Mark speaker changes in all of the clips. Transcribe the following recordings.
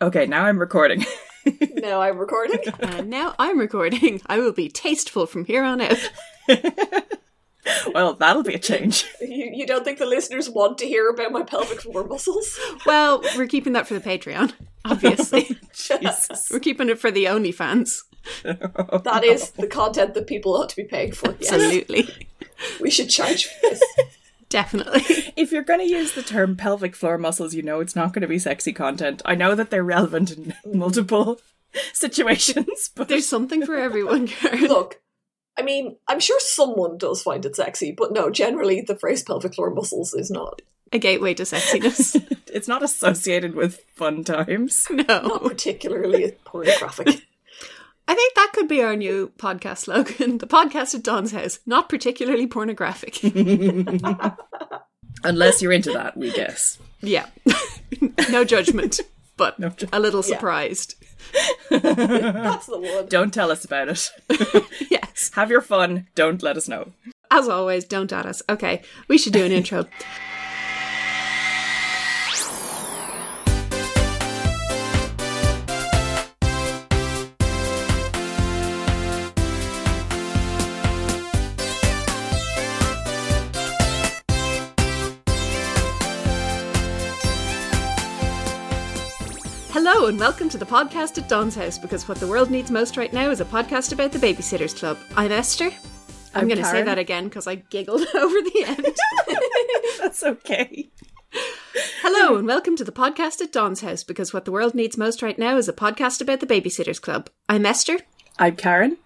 Speaker 1: Okay, now I'm recording.
Speaker 2: Now I'm recording.
Speaker 3: And now I'm recording. I will be tasteful from here on out.
Speaker 1: well, that'll be a change.
Speaker 2: you, you don't think the listeners want to hear about my pelvic floor muscles?
Speaker 3: Well, we're keeping that for the Patreon, obviously.
Speaker 1: Jesus.
Speaker 3: we're keeping it for the OnlyFans.
Speaker 2: That is the content that people ought to be paying for. Yes,
Speaker 3: Absolutely.
Speaker 2: we should charge for this.
Speaker 3: Definitely.
Speaker 1: If you're going to use the term pelvic floor muscles, you know it's not going to be sexy content. I know that they're relevant in multiple situations, but
Speaker 3: There's something for everyone, Karen.
Speaker 2: Look, I mean, I'm sure someone does find it sexy, but no, generally the phrase pelvic floor muscles is not
Speaker 3: A gateway to sexiness.
Speaker 1: it's not associated with fun times.
Speaker 2: not
Speaker 3: No.
Speaker 2: particularly pornographic.
Speaker 3: I think that could be our new podcast slogan. The podcast at Don's house. Not particularly pornographic.
Speaker 1: Unless you're into that, we guess.
Speaker 3: yeah. no judgment, but
Speaker 1: No ju-
Speaker 3: a little surprised.
Speaker 2: That's the one.
Speaker 1: Don't tell us about it.
Speaker 3: Yes.
Speaker 1: Have your fun. Don't let us know.
Speaker 3: As always, don't at us. Okay, we should do an intro. Hello and welcome to the podcast at Don's House because what the world needs most right now is a podcast about the Babysitters Club. I'm Esther. I'm,
Speaker 1: I'm
Speaker 3: going to say
Speaker 1: Karen.
Speaker 3: that again because I giggled over the end.
Speaker 1: That's okay.
Speaker 3: Hello and welcome to the podcast at Don's House because what the world needs most right now is a podcast about the Babysitters Club. I'm Esther,
Speaker 1: I'm Karen.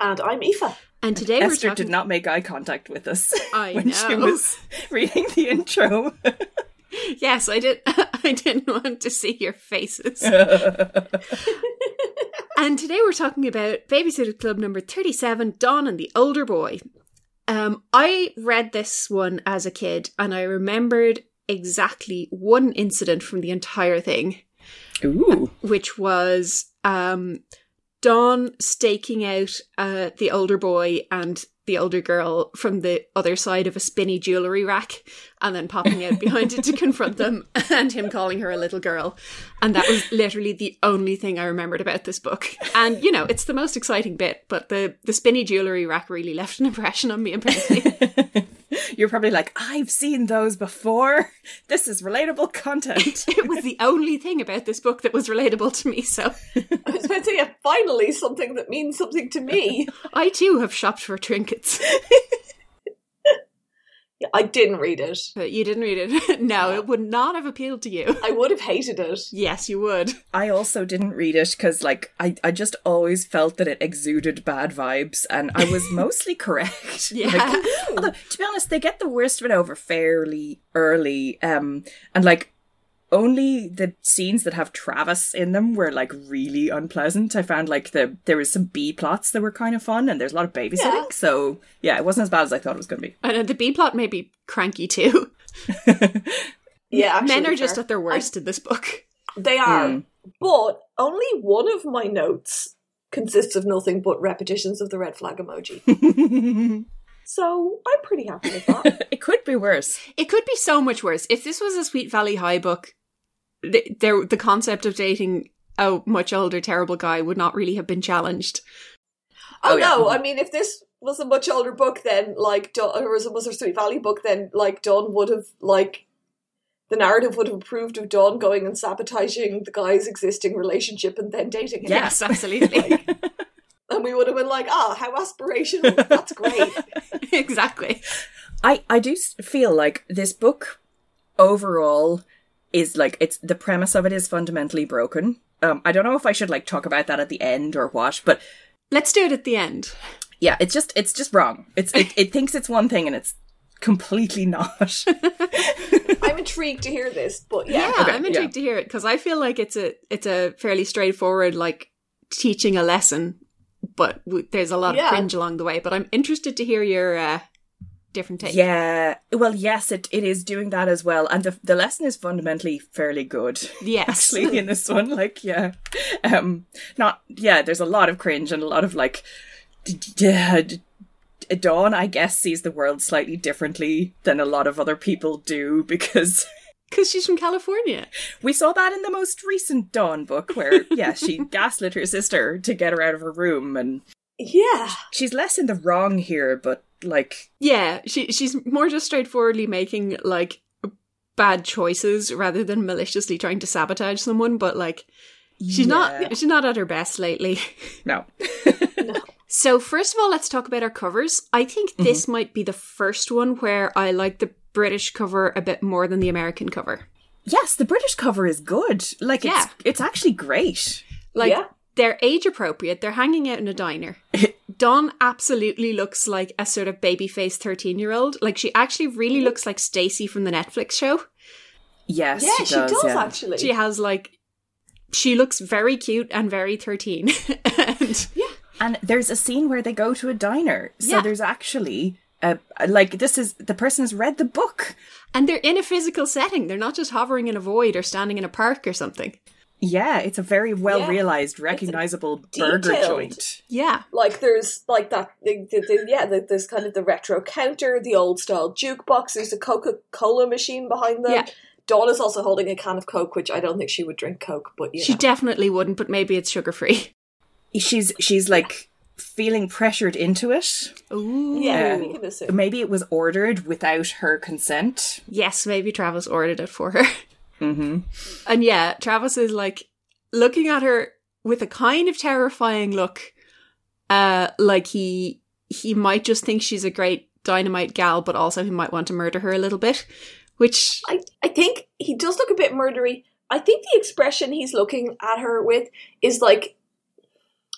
Speaker 2: And I'm Aoife.
Speaker 3: and today
Speaker 1: Esther
Speaker 3: we're talking.
Speaker 1: did not make eye contact with us
Speaker 3: I
Speaker 1: when she
Speaker 3: know.
Speaker 1: was reading the intro.
Speaker 3: Yes, I did. I didn't want to see your faces. and today we're talking about Babysitter Club number 37, Don and the Older Boy. Um, I read this one as a kid and I remembered exactly one incident from the entire thing,
Speaker 1: Ooh.
Speaker 3: which was um, Don staking out uh, the older boy and the older girl from the other side of a spinny jewellery rack and then popping out behind it to confront them and him calling her a little girl. And that was literally the only thing I remembered about this book. And, you know, it's the most exciting bit, but the, the spinny jewellery rack really left an impression on me, apparently.
Speaker 1: You're probably like, I've seen those before. This is relatable content.
Speaker 3: it was the only thing about this book that was relatable to me, so
Speaker 2: I was about to say, yeah, finally, something that means something to me.
Speaker 3: I too have shopped for trinkets.
Speaker 2: Yeah, I didn't read it.
Speaker 3: But you didn't read it. no, it would not have appealed to you.
Speaker 2: I would have hated it.
Speaker 3: Yes, you would.
Speaker 1: I also didn't read it because, like, I, I just always felt that it exuded bad vibes, and I was mostly correct.
Speaker 3: Yeah.
Speaker 1: Like, although, to be honest, they get the worst of it over fairly early, um, and like only the scenes that have Travis in them were like really unpleasant. I found like the there was some B plots that were kind of fun, and there's a lot of babysitting.
Speaker 2: Yeah.
Speaker 1: So yeah, it wasn't as bad as I thought it was going to be.
Speaker 3: I know the B plot may be cranky too.
Speaker 2: Yeah, actually,
Speaker 3: Men are just
Speaker 2: fair.
Speaker 3: at their worst in this book.
Speaker 2: They are.
Speaker 1: Mm.
Speaker 2: But only one of my notes consists of nothing but repetitions of the red flag emoji. so I'm pretty happy with that.
Speaker 1: it could be worse.
Speaker 3: It could be so much worse. If this was a Sweet Valley High book, the, there, the concept of dating a much older, terrible guy would not really have been challenged.
Speaker 2: oh,
Speaker 1: Oh, yeah.
Speaker 2: no, I mean, if this was a much older book, then like, Don, or was a Mother Sweet Valley book, then like, Don would have, like, the narrative would have approved of Don going and sabotaging the guy's existing relationship and then dating him.
Speaker 1: Yeah.
Speaker 3: Yes, absolutely.
Speaker 2: And we would have been like, ah, how aspirational. That's great.
Speaker 3: exactly.
Speaker 1: I I do s- feel like this book overall is like it's the premise of it is fundamentally broken. Um, I don't know if I should like talk about that at the end or what, but
Speaker 3: Let's do it at the end.
Speaker 1: yeah, it's just it's just wrong. It's it, it thinks it's one thing and it's completely not.
Speaker 2: I'm intrigued to hear this, but
Speaker 3: Yeah,
Speaker 2: yeah.
Speaker 1: okay,
Speaker 3: I'm
Speaker 1: yeah.
Speaker 3: intrigued to hear it because I feel like it's a it's a fairly straightforward like teaching a lesson, but w- there's a lot
Speaker 2: Yeah.
Speaker 3: of cringe along the way. But I'm interested to hear your uh, different take.
Speaker 1: yeah, well, yes, it, it is doing that as well, and the the lesson is fundamentally fairly good.
Speaker 3: Yes.
Speaker 1: actually in this one like yeah um not yeah there's a lot of cringe and a lot of like d- d- d- d- d- dawn i guess sees the world slightly differently than a lot of other people do because
Speaker 3: because she's from California.
Speaker 1: We saw that in the most recent Dawn book where, yeah, she gaslit her sister to get her out of her room and
Speaker 2: Yeah.
Speaker 1: she's less in the wrong here, but like
Speaker 3: Yeah, she she's more just straightforwardly making like bad choices rather than maliciously trying to sabotage someone. But like, she's
Speaker 1: yeah.
Speaker 3: not she's not at her best lately.
Speaker 1: No.
Speaker 3: So first of all, let's talk about our covers. I think this might be the first one where I like the British cover a bit more than the American cover.
Speaker 1: Yes, the British cover is good. Like it's
Speaker 3: Yeah.
Speaker 1: it's actually great.
Speaker 3: Like
Speaker 2: Yeah.
Speaker 3: they're age appropriate. They're hanging out in a diner. Dawn absolutely looks like a sort of baby-faced 13-year-old. Like she actually really looks like Stacy from the Netflix show.
Speaker 1: Yes,
Speaker 2: yeah, she does,
Speaker 1: yeah.
Speaker 2: actually.
Speaker 3: She has like she looks very cute and very 13. and
Speaker 1: And there's a scene where they go to a diner. So
Speaker 3: Yeah.
Speaker 1: there's actually a, like this is the person has read the book.
Speaker 3: and they're in a physical setting. They're not just hovering in a void or standing in a park or something.
Speaker 1: Yeah, it's a very well
Speaker 2: Yeah.
Speaker 1: realized, recognizable burger
Speaker 2: detailed-
Speaker 1: joint.
Speaker 3: Yeah.
Speaker 2: like there's like that the, the, the, yeah the, there's kind of the retro counter the old style jukebox there's a coca-cola machine behind them
Speaker 3: Yeah.
Speaker 2: dawn is also holding a can of coke which i don't think she would drink coke but you
Speaker 3: She
Speaker 2: know.
Speaker 3: definitely wouldn't, but maybe it's sugar-free.
Speaker 1: She's she's like feeling pressured into it.
Speaker 3: Ooh.
Speaker 1: Yeah.
Speaker 2: yeah we can assume
Speaker 1: Maybe it was ordered without her consent.
Speaker 3: Yes, maybe Travis ordered it for her.
Speaker 1: Mm-hmm.
Speaker 3: And yeah, Travis is like looking at her with a kind of terrifying look. Uh like he he might just think she's a great dynamite gal, but also he might want to murder her a little bit. Which
Speaker 2: I, I think he does look a bit murdery i think the expression he's looking at her with is like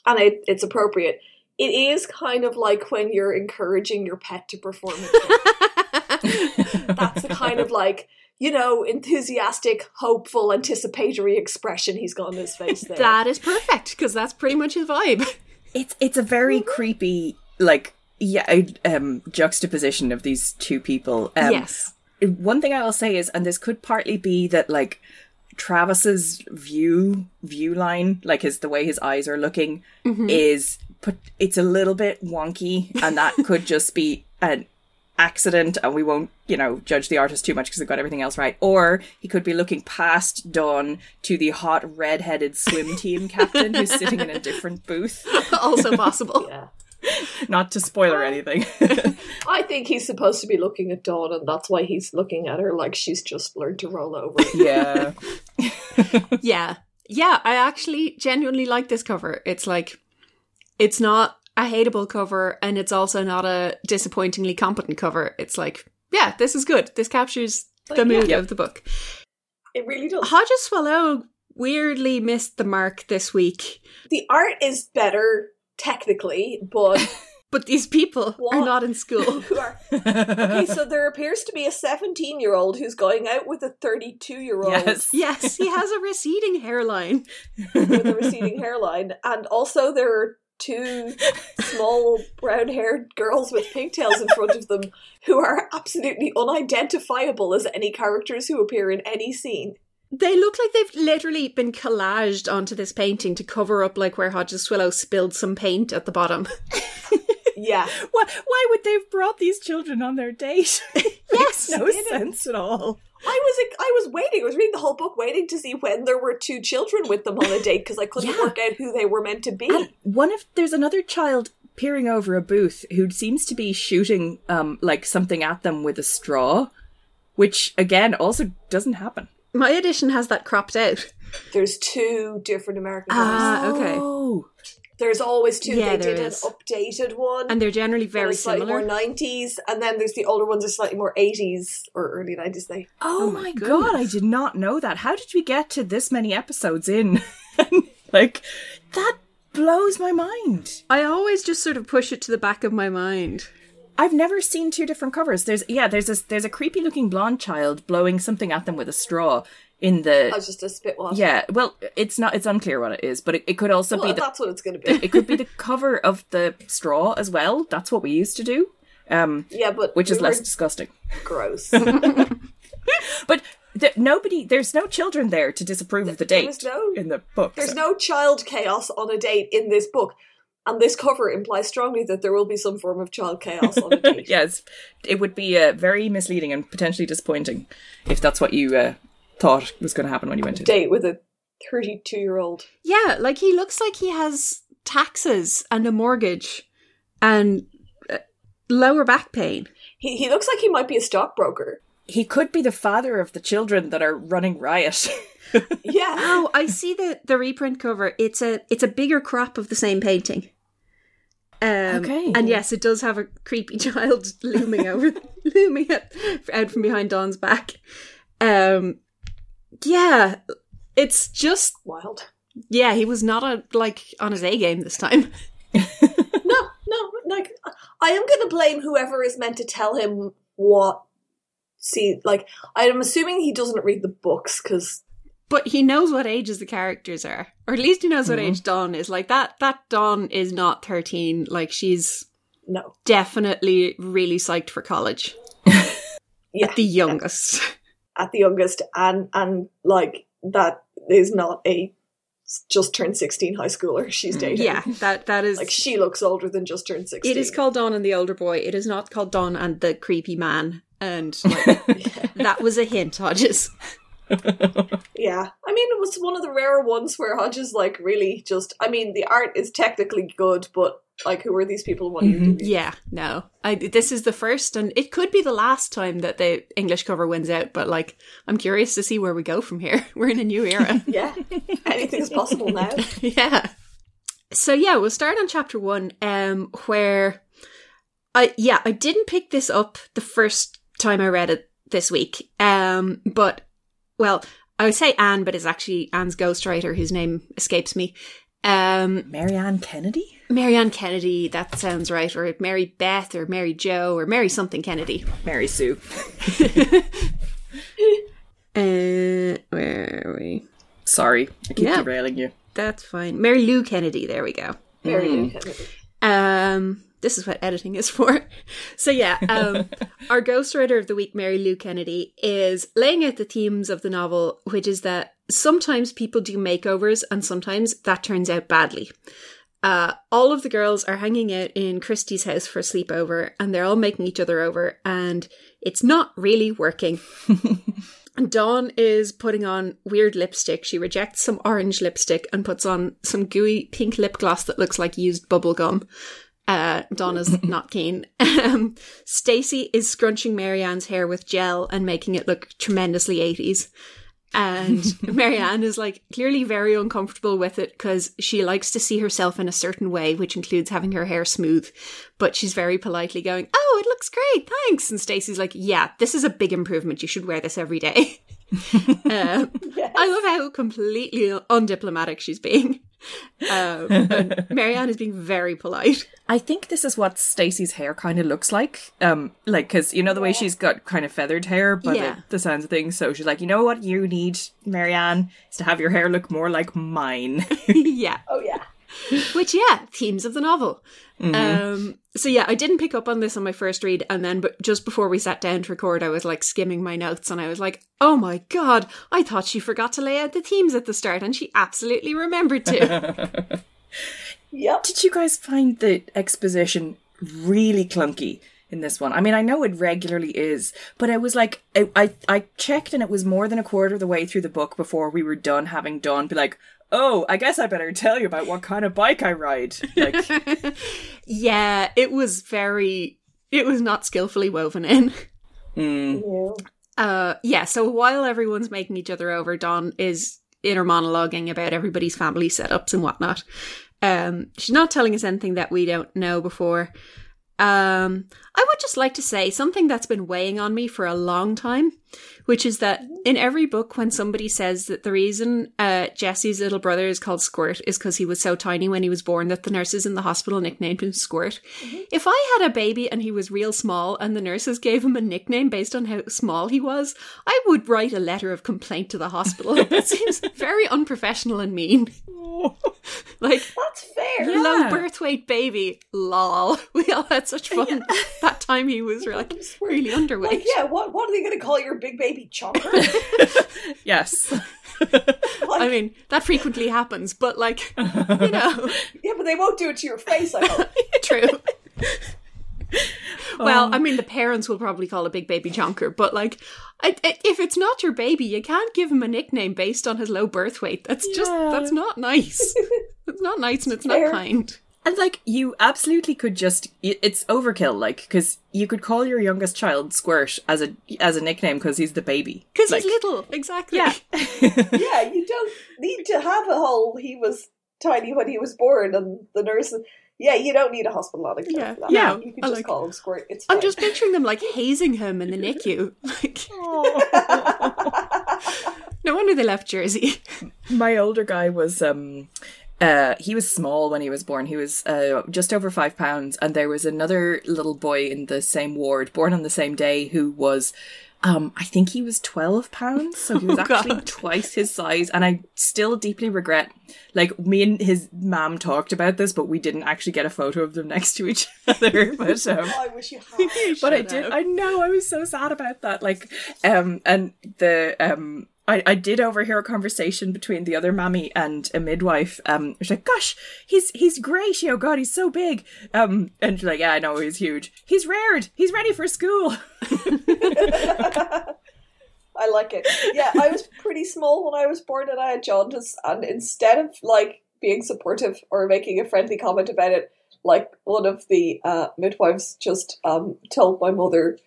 Speaker 2: and it, it's appropriate it is kind of like when you're encouraging your pet to perform a trick. that's the kind of like you know enthusiastic hopeful anticipatory expression he's got on his face there
Speaker 3: that is perfect, because that's pretty much his vibe.
Speaker 1: It's it's a very
Speaker 2: Mm-hmm.
Speaker 1: creepy like yeah um juxtaposition of these two people. Um,
Speaker 3: yes.
Speaker 1: One thing I will say is, and this could partly be that like Travis's view view line, like his the way his eyes are looking, is but it's a little bit wonky, and that could just be an accident, and we won't you know judge the artist too much because they've got everything else right. Or he could be looking past Dawn to the hot red-headed swim team captain who's sitting in a different booth.
Speaker 3: also possible.
Speaker 2: yeah
Speaker 1: Not to spoiler anything.
Speaker 2: i think he's supposed to be looking at dawn and that's why he's looking at her like she's just learned to roll over
Speaker 1: yeah.
Speaker 3: Yeah. Yeah, I actually genuinely like this cover. It's like it's not a hateable cover and it's also not a disappointingly competent cover. It's like, yeah, this is good. This captures
Speaker 2: Like,
Speaker 3: the mood
Speaker 1: yeah.
Speaker 3: of the book.
Speaker 2: it really does
Speaker 3: Hodges Swallow weirdly missed the mark this week,
Speaker 2: the art is better technically but
Speaker 3: but these people are
Speaker 2: What?
Speaker 3: not in school.
Speaker 2: who are okay so there appears to be a 17 year old who's going out with a 32 year old
Speaker 1: Yes.
Speaker 3: yes, he has a receding hairline.
Speaker 2: with a receding hairline and also there are two small brown haired girls with pigtails in front of them who are absolutely unidentifiable as any characters who appear in any scene
Speaker 3: They look like they've literally been collaged onto this painting to cover up like where Hodges Swallow spilled some paint at the bottom.
Speaker 2: yeah
Speaker 1: Why, why would they have brought these children on their date? yes, no sense at all.
Speaker 2: i was i was waiting i was reading the whole book waiting to see when there were two children with them on a date because i couldn't
Speaker 3: Yeah.
Speaker 2: work out who they were meant to be
Speaker 1: One of there's another child peering over a booth who seems to be shooting um like something at them with a straw, which again also doesn't happen.
Speaker 3: My edition has that cropped out.
Speaker 2: there's two different american girls
Speaker 3: Ah. okay.
Speaker 1: Oh,
Speaker 2: there's always two they
Speaker 3: Yeah, there
Speaker 2: did
Speaker 3: is.
Speaker 2: an updated one
Speaker 3: And they're generally
Speaker 2: one
Speaker 3: very
Speaker 2: is slightly
Speaker 3: similar.
Speaker 2: more 90s and then there's the older ones are slightly more 80s or early 90s they
Speaker 1: oh,
Speaker 3: my
Speaker 1: my
Speaker 3: goodness.
Speaker 1: god! I did not know that. How did we get to this many episodes in? like that blows my mind.
Speaker 3: I always just sort of push it to the back of my mind.
Speaker 1: I've never seen two different covers. There's yeah, there's this there's a creepy looking blonde child blowing something at them with a straw in
Speaker 2: I
Speaker 1: the
Speaker 2: was just a spit wash.
Speaker 1: yeah. Well, it's not it's unclear what it is, but it, it could also
Speaker 2: Well,
Speaker 1: be the
Speaker 2: that's what it's going to be.
Speaker 1: it could be the cover of the straw as well. That's what we used to do, um,
Speaker 2: Yeah, but
Speaker 1: which is
Speaker 2: we
Speaker 1: less
Speaker 2: were
Speaker 1: disgusting.
Speaker 2: gross.
Speaker 1: But th- nobody, there's no children there to disapprove of the date
Speaker 2: was no-
Speaker 1: in the book.
Speaker 2: There's
Speaker 1: so-
Speaker 2: no child chaos on a date in this book, and this cover implies strongly that there will be some form of child chaos on a date.
Speaker 1: yes, it would be uh, very misleading and potentially disappointing if that's what you uh, thought was going to happen when you went to.
Speaker 2: date with a 32 year old.
Speaker 3: Yeah, like he looks like he has taxes and a mortgage and uh, lower back pain.
Speaker 2: He, he looks like he might be a stockbroker.
Speaker 1: He could be the father of the children that are running riot.
Speaker 2: Yeah.
Speaker 3: Oh, I see the the reprint cover. It's a it's a bigger crop of the same painting. Um,
Speaker 1: Okay.
Speaker 3: And yes, it does have a creepy child looming over, looming up, out from behind Don's back. Um, yeah, it's just
Speaker 2: Wild.
Speaker 3: yeah. He was not a, like on his A game this time.
Speaker 2: No, no, like, I am going to blame whoever is meant to tell him what. See, like, I'm assuming he doesn't read the books because
Speaker 3: but he knows what ages the characters are, or at least he knows what
Speaker 2: Hmm.
Speaker 1: Mhm.
Speaker 3: age Dawn is. Like that, that Dawn is not thirteen. Like she's
Speaker 2: no.
Speaker 3: definitely really psyched for college.
Speaker 2: Yeah.
Speaker 3: At the youngest.
Speaker 2: at the youngest and and like that is not a s- just turned 16 high schooler she's
Speaker 1: Mm.
Speaker 2: dating
Speaker 3: yeah, that that is.
Speaker 2: like she looks older than just turned 16
Speaker 3: it is called Dawn and the older boy. It is not called Dawn and the creepy man. And like, that was a hint, Hodges.
Speaker 2: yeah i mean it was one of the rarer ones where hodges like really just i mean the art is technically good but like who are these people what are you
Speaker 1: Mhm.
Speaker 2: doing
Speaker 3: Yeah, no. I, this is the first, and it could be the last time that the English cover wins out. But like, I'm curious to see where we go from here. We're in a new era.
Speaker 2: yeah anything's possible now
Speaker 3: yeah. So yeah, we'll start on chapter one, um, where I yeah, I didn't pick this up the first time I read it this week. Um, but well, I would say Anne, but it's actually Anne's ghostwriter whose name escapes me. Um,
Speaker 1: Marianne Kennedy?
Speaker 3: Marianne Kennedy, that sounds right, or Mary Beth, or Mary Joe, or Mary something Kennedy.
Speaker 1: Mary Sue.
Speaker 3: Uh, where are we?
Speaker 1: Sorry, I keep
Speaker 3: Yeah.
Speaker 1: derailing you.
Speaker 3: That's fine. Mary Lou Kennedy. There we go.
Speaker 2: very
Speaker 3: Mm-hmm.
Speaker 2: independent.
Speaker 3: Um, this is what editing is for. So yeah, um, our ghostwriter of the week, Mary Lou Kennedy, is laying out the themes of the novel, which is that sometimes people do makeovers and sometimes that turns out badly. Uh, all of the girls are hanging out in Christie's house for a sleepover and they're all making each other over and it's not really working. And Dawn is putting on weird lipstick. She rejects some orange lipstick and puts on some gooey pink lip gloss that looks like used bubble gum. Uh, Donna's not keen. Um, Stacy is scrunching Marianne's hair with gel and making it look tremendously 80s. And Marianne is like clearly very uncomfortable with it because she likes to see herself in a certain way, which includes having her hair smooth. But she's very politely going, Oh, it looks great, thanks. And Stacy's like, Yeah, this is a big improvement. You should wear this every day. Um, I love how completely undiplomatic she's being. Um, and Marianne is being very polite.
Speaker 1: I think this is what Stacy's hair kind of looks like. Um, like because you know the way she's got kind of feathered hair by
Speaker 3: Yeah.
Speaker 1: the, the sounds of things. So she's like, you know what you need, Marianne, is to have your hair look more like mine.
Speaker 3: yeah.
Speaker 2: oh yeah
Speaker 3: Which, yeah, themes of the novel. Um, so, yeah, I didn't pick up on this on my first read. And then, but just before we sat down to record, I was like skimming my notes and I was like, oh my God, I thought she forgot to lay out the themes at the start. And she absolutely remembered to.
Speaker 2: yep
Speaker 1: Did you guys find the exposition really clunky in this one? I mean, I know it regularly is, but I was like, I, I, I checked and it was more than a quarter of the way through the book before we were done having Dawn be like, oh, I guess I better tell you about what kind of bike I ride. Like,
Speaker 3: yeah, it was very, it was not skillfully woven in.
Speaker 1: mm,
Speaker 2: No.
Speaker 3: Uh, yeah, so while everyone's making each other over, Dawn is inner monologuing about everybody's family setups and whatnot. Um, she's not telling us anything that we don't know before. Um, I would just like to say something that's been weighing on me for a long time, which is that in every book, when somebody says that the reason uh, Jesse's little brother is called Squirt is because he was so tiny when he was born that the nurses in the hospital nicknamed him Squirt. If I had a baby and he was real small and the nurses gave him a nickname based on how small he was, I would write a letter of complaint to the hospital. that seems very unprofessional and mean. like,
Speaker 2: that's fair
Speaker 3: low
Speaker 1: Yeah.
Speaker 3: birth weight baby. Lol. We all had such fun that time he was like really underweight.
Speaker 2: like yeah what, what are they going to call your big baby chopper
Speaker 1: yes.
Speaker 3: I mean, that frequently happens, but like, you know,
Speaker 2: yeah but they won't do it to your face i hope
Speaker 3: true. Well,
Speaker 1: Um,
Speaker 3: I mean, the parents will probably call a big baby Jonker, but like, I, I, if it's not your baby, you can't give him a nickname based on his low birth weight. That's just
Speaker 1: Yeah.
Speaker 3: that's not nice. it's not nice, and it's not
Speaker 2: Fair.
Speaker 3: kind.
Speaker 1: And like you absolutely could just i- it's overkill like cuz you could call your youngest child Squirt as a as a nickname cuz he's the baby.
Speaker 3: Because
Speaker 1: like,
Speaker 3: he's little, exactly.
Speaker 1: Yeah.
Speaker 2: yeah, you don't need to have a whole he was tiny when he was born and the nurse yeah, you don't need a hospital addict.
Speaker 3: Yeah,
Speaker 2: for that.
Speaker 1: yeah,
Speaker 2: You can
Speaker 3: I
Speaker 2: just
Speaker 3: like-
Speaker 2: call him squirt. It's
Speaker 3: I'm
Speaker 2: fine.
Speaker 3: just picturing them like hazing him in the NICU. Like, no wonder they left Jersey.
Speaker 1: My older guy was um uh he was small when he was born. He was uh just over 5 pounds and there was another little boy in the same ward born on the same day who was um I think he was 12 pounds so he was
Speaker 3: Oh,
Speaker 1: actually
Speaker 3: God.
Speaker 1: twice his size and I still deeply regret like me and his mom talked about this but we didn't actually get a photo of them next to each other but um
Speaker 2: Oh, I wish you had.
Speaker 1: but I
Speaker 3: Shut
Speaker 1: did.
Speaker 3: up.
Speaker 1: I know. I was so sad about that. Like, um, and the um. I, I did overhear a conversation between the other mammy and a midwife. Um, she's like, "Gosh, he's he's great! You know, God, he's so big." Um, and she's like, "Yeah, I know he's huge. He's reared. He's ready for school."
Speaker 2: I like it. Yeah, I was pretty small when I was born and I had jaundice and instead of like being supportive or making a friendly comment about it, like one of the uh, midwives just um, told my mother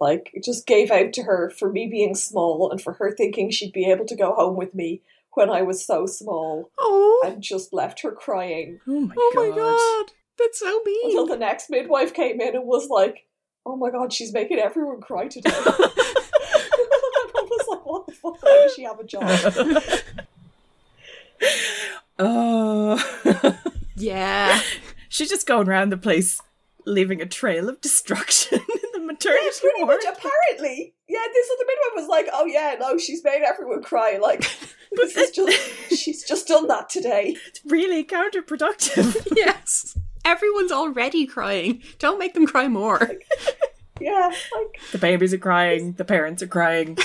Speaker 2: like just gave out to her for me being small and for her thinking she'd be able to go home with me when I was so small
Speaker 3: Oh,
Speaker 2: and just left her crying
Speaker 1: Oh my
Speaker 3: oh
Speaker 1: god!
Speaker 3: my god, that's so
Speaker 2: until
Speaker 3: mean.
Speaker 2: the next midwife came in and was like, Oh my god, she's making everyone cry today. and I was like, What the fuck? Why does she have a job?
Speaker 1: Oh,
Speaker 3: Yeah,
Speaker 1: she's just going around the place, leaving a trail of destruction in the maternity
Speaker 2: Yeah, pretty
Speaker 1: ward.
Speaker 2: much. Apparently, yeah. This other midwife was like, "Oh yeah, no, she's made everyone cry. Like, this is just she's just done that today."
Speaker 1: It's really counterproductive.
Speaker 3: yes. Everyone's already crying. Don't make them cry more.
Speaker 2: Yeah, like
Speaker 1: The babies are crying. The parents are crying.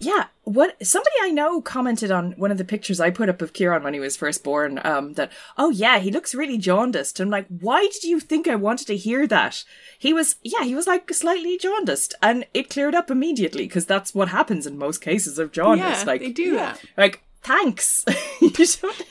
Speaker 1: yeah. What? Somebody I know commented on one of the pictures I put up of Kieran when he was first born. Um, that oh yeah, he looks really jaundiced. I'm like, why did you think I wanted to hear that? He was yeah, he was like slightly jaundiced, and it cleared up immediately because that's what happens in most cases of jaundice.
Speaker 3: yeah,
Speaker 1: like
Speaker 3: they do that.
Speaker 1: Like thanks. you don't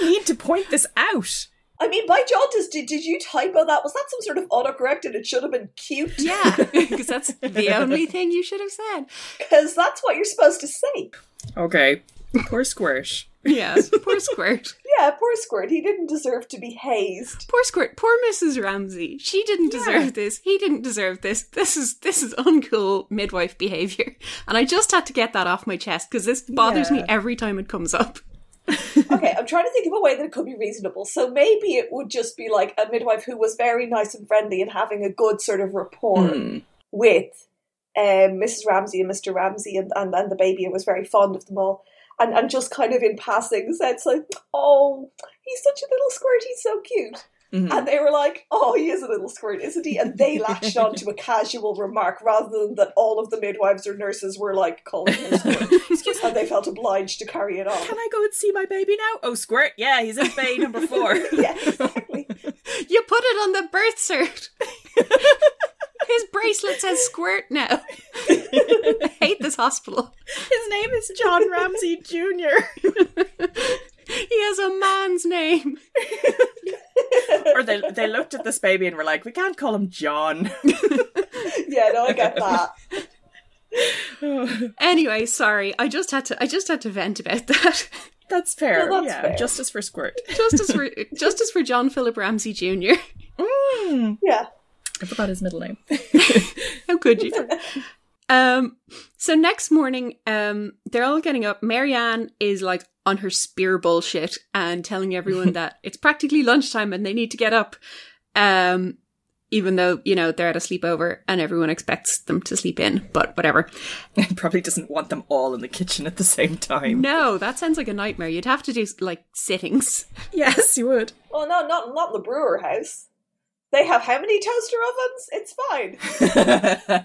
Speaker 1: need to point this out.
Speaker 2: I mean, by jaundice, did did you typo that? Was that some sort of autocorrect and it should have been cute?
Speaker 3: Yeah, because that's the only thing you should have said.
Speaker 2: because that's what you're supposed to say.
Speaker 1: Okay. Poor Squirt.
Speaker 3: Yeah, poor Squirt.
Speaker 2: Yeah, poor Squirt. He didn't deserve to be hazed.
Speaker 3: Poor Squirt. Poor Mrs. Ramsey. She didn't deserve this. He didn't deserve this. This is this is uncool midwife behavior. And I just had to get that off my chest because this bothers me
Speaker 1: Yeah.
Speaker 3: every time it comes up.
Speaker 2: Okay, I'm trying to think of a way that it could be reasonable. So maybe it would just be like a midwife who was very nice and friendly and having a good sort of rapport. with um, Mrs. Ramsey and Mr. Ramsey and, and, and the baby and was very fond of them all. And, and just kind of in passing said, so, oh, he's such a little squirt, he's so cute.
Speaker 1: Mhm.
Speaker 2: And they were like, oh, he is a little squirt, isn't he? And they latched on to a casual remark rather than that all of the midwives or nurses were like calling him a squirt.
Speaker 1: Excuse
Speaker 2: and they felt obliged to carry it on.
Speaker 1: Can I go and see my baby now? Oh, squirt. Yeah, he's in bay number four.
Speaker 2: yeah, exactly.
Speaker 3: You put it on the birth cert. His bracelet says Squirt now. I hate this hospital.
Speaker 1: His name is John Ramsey Jr.
Speaker 3: He has a man's name.
Speaker 1: or they they looked at this baby and were like, we can't call him John.
Speaker 2: Yeah, no, I get that.
Speaker 3: Anyway, sorry. I just had to. I just had to vent about that.
Speaker 1: That's fair.
Speaker 2: No, that's
Speaker 1: yeah,
Speaker 2: fair.
Speaker 1: justice for squirt.
Speaker 3: Justice for justice for John Philip Ramsey Jr.
Speaker 1: Mm.
Speaker 2: Yeah.
Speaker 1: I forgot his middle name.
Speaker 3: How could you? um, so next morning, um, they're all getting up. Marianne is like on her spear bullshit and telling everyone that it's practically lunchtime and they need to get up. Um, even though, you know, they're at a sleepover and everyone expects them to sleep in, but whatever.
Speaker 1: Probably doesn't want them all in the kitchen at the same time.
Speaker 3: No, that sounds like a nightmare. You'd have to do like sittings.
Speaker 1: Yes, you would.
Speaker 2: Well, no, not, not in the brewer house. They have how many toaster ovens? It's fine.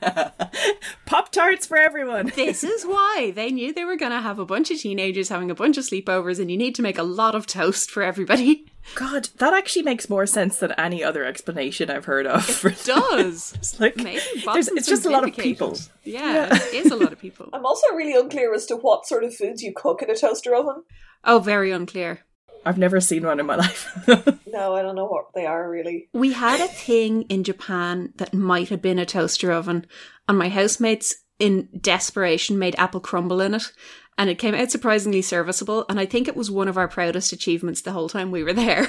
Speaker 1: Pop tarts for everyone.
Speaker 3: This is why they knew they were going to have a bunch of teenagers having a bunch of sleepovers and you need to make a lot of toast for everybody.
Speaker 1: God, that actually makes more sense than any other explanation I've heard of. for
Speaker 3: It does.
Speaker 1: It's like
Speaker 3: Maybe
Speaker 1: there's-
Speaker 3: Watson's
Speaker 1: it's just a lot of
Speaker 3: vindicated.
Speaker 1: people.
Speaker 3: Yeah,
Speaker 1: Yeah.
Speaker 3: it is a lot of people.
Speaker 2: I'm also really unclear as to what sort of foods you cook in a toaster oven.
Speaker 3: Oh, very unclear.
Speaker 1: I've never seen one in my life.
Speaker 2: No, I don't know what they are really.
Speaker 3: We had a thing in Japan that might have been a toaster oven, and my housemates, in desperation, made apple crumble in it, and it came out surprisingly serviceable. And I think it was one of our proudest achievements the whole time we were there.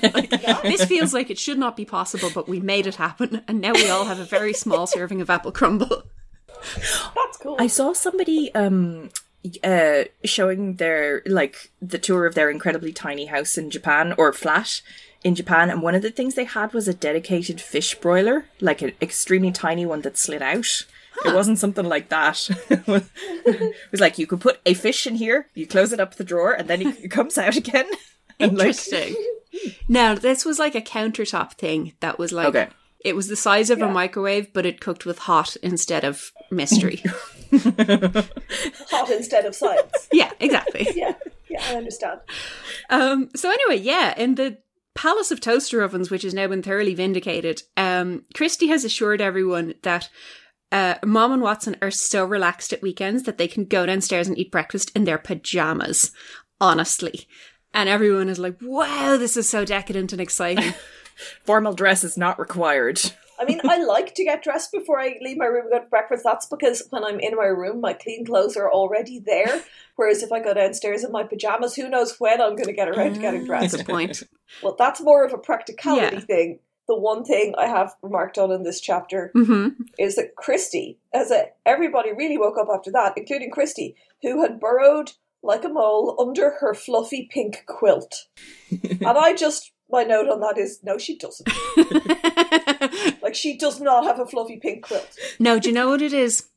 Speaker 3: Like, this feels like it should not be possible, but we made it happen, and now we all have a very small serving of apple crumble.
Speaker 2: That's cool.
Speaker 1: I saw somebody um uh showing their like the tour of their incredibly tiny house in Japan or flat in Japan and one of the things they had was a dedicated fish broiler, like an extremely tiny one that slid out. It wasn't something like that. it was like you could put a fish in here, you close it up the drawer, and then it comes out again. And, like,
Speaker 3: Interesting. now, this was like a countertop thing that was like.
Speaker 1: Okay.
Speaker 3: It was the size of a microwave, but it cooked with hot instead of mystery.
Speaker 2: Hot instead of science.
Speaker 3: yeah, exactly.
Speaker 2: yeah, yeah, I understand.
Speaker 3: Um, so anyway, yeah, in the Palace of Toaster Ovens, which has now been thoroughly vindicated, um, Christie has assured everyone that uh, Mom and Watson are so relaxed at weekends that they can go downstairs and eat breakfast in their pajamas. Honestly. And everyone is like, wow, this is so decadent and exciting.
Speaker 1: formal dress is not required.
Speaker 2: I mean, I like to get dressed before I leave my room and go to breakfast. That's because when I'm in my room, my clean clothes are already there. Whereas if I go downstairs in my pajamas, who knows when I'm going to get around to getting
Speaker 3: That's
Speaker 2: dressed.
Speaker 3: a point.
Speaker 2: Well, that's more of a practicality
Speaker 3: Yeah.
Speaker 2: thing. The one thing I have remarked on in this chapter
Speaker 3: hmm
Speaker 2: is that Christy, as a, everybody really woke up after that, including Christy, who had burrowed like a mole under her fluffy pink quilt. and I just, my note on that is no, she doesn't. Like, she does not have a fluffy pink quilt.
Speaker 3: no, do you know what it is?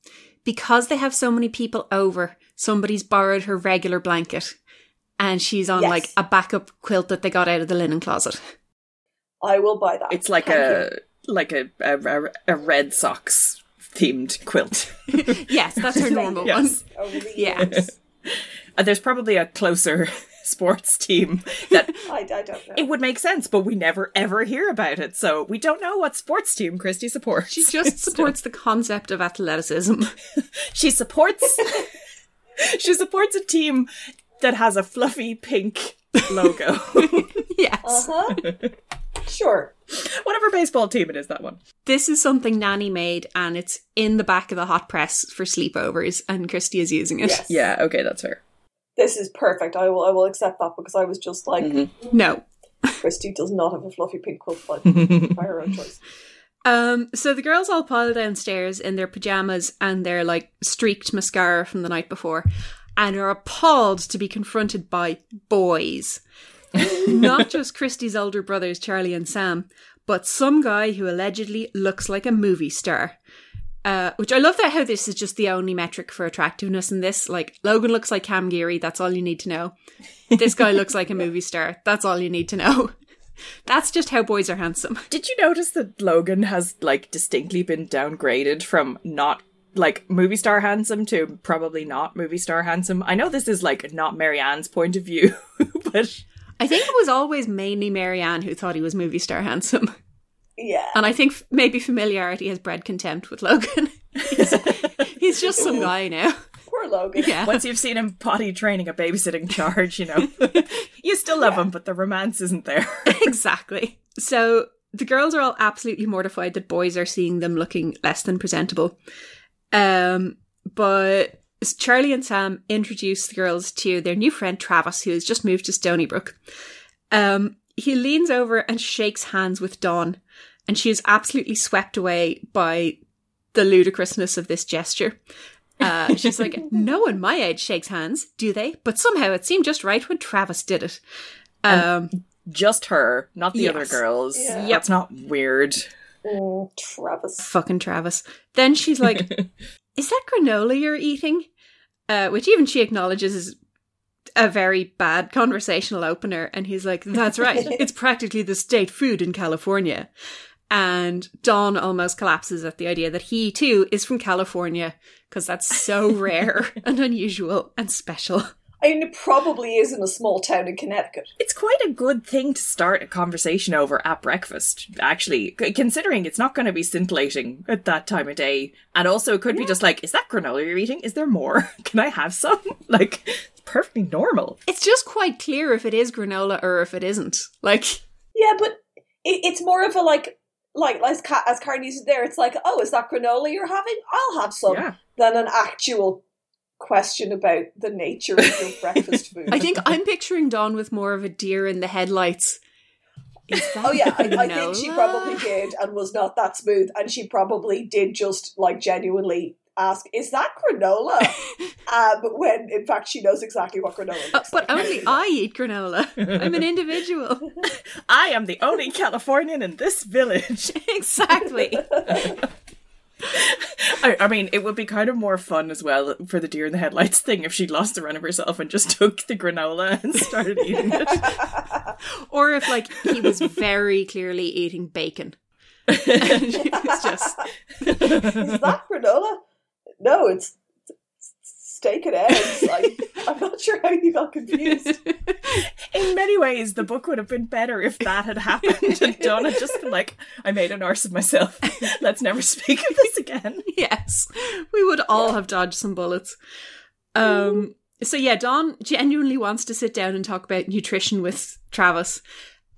Speaker 3: Because they have so many people over, somebody's borrowed her regular blanket and she's on
Speaker 2: Yes.
Speaker 3: like a backup quilt that they got out of the linen closet.
Speaker 2: I will buy that.
Speaker 1: It's like
Speaker 2: Thank
Speaker 1: a
Speaker 2: you.
Speaker 1: like a, a a red socks themed quilt.
Speaker 3: yes, that's her normal
Speaker 1: Yes.
Speaker 3: one.
Speaker 2: A Oh, really
Speaker 3: Yeah.
Speaker 2: nice-
Speaker 1: Uh, there's probably a closer sports team that
Speaker 2: I, I don't know.
Speaker 1: it would make sense, but we never ever hear about it. So we don't know what sports team Christy supports.
Speaker 3: She just supports the concept of athleticism.
Speaker 1: she supports she supports a team that has a fluffy pink logo.
Speaker 3: yes.
Speaker 2: Uh-huh. sure.
Speaker 1: Whatever baseball team it is, that one.
Speaker 3: This is something Nanny made and it's in the back of the hot press for sleepovers and Christy is using it.
Speaker 2: Yes.
Speaker 1: Yeah, okay, that's fair.
Speaker 2: This is perfect. I will I will accept that because I was just like,
Speaker 3: Mm-hmm. No.
Speaker 2: Christy does not have a fluffy pink quilt but by her own choice.
Speaker 3: Um so the girls all pile downstairs in their pajamas and their like streaked mascara from the night before and are appalled to be confronted by boys. Not just Christie's older brothers Charlie and Sam, but some guy who allegedly looks like a movie star. Uh, which I love that how this is just the only metric for attractiveness in this. Like Logan looks like Cam Geary, that's all you need to know. This guy looks like a movie star, that's all you need to know. That's just how boys are handsome.
Speaker 1: Did you notice that Logan has like distinctly been downgraded from not like movie star handsome to probably not movie star handsome? I know this is like not Marianne's point of view, but
Speaker 3: I think it was always mainly Marianne who thought he was movie star handsome.
Speaker 2: Yeah.
Speaker 3: And I think f- maybe familiarity has bred contempt with Logan. he's, he's just some guy now.
Speaker 2: Poor Logan.
Speaker 3: Yeah.
Speaker 1: once you've seen him potty training a babysitting charge, you know, you still love him, but the romance isn't there.
Speaker 3: exactly. So the girls are all absolutely mortified that boys are seeing them looking less than presentable. Um, but Charlie and Sam introduce the girls to their new friend Travis, who has just moved to Stony Brook. Um, he leans over and shakes hands with Dawn, and she is absolutely swept away by the ludicrousness of this gesture. Uh, she's like, No one my age shakes hands, do they? But somehow it seemed just right when Travis did it. Um,
Speaker 1: Just her, not the other
Speaker 3: Yes.
Speaker 1: girls.
Speaker 2: Yeah. Yep.
Speaker 1: That's not weird.
Speaker 2: Mm, Travis.
Speaker 3: fucking Travis. Then she's like, Is that granola you're eating? Uh, which even she acknowledges is a very bad conversational opener. And he's like, That's right. it's practically the state food in California. And Don almost collapses at the idea that he too is from California because that's so rare and unusual and special.
Speaker 2: I mean, it probably is in a small town in Connecticut.
Speaker 1: It's quite a good thing to start a conversation over at breakfast, actually, c- considering it's not going to be scintillating at that time of day. And also, it could be just like, is that granola you're eating? Is there more? Can I have some? Like, it's perfectly normal.
Speaker 3: It's just quite clear if it is granola or if it isn't. Like,
Speaker 2: Yeah, but it, it's more of a like, like as Ca- as Carney's there, it's like, oh, is that granola you're having? I'll have some.
Speaker 1: Yeah.
Speaker 2: Than an actual question about the nature of your breakfast food.
Speaker 3: I think I'm picturing Dawn with more of a deer in the headlights. Is that
Speaker 2: Oh yeah, I, I think she
Speaker 3: granola?
Speaker 2: probably did and was not that smooth, and she probably did just like genuinely ask, "Is that granola?" um, when in fact she knows exactly what granola.
Speaker 3: Uh,
Speaker 2: looks
Speaker 3: but
Speaker 2: like.
Speaker 3: only I eat granola. I'm an individual.
Speaker 1: I am the only Californian in this village.
Speaker 3: exactly.
Speaker 1: I, I mean, it would be kind of more fun as well for the deer in the headlights thing if she lost the run of herself and just took the granola and started eating it.
Speaker 3: Or if like he was very clearly eating bacon. it's just
Speaker 2: Is that granola? No, it's, it's steak and eggs. Like, I'm not sure how you got confused.
Speaker 1: In many ways, the book would have been better if that had happened and Dawn had just been like, I made an arse of myself. Let's never speak of this again.
Speaker 3: yes. We would all have dodged some bullets. Um so yeah, Don genuinely wants to sit down and talk about nutrition with Travis.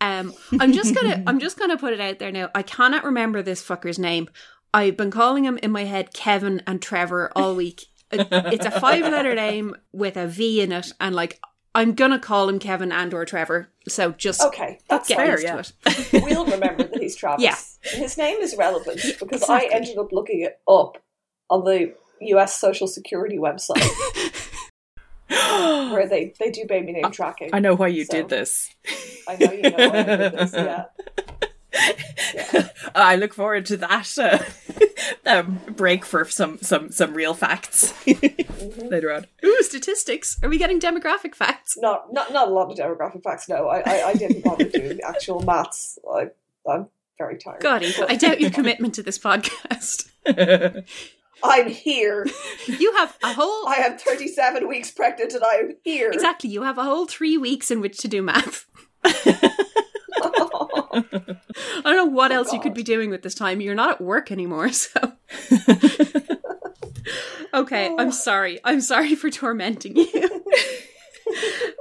Speaker 3: Um I'm just gonna I'm just gonna put it out there now. I cannot remember this fucker's name. I've been calling him in my head Kevin and Trevor all week. It- It's a five letter name with a V in it and like I'm gonna call him Kevin and or Trevor. So just
Speaker 2: Okay, that's
Speaker 3: get
Speaker 1: fair,
Speaker 3: used
Speaker 1: yeah.
Speaker 3: to it.
Speaker 2: we'll remember that he's Travis.
Speaker 3: Yeah.
Speaker 2: His name is relevant because
Speaker 3: exactly.
Speaker 2: I ended up looking it up on the US Social Security website
Speaker 1: I
Speaker 2: where they, they do baby
Speaker 3: Uh,
Speaker 2: name tracking.
Speaker 1: know why you
Speaker 2: So-
Speaker 1: did this.
Speaker 2: I know you know why I did this, yeah.
Speaker 1: I look forward to that uh, um, break for some, some, some real facts
Speaker 2: Mm-hmm.
Speaker 1: later on.
Speaker 3: Ooh, statistics. Are we getting demographic facts?
Speaker 2: Not, not not a lot of demographic facts, no. I, I, I didn't bother doing the actual maths. I, I'm very tired.
Speaker 3: God, Eva, I doubt your commitment to this podcast.
Speaker 2: I'm here.
Speaker 3: You have a whole
Speaker 2: I am 37 weeks pregnant and I am here.
Speaker 3: exactly. You have a whole three weeks in which to do math. I don't know what else you could be doing with this time. You're not at work anymore, so. okay, I'm sorry. I'm sorry for tormenting you.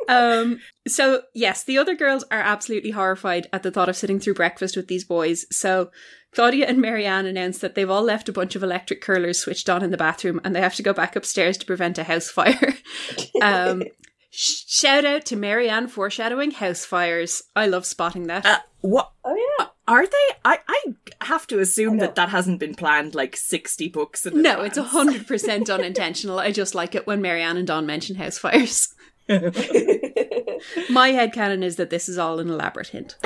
Speaker 3: um so yes the other girls are absolutely horrified at the thought of sitting through breakfast with these boys so claudia and marianne announce that they've all left a bunch of electric curlers switched on in the bathroom and they have to go back upstairs to prevent a house fire um sh- shout out to marianne foreshadowing house fires i love spotting that
Speaker 1: Uh, what
Speaker 2: Oh, yeah.
Speaker 1: are they? I, I have to assume
Speaker 2: I know.
Speaker 1: that that hasn't been planned like 60 books. In
Speaker 3: No, it's a
Speaker 1: advance.
Speaker 3: hundred percent unintentional. I just like it when Marianne and Don mention house fires. My headcanon is that this is all an elaborate hint.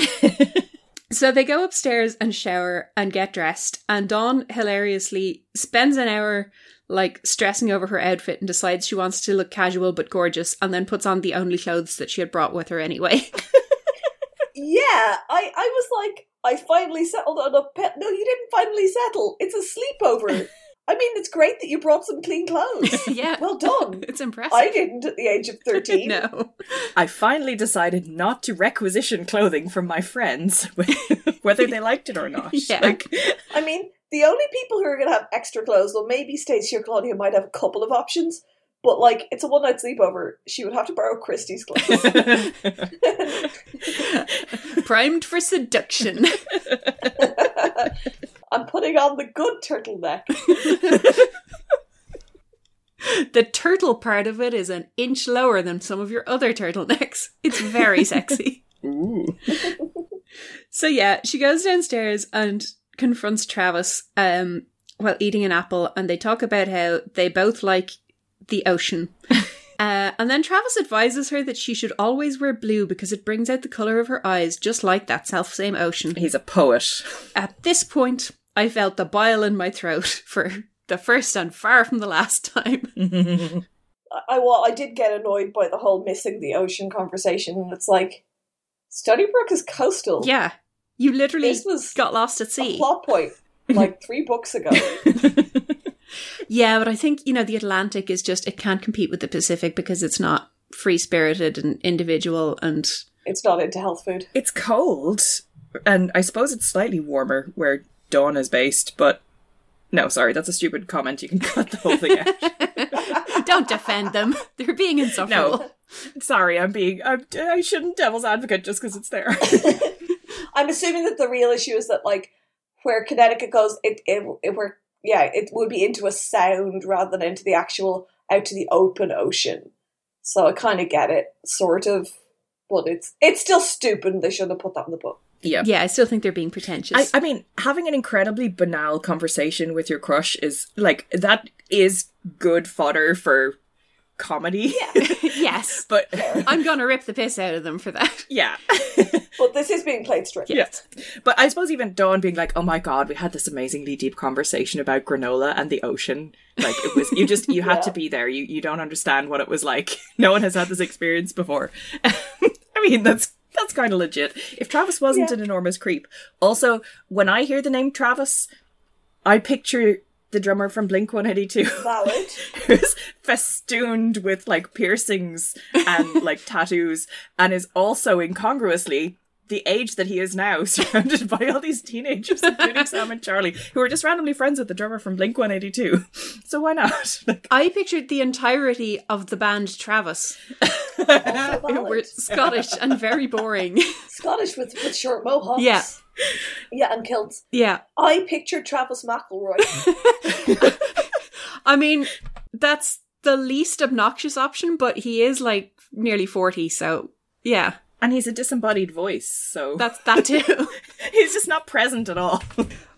Speaker 3: so they go upstairs and shower and get dressed, and Dawn hilariously spends an hour like stressing over her outfit and decides she wants to look casual but gorgeous, and then puts on the only clothes that she had brought with her anyway.
Speaker 2: Yeah, I, I was like, I finally settled on a pet. No, you didn't finally settle. It's a sleepover. I mean, it's great that you brought some clean clothes.
Speaker 3: yeah,
Speaker 2: Well done.
Speaker 3: it's impressive.
Speaker 2: I didn't at the age of 13.
Speaker 3: no.
Speaker 1: I finally decided not to requisition clothing from my friends, whether they liked it or not.
Speaker 3: Yeah.
Speaker 1: Like,
Speaker 2: I mean, the only people who are going to have extra clothes, well, maybe Stacey or Claudia might have a couple of options, but like, it's a one night sleepover. She would have to borrow Christie's clothes.
Speaker 3: Primed for seduction.
Speaker 2: I'm putting on the good turtleneck.
Speaker 3: The turtle part of it is an inch lower than some of your other turtlenecks. It's very sexy.
Speaker 1: ooh.
Speaker 3: So yeah, she goes downstairs and confronts Travis um while eating an apple and they talk about how they both like the ocean. Uh, and then Travis advises her that she should always wear blue because it brings out the color of her eyes, just like that self same ocean.
Speaker 1: He's a poet.
Speaker 3: At this point, I felt the bile in my throat for the first and far from the last time.
Speaker 2: I, I, well, I did get annoyed by the whole missing the ocean conversation. It's like, Stony Brook is coastal.
Speaker 3: yeah, you literally
Speaker 2: This was
Speaker 3: got lost at
Speaker 2: a
Speaker 3: sea.
Speaker 2: plot point like three books ago.
Speaker 3: Yeah, but I think, you know, the Atlantic is just, it can't compete with the Pacific because it's not free spirited and individual and
Speaker 2: It's not into health food.
Speaker 1: It's cold, and I suppose it's slightly warmer where Dawn is based, but no, sorry, that's a stupid comment. You can cut the whole thing out.
Speaker 3: don't defend them. They're being insufferable.
Speaker 1: sorry, I'm being. I'm, I shouldn't devil's advocate just because it's there.
Speaker 2: I'm assuming that the real issue is that like where Connecticut goes, it it, it were yeah, it would be into a sound rather than into the actual out to the open ocean. So I kind of get it, sort of, but it's it's still stupid. and They shouldn't have put that in the book.
Speaker 1: yeah.
Speaker 3: Yeah, I still think they're being
Speaker 1: uh, I,
Speaker 3: pretentious.
Speaker 1: I mean, having an incredibly banal conversation with your crush is like that is good fodder for comedy.
Speaker 3: yes.
Speaker 1: but
Speaker 3: I'm gonna rip the piss out of them for that.
Speaker 1: yeah.
Speaker 2: But this is being played straight.
Speaker 1: Yes. But I suppose even Dawn being like, "Oh my god, we had this amazingly deep conversation about granola and the ocean. Like it was you just you had to be there. You you don't understand what it was like. No one has had this experience before." I mean, that's that's kind of legit. If Travis wasn't
Speaker 2: Yeah.
Speaker 1: an enormous creep. Also, when I hear the name Travis, I picture the drummer from Blink 182
Speaker 2: Valid.
Speaker 1: who's festooned with like piercings and like tattoos and is also incongruously the age that he is now surrounded by all these teenagers including sam and charlie who are just randomly friends with the drummer from blink 182 so why not like
Speaker 3: I pictured the entirety of the band Travis,
Speaker 2: Also
Speaker 3: who
Speaker 2: valid.
Speaker 3: were Scottish and very boring.
Speaker 2: Scottish with, with short mohawks.
Speaker 3: Yeah.
Speaker 2: Yeah, and kilts.
Speaker 3: yeah.
Speaker 2: I pictured Travis McElroy.
Speaker 3: I mean, that's the least obnoxious option, but he is like nearly 40, so yeah,
Speaker 1: and he's a disembodied voice so
Speaker 3: that's that too.
Speaker 1: he's just not present at all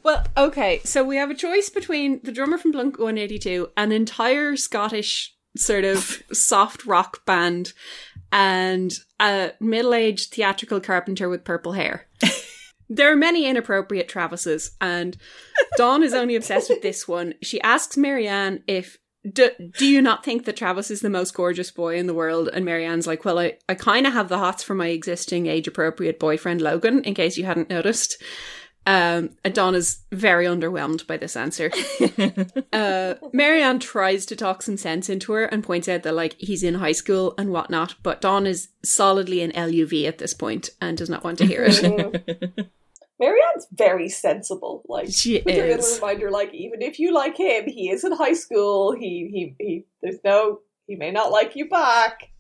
Speaker 3: well, okay, so we have a choice between the drummer from Blunk 182, an entire Scottish sort of soft rock band, and a middle aged theatrical carpenter with purple hair. There are many inappropriate Travises, and Dawn is only obsessed with this one. She asks Marianne if do, do you not think that Travis is the most gorgeous boy in the world? And Marianne's like, well, I, I kind of have the hots for my existing age appropriate boyfriend Logan, in case you hadn't noticed. Um, and Dawn is very underwhelmed by this answer. uh, Marianne tries to talk some sense into her and points out that like he's in high school and whatnot, but Dawn is solidly in LUV at this point and does not want to hear it.
Speaker 2: Mm. Marianne's very sensible. Like
Speaker 3: Mm-hmm. She
Speaker 2: with her little
Speaker 3: is.
Speaker 2: reminder, like even if you like him, he is in high school. He he he. There's no. He may not like you back.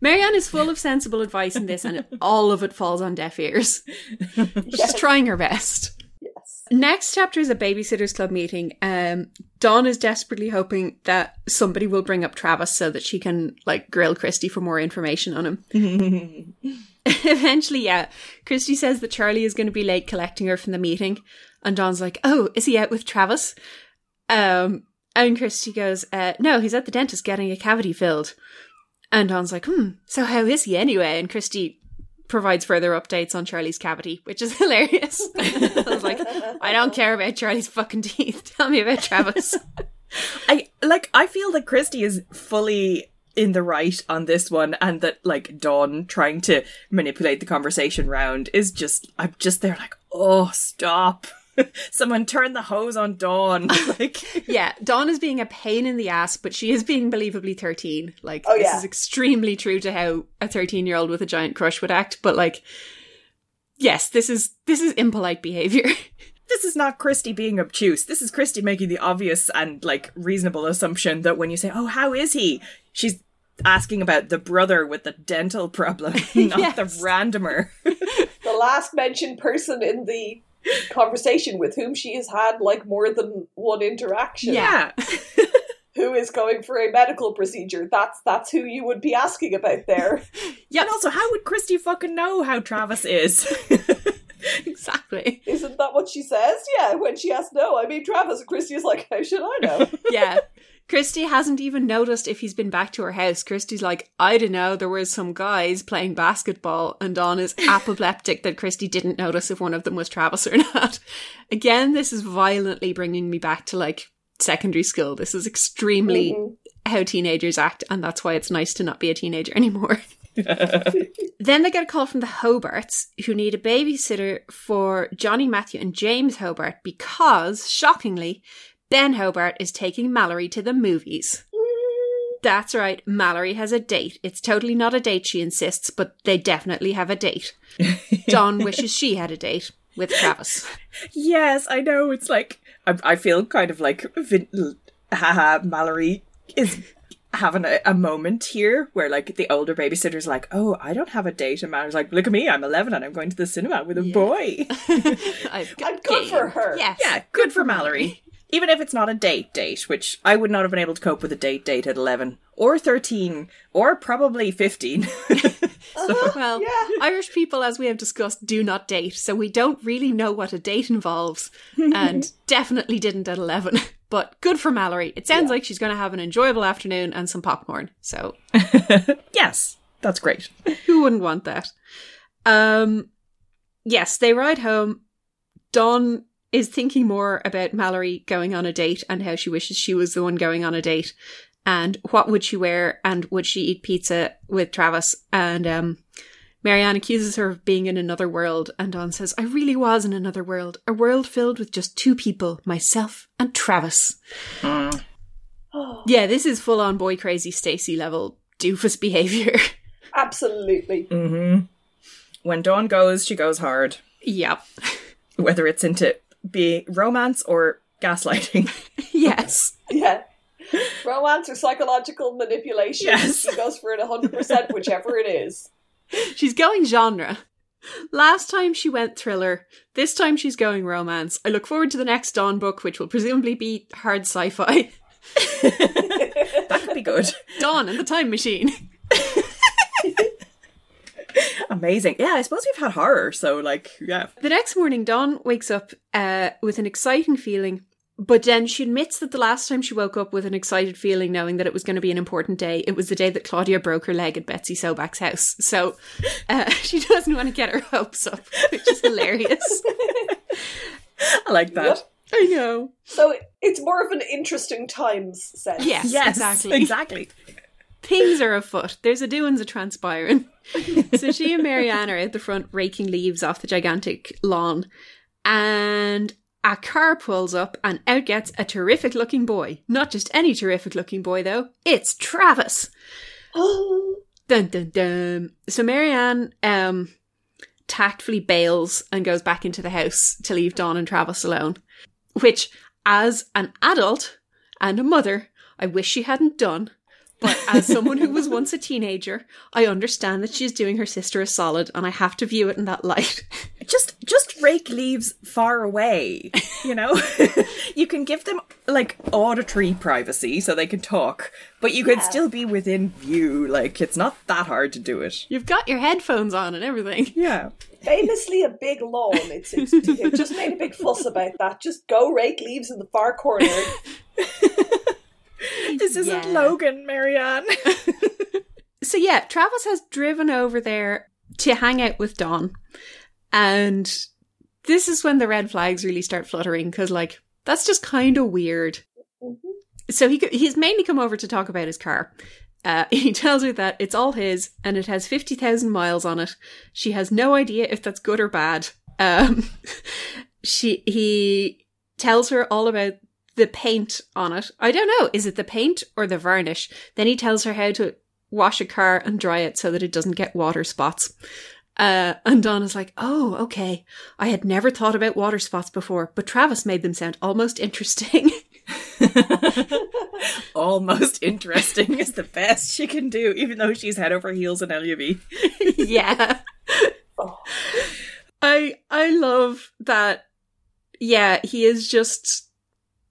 Speaker 3: Marianne is full of sensible advice in this, and all of it falls on deaf ears. She's trying her best.
Speaker 2: Yes.
Speaker 3: Next chapter is a babysitters club meeting. Um, Dawn is desperately hoping that somebody will bring up Travis so that she can like grill Christy for more information on him. Eventually, yeah, Christy says that Charlie is going to be late collecting her from the meeting, and Dawn's like, "Oh, is he out with Travis?" Um, and Christy goes, uh, "No, he's at the dentist getting a cavity filled." And Dawn's like, "Hmm, so how is he anyway?" And Christy provides further updates on Charlie's cavity, which is hilarious. I was like, I don't care about Charlie's fucking teeth. Tell me about Travis.
Speaker 1: I like I feel that Christie is fully in the right on this one and that like Dawn trying to manipulate the conversation round is just I'm just there like, oh stop. Someone turn the hose on Dawn. Like
Speaker 3: yeah, Dawn is being a pain in the ass, but she is being believably 13. Like,
Speaker 2: Oh,
Speaker 3: this
Speaker 2: yeah.
Speaker 3: is extremely true to how a 13 year old with a giant crush would act, but like, yes, this is, this is impolite behavior.
Speaker 1: this is not Christie being obtuse. This is Christie making the obvious and like reasonable assumption that when you say, Oh, how is he? She's asking about the brother with the dental problem, not the
Speaker 3: Yes.
Speaker 1: randomer.
Speaker 2: The last mentioned person in the conversation with whom she has had like more than one interaction.
Speaker 1: Yeah.
Speaker 2: Who is going for a medical procedure? That's that's who you would be asking about there.
Speaker 1: And also, how would Christie fucking know how Travis is?
Speaker 3: exactly.
Speaker 2: Isn't that what she says? Yeah, when she asks no, I mean Travis and Christy is like, how should I know?
Speaker 3: Yeah. Christy hasn't even noticed if he's been back to her house. Christy's like, I don't know, there were some guys playing basketball, and Dawn is apoplectic that Christy didn't notice if one of them was Travis or not. Again, this is violently bringing me back to like secondary school. This is extremely
Speaker 2: Mhm.
Speaker 3: how teenagers act, and that's why it's nice to not be a teenager anymore. then they get a call from the Hobarts, who need a babysitter for Johnny, Matthew, and James Hobart because, shockingly, Ben Hobart is taking Mallory to the movies. That's right. Mallory has a date. It's totally not a date, she insists, but they definitely have a date. Dawn wishes she had a date with Travis.
Speaker 1: Yes, I know. It's like I, I feel kind of like, vin- l- haha, Mallory is having a, a moment here where like the older babysitter's like, oh, I don't have a date, and Mallory's like, look at me, I'm eleven and I'm going to the cinema with a
Speaker 3: Yeah.
Speaker 1: boy.
Speaker 3: I've
Speaker 2: I'm good for
Speaker 3: game.
Speaker 2: her.
Speaker 3: Yes.
Speaker 1: yeah, good for Mallory. Even if it's not a date date, which I would not have been able to cope with a date date at eleven or thirteen or probably fifteen.
Speaker 3: Well,
Speaker 2: Yeah.
Speaker 3: Irish people, as we have discussed, do not date, so we don't really know what a date involves, and definitely didn't at 11. But good for Mallory. It sounds like she's going to have an enjoyable afternoon and some popcorn, so
Speaker 1: yes, that's great.
Speaker 3: who wouldn't want that? Um, yes, they ride home. Dawn is thinking more about Mallory going on a date and how she wishes she was the one going on a date. And what would she wear? And would she eat pizza with Travis? And um, Marianne accuses her of being in another world. And Dawn says, I really was in another world. A world filled with just two people, myself and Travis. Yeah, this is full on boy crazy Stacy level doofus behavior.
Speaker 2: Absolutely.
Speaker 1: hmm When Dawn goes, she goes hard,
Speaker 3: yep.
Speaker 1: whether it's into be romance or gaslighting.
Speaker 3: yes.
Speaker 2: Yeah. Romance or psychological manipulation.
Speaker 1: Yes.
Speaker 2: She goes for it 100%, whichever it is.
Speaker 3: She's going genre. Last time she went thriller. This time she's going romance. I look forward to the next Dawn book, which will presumably be hard sci fi.
Speaker 1: That could be good.
Speaker 3: Dawn and the Time Machine.
Speaker 1: Amazing. Yeah, I suppose we've had horror, so like, yeah.
Speaker 3: The next morning, Dawn wakes up uh, with an exciting feeling, but then she admits that the last time she woke up with an excited feeling, knowing that it was going to be an important day, it was the day that Claudia broke her leg at Betsy Soback's house. So uh, she doesn't want to get her hopes up, which is hilarious.
Speaker 1: I like that.
Speaker 2: Yep.
Speaker 3: I know.
Speaker 2: So it's more of an interesting times sense.
Speaker 3: Yes,
Speaker 1: Yes,
Speaker 3: exactly.
Speaker 1: Exactly.
Speaker 3: things are afoot. There's a doings a transpiring. so she and Marianne are out the front raking leaves off the gigantic lawn, and a car pulls up, and out gets a terrific looking boy. Not just any terrific looking boy, though. It's Travis. Dun dun dun. So Marianne um, tactfully bails and goes back into the house to leave Dawn and Travis alone, which, as an adult and a mother, I wish she hadn't done. But as someone who was once a teenager, I understand that she's doing her sister a solid, and I have to view it in that light.
Speaker 1: Just just rake leaves far away, you know? you can give them like auditory privacy so they can talk, but you can still be within view. Like it's not that hard to do it.
Speaker 3: You've got your headphones on and everything.
Speaker 1: Yeah.
Speaker 2: Famously a big lawn, it seems to be. Just made a big fuss about that. Just go rake leaves in the far corner.
Speaker 1: This isn't
Speaker 3: Yeah.
Speaker 1: Logan, Marianne.
Speaker 3: so yeah, Travis has driven over there to hang out with Dawn. And this is when the red flags really start fluttering because, like, that's just kind of weird.
Speaker 2: Mhm.
Speaker 3: So he he's mainly come over to talk about his car. Uh, he tells her that it's all his and it has 50,000 miles on it. She has no idea if that's good or bad. Um, she he tells her all about the paint on it. I don't know, is it the paint or the varnish? Then he tells her how to wash a car and dry it so that it doesn't get water spots. Uh, and Donna's like, oh, okay. I had never thought about water spots before, but Travis made them sound almost interesting.
Speaker 1: Almost interesting is the best she can do, even though she's head over heels in LUV.
Speaker 3: yeah.
Speaker 2: Oh.
Speaker 3: I I love that yeah, he is just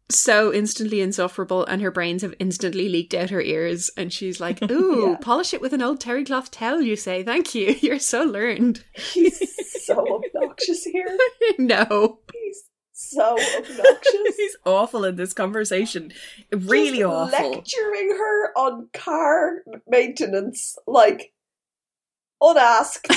Speaker 3: so instantly insufferable and her brains have instantly leaked out her ears and she's like, "Ooh,
Speaker 2: Yeah.
Speaker 3: polish it with an old terry cloth towel, you say. Thank you. You're so learned."
Speaker 2: He's so obnoxious here.
Speaker 3: no.
Speaker 2: He's so obnoxious.
Speaker 1: He's awful in this conversation. Really
Speaker 2: Just
Speaker 1: awful.
Speaker 2: Lecturing her on car maintenance, like unasked.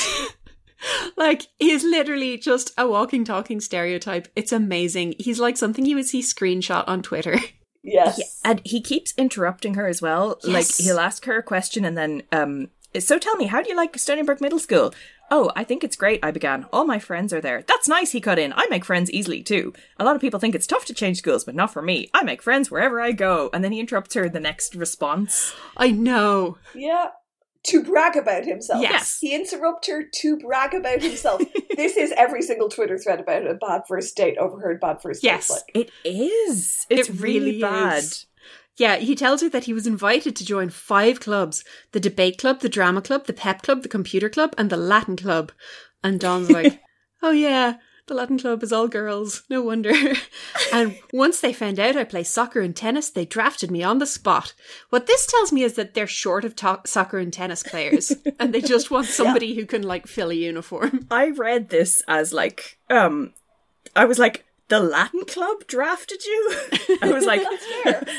Speaker 3: Like, he's literally just a walking, talking stereotype. It's amazing. He's like something you would see screenshot on Twitter.
Speaker 1: Yeah,
Speaker 2: Yes.
Speaker 1: and he keeps interrupting her as well.
Speaker 3: Yes.
Speaker 1: Like he'll ask her a question and then um so tell me, how do you like Stony Brook Middle School? Oh, I think it's great, I began. All my friends are there. That's nice, he cut in. I make friends easily, too. A lot of people think it's tough to change schools, but not for me. I make friends wherever I go. And then he interrupts her in the next response.
Speaker 3: I know.
Speaker 2: Yeah. To brag about himself.
Speaker 1: Yes.
Speaker 2: He interrupted her to brag about himself. this is every single Twitter thread about a bad first date, overheard bad first date.
Speaker 3: Yes.
Speaker 2: Like,
Speaker 1: It is. It's really,
Speaker 3: really
Speaker 1: bad.
Speaker 3: is. Yeah, he tells her that he was invited to join five clubs the debate club, the drama club, the pep club, the computer club, and the Latin club. And Don's like, oh yeah, the Latin club is all girls, no wonder. and once they found out I play soccer and tennis, they drafted me on the spot. What this tells me is that they're short of to- soccer and tennis players, and they just want somebody who can like fill a uniform.
Speaker 1: I read this as like, um, I was like, the Latin Club drafted you? I was like,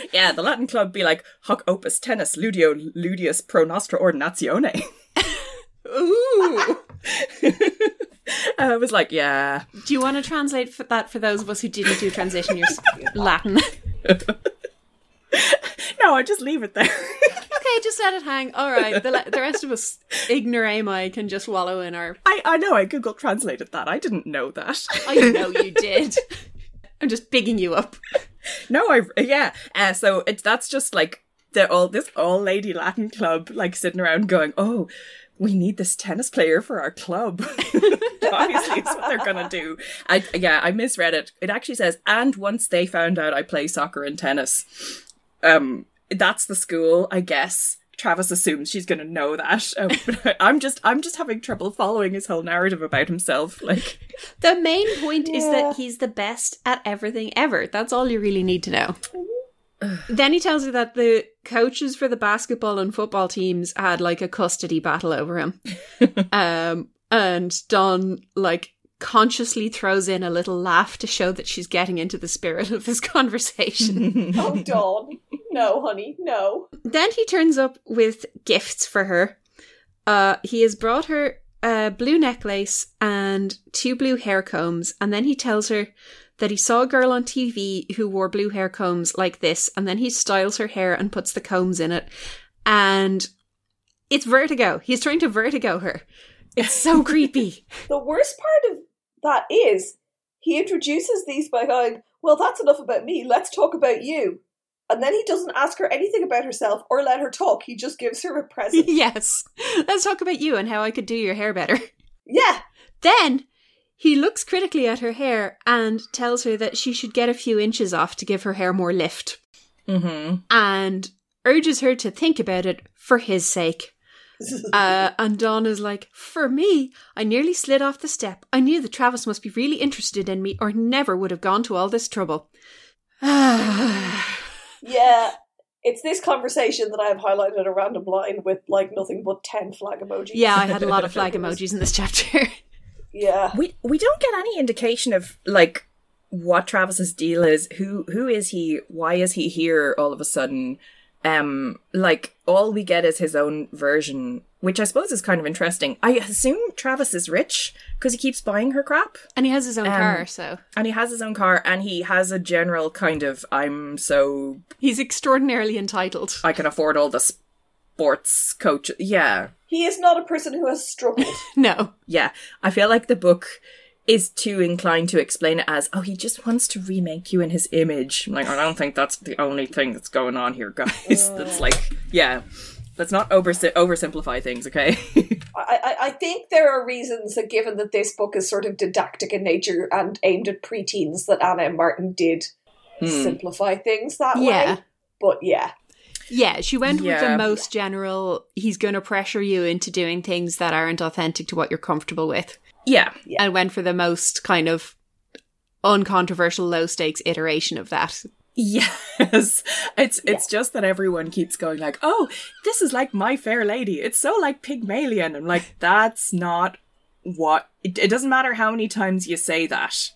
Speaker 1: yeah, the Latin Club be like, hoc opus tennis ludio ludius pro nostra ordinatione.
Speaker 3: Ooh.
Speaker 1: I was like, yeah.
Speaker 3: Do you want to translate for that for those of us who didn't do transition years Latin? okay,
Speaker 1: No, I just leave it there.
Speaker 3: just let it hang. All right, the, the rest of us ignorami can just wallow in our.
Speaker 1: I, I know I Google translated that. I didn't know that.
Speaker 3: I know you did. I'm just bigging you up.
Speaker 1: no, I yeah. Uh, so it's that's just like the all this all lady Latin club like sitting around going, oh. We need this tennis player for our club. Obviously, it's what they're gonna do. I yeah, I misread it. It actually says, and once they found out I play soccer and tennis, um, that's the school, I guess. Travis assumes she's gonna know that. Um, but I'm just, I'm just having trouble following his whole narrative about himself. Like,
Speaker 3: The main point is
Speaker 2: Yeah.
Speaker 3: that he's the best at everything ever. That's all you really need to know. then he tells her that the coaches for the basketball and football teams had like a custody battle over him. um, and Don like consciously throws in a little laugh to show that she's getting into the spirit of this conversation.
Speaker 2: oh, Dawn. No, honey. No.
Speaker 3: then he turns up with gifts for her. Uh, he has brought her a blue necklace and two blue hair combs, and then he tells her that he saw a girl on TV who wore blue hair combs like this, and then he styles her hair and puts the combs in it, and it's vertigo. He's trying to vertigo her. It's so creepy.
Speaker 2: The worst part of that is he introduces these by going, Well, that's enough about me. Let's talk about you. And then he doesn't ask her anything about herself or let her talk. He just gives her a present.
Speaker 3: yes. Let's talk about you and how I could do your hair better.
Speaker 2: yeah.
Speaker 3: Then he looks critically at her hair and tells her that she should get a few inches off to give her hair more lift
Speaker 1: mm-hmm.
Speaker 3: and urges her to think about it for his sake. Uh, and Don is like, For me, I nearly slid off the step. I knew that Travis must be really interested in me or never would have gone to all this trouble.
Speaker 2: yeah. It's this conversation that I have highlighted a random line with like nothing but 10 flag emojis.
Speaker 3: yeah, I had a lot of flag emojis in this chapter.
Speaker 2: Yeah.
Speaker 1: we we don't get any indication of like what Travis's deal is. Who who is he? Why is he here all of a sudden? Um, like all we get is his own version, which I suppose is kind of interesting. I assume Travis is rich because he keeps buying her crap,
Speaker 3: and he has his own
Speaker 1: Um,
Speaker 3: car, so
Speaker 1: and he has his own car, and he has a general kind of I'm so
Speaker 3: he's extraordinarily entitled.
Speaker 1: I can afford all the sports coach. Yeah,
Speaker 2: He is not a person who has struggled.
Speaker 3: No.
Speaker 1: yeah. I feel like the book is too inclined to explain it as, oh, he just wants to remake you in his image. I'm like, I don't think that's the only thing that's going on here, guys. that's like, yeah. Let's not over oversimplify things, okay?
Speaker 2: I, I, I think there are reasons that, given that this book is sort of didactic in nature and aimed at preteens, that Anna and Martin did simplify things that
Speaker 3: Hmm. Yeah.
Speaker 2: way. But yeah,
Speaker 3: Yeah, she went with
Speaker 1: Yeah.
Speaker 3: the most general. He's going to pressure you into doing things that aren't authentic to what you're comfortable with,
Speaker 1: yeah,
Speaker 2: Yeah.
Speaker 3: and went for the most kind of uncontroversial, low stakes iteration of that.
Speaker 1: yes. It's it's just that everyone keeps going like, oh, this is like My Fair Lady. It's so like Pygmalion. I'm like, that's not what. It, it doesn't matter how many times you say that.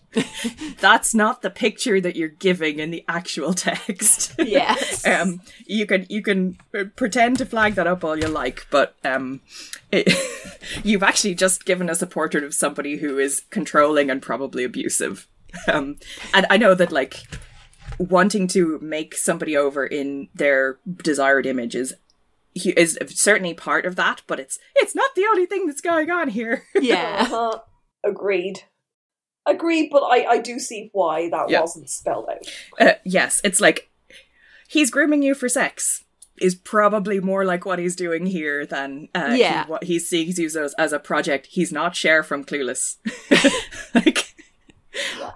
Speaker 1: that's not the picture that you're giving in the actual text.
Speaker 3: Yes.
Speaker 1: um you can you can uh, pretend to flag that up all you like but um it, you've actually just given us a portrait of somebody who is controlling and probably abusive um and i know that like wanting to make somebody over in their desired image is he is certainly part of that, but it's it's not the only thing that's going on here.
Speaker 3: Yeah.
Speaker 2: Uh-huh. Agreed. Agreed, but I, I do see why that
Speaker 1: Yeah.
Speaker 2: wasn't spelled out.
Speaker 1: Uh, yes, it's like he's grooming you for sex is probably more like what he's doing here than uh, he-
Speaker 3: Yeah.
Speaker 1: what he sees you as, as a project. He's not Cher from Clueless. like,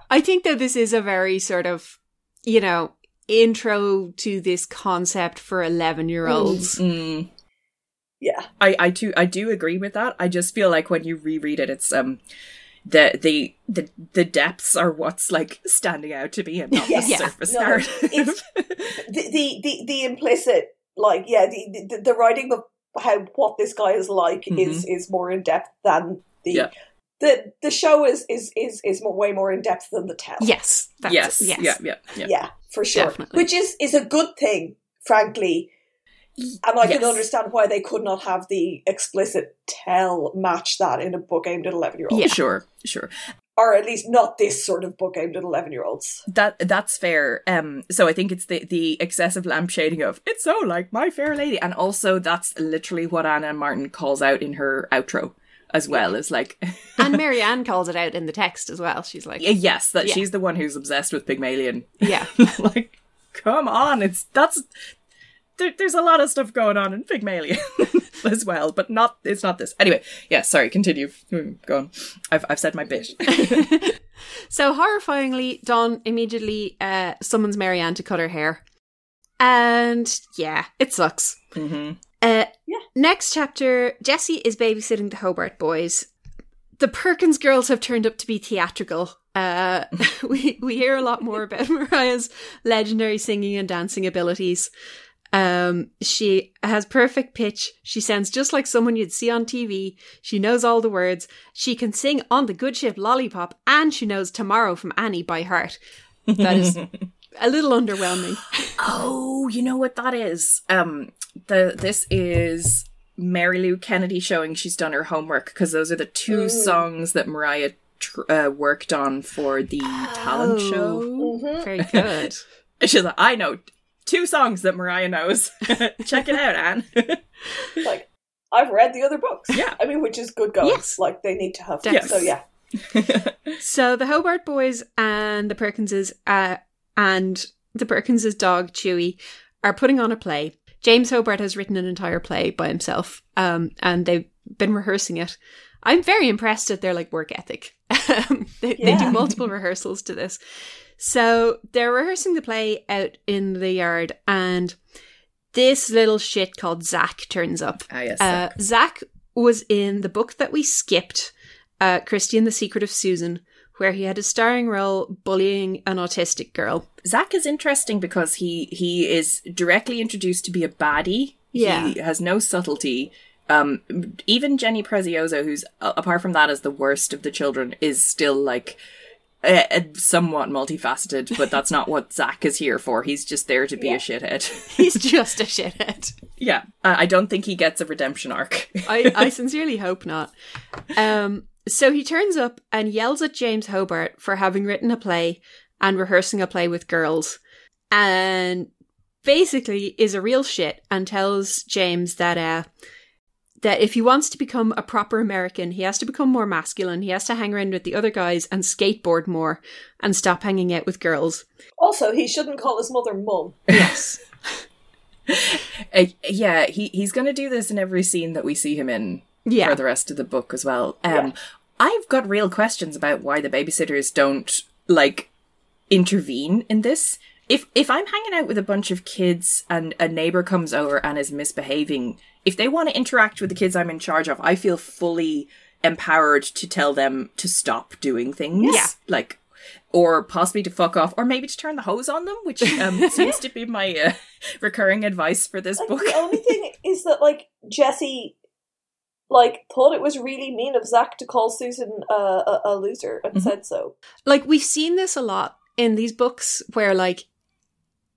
Speaker 3: I think that this is a very sort of, you know, intro to this concept for 11 year olds.
Speaker 1: mm,
Speaker 2: Yeah.
Speaker 1: I I do I do agree with that. I just feel like when you reread it, it's um the the the, the depths are what's like standing out to me and not
Speaker 2: Yeah.
Speaker 1: the
Speaker 3: Yeah.
Speaker 1: surface
Speaker 2: No,
Speaker 1: narrative.
Speaker 2: it's- The the the, the implicit like yeah the, the the writing of how what this guy is like is
Speaker 3: Mm-hmm.
Speaker 2: is more in depth than the
Speaker 1: Yeah.
Speaker 2: the the show is is is is more, way more in depth than the tell.
Speaker 3: Yes. That's
Speaker 1: yes,
Speaker 3: it. Yes.
Speaker 1: yeah, yeah, yeah.
Speaker 2: yeah, for sure.
Speaker 3: Definitely.
Speaker 2: Which is is a good thing, frankly. And I can
Speaker 1: Yes.
Speaker 2: understand why they could not have the explicit tell match that in a book aimed at eleven year olds,
Speaker 3: Yeah.
Speaker 1: Sure, sure.
Speaker 2: or at least not this sort of book aimed at eleven year olds.
Speaker 1: That that's fair. Um, so I think it's the the excessive lampshading of it's so like My Fair Lady, and also that's literally what Anna Martin calls out in her outro as well. Is like,
Speaker 3: And Marianne calls it out in the text as well. She's like,
Speaker 1: y- yes, that
Speaker 3: Yeah.
Speaker 1: she's the one who's obsessed with Pygmalion.
Speaker 3: yeah.
Speaker 1: like, come on, it's that's there, there's a lot of stuff going on in Pygmalion as well, but not it's not this anyway. Yeah, sorry, continue. Hmm, Go on. I've I've said my bit.
Speaker 3: So horrifyingly, Dawn immediately uh, summons Marianne to cut her hair. And yeah, it sucks.
Speaker 1: hmm
Speaker 3: Uh,
Speaker 2: Yeah.
Speaker 3: Next chapter Jesse is babysitting the Hobart boys. The Perkins girls have turned up to be theatrical. Uh, we, we hear a lot more about Mariah's legendary singing and dancing abilities. Um, she has perfect pitch. She sounds just like someone you'd see on TV. She knows all the words. She can sing on the good ship Lollipop, and she knows Tomorrow from Annie by heart. That is a little underwhelming.
Speaker 1: Oh, you know what that is? Um, the this is Mary Lou Kennedy showing she's done her homework because those are the two
Speaker 2: Mm.
Speaker 1: songs that Mariah tr- uh, worked on for the talent
Speaker 3: Oh.
Speaker 1: show.
Speaker 2: Mm-hmm.
Speaker 3: Very good.
Speaker 1: She's like, I know two songs that Mariah knows. Check it out, Anne.
Speaker 2: Like I've read the other books.
Speaker 1: Yeah.
Speaker 2: I mean, which is good going.
Speaker 3: Yes.
Speaker 2: Like they need to have.
Speaker 3: Yes.
Speaker 2: So yeah,
Speaker 3: So the Hobart boys and the Perkinses uh, and the Perkinses' dog Chewy are putting on a play. James Hobart has written an entire play by himself, um, and they've been rehearsing it. I'm very impressed at their like work ethic. Um, they, they do
Speaker 2: Yeah.
Speaker 3: multiple rehearsals to this. So they're rehearsing the play out in the yard, and this little shit called Zach turns up.
Speaker 1: ah, yes.
Speaker 3: Uh, Zach was in the book that we skipped, uh, Christie and the Secret of Susan, where he had a starring role bullying an autistic girl.
Speaker 1: Zach is interesting because he he is directly introduced to be a baddie.
Speaker 3: Yeah.
Speaker 1: He has no subtlety. Um, even Jenny Prezioso, who's a- apart from that as the worst of the children, is still like uh, uh, somewhat multifaceted. But that's not what Zach is here for. He's just there to be
Speaker 2: Yeah.
Speaker 1: a shithead.
Speaker 3: He's just a shithead.
Speaker 1: yeah, uh, I don't think he gets a redemption arc.
Speaker 3: I, I sincerely hope not. Um, so he turns up and yells at James Hobart for having written a play and rehearsing a play with girls, and basically is a real shit and tells James that uh, that if he wants to become a proper American, he has to become more masculine. He has to hang around with the other guys and skateboard more and stop hanging out with girls.
Speaker 2: Also, he shouldn't call his mother mum.
Speaker 3: Yes.
Speaker 1: Uh, yeah, he he's gonna do this in every scene that we see him in.
Speaker 3: yeah.
Speaker 1: for the rest of the book as well. Um,
Speaker 2: Yeah.
Speaker 1: I've got real questions about why the babysitters don't like intervene in this. If if I'm hanging out with a bunch of kids and a neighbor comes over and is misbehaving, if they want to interact with the kids I'm in charge of, I feel fully empowered to tell them to stop doing things.
Speaker 3: Yeah.
Speaker 1: Like or possibly to fuck off, or maybe to turn the hose on them, which um, seems to be my uh, recurring advice for this
Speaker 2: Like,
Speaker 1: book.
Speaker 2: the only thing is that like Jesse, like thought it was really mean of Zach to call Susan uh, a, a loser and
Speaker 1: Mhm.
Speaker 2: said so.
Speaker 3: like we've seen this a lot in these books where like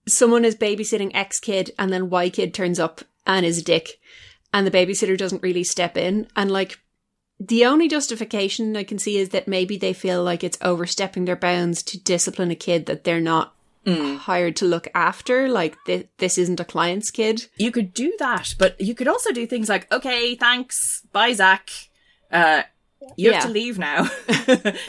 Speaker 3: someone is babysitting X kid and then Y kid turns up and is a dick and the babysitter doesn't really step in and like the only justification I can see is that maybe they feel like it's overstepping their bounds to discipline a kid that they're not
Speaker 1: Mm.
Speaker 3: hired to look after. Like th- this isn't a client's kid.
Speaker 1: You could do that, but you could also do things like, okay, thanks, bye, Zach. Uh, you have
Speaker 3: Yeah.
Speaker 1: to leave now.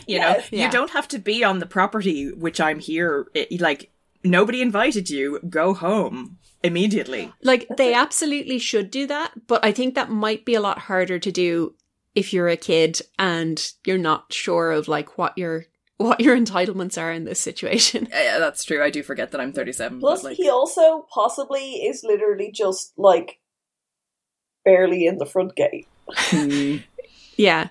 Speaker 1: you know,
Speaker 2: Yes.
Speaker 3: Yeah.
Speaker 1: you don't have to be on the property, which I'm here. It, like, nobody invited you. Go home immediately.
Speaker 3: Like
Speaker 2: That's
Speaker 3: they
Speaker 2: it.
Speaker 3: absolutely should do that, but I think that might be a lot harder to do if you're a kid and you're not sure of like what your what your entitlements are in this situation.
Speaker 1: Yeah, Uh, that's true. I do forget that I'm 37.
Speaker 2: Plus,
Speaker 1: but like,
Speaker 2: he also possibly is literally just like barely in the front gate.
Speaker 3: yeah.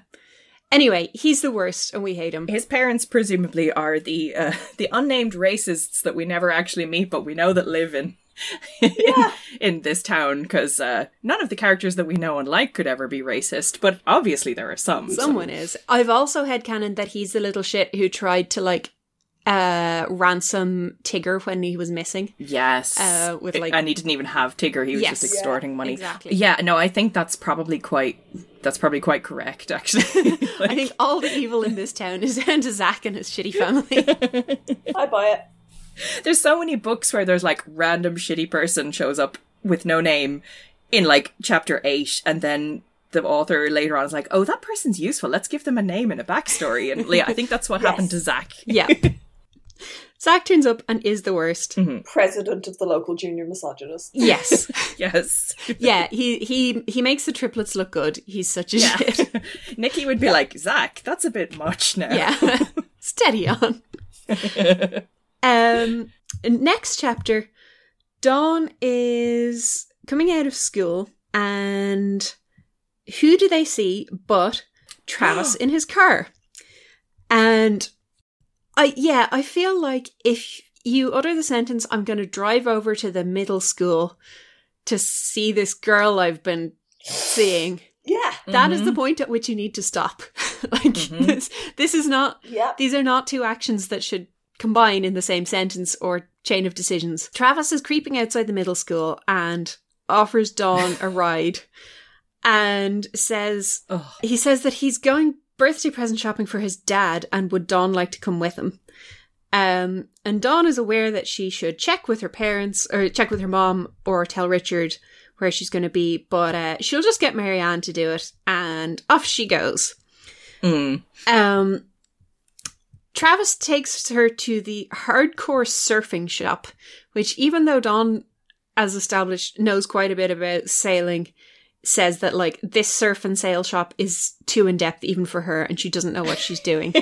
Speaker 3: Anyway, he's the worst and we hate him.
Speaker 1: his parents presumably are the uh, the unnamed racists that we never actually meet, but we know that live in
Speaker 2: Yeah.
Speaker 1: in this town because uh, none of the characters that we know and like could ever be racist, but obviously there are some.
Speaker 3: Someone is. I've also headcanoned that he's the little shit who tried to like uh ransom Tigger when he was missing.
Speaker 1: Yes,
Speaker 3: Uh, with, like-
Speaker 1: and he didn't even have Tigger; he was
Speaker 3: Yes.
Speaker 1: just extorting money.
Speaker 3: Exactly.
Speaker 1: Yeah, no, I think that's probably quite that's probably quite correct, actually.
Speaker 3: I think all the evil in this town is down to Zach and his shitty family.
Speaker 2: I buy it.
Speaker 1: There's so many books where there's like random shitty person shows up with no name in like chapter eight, and then the author later on is like, "Oh, that person's useful. Let's give them a name and a backstory." And yeah, I think that's what happened to Zach.
Speaker 3: yeah. Zach turns up and is the worst.
Speaker 2: President of the local junior misogynist.
Speaker 3: Yes.
Speaker 1: Yes,
Speaker 3: Yeah, he he he makes the triplets look good. He's such a
Speaker 1: yeah.
Speaker 3: shit.
Speaker 1: Nikki would be like, "Zach, that's a bit much now."
Speaker 3: Yeah. Steady on. um next chapter Dawn is coming out of school and who do they see but Travis in his car. And I yeah, I feel like if you utter the sentence I'm going to drive over to the middle school to see this girl I've been seeing
Speaker 2: Yeah.
Speaker 3: that is the
Speaker 1: Mhm.
Speaker 3: point at which you need to stop. like
Speaker 1: Mhm.
Speaker 3: this, this is not.
Speaker 2: Yeah.
Speaker 3: These are not two actions that should combine in the same sentence or chain of decisions. Travis is creeping outside the middle school and offers Dawn a ride, and says
Speaker 1: Ugh.
Speaker 3: he says that he's going birthday present shopping for his dad, and would Dawn like to come with him? Um, and Dawn is aware that she should check with her parents or check with her mom or tell Richard where she's going to be, but uh, she'll just get Marianne to do it, and off she goes.
Speaker 1: Mm.
Speaker 3: Um, Travis takes her to the hardcore surfing shop, which, even though Dawn, as established, knows quite a bit about sailing, says that like this surf and sail shop is too in depth even for her, and she doesn't know what she's doing.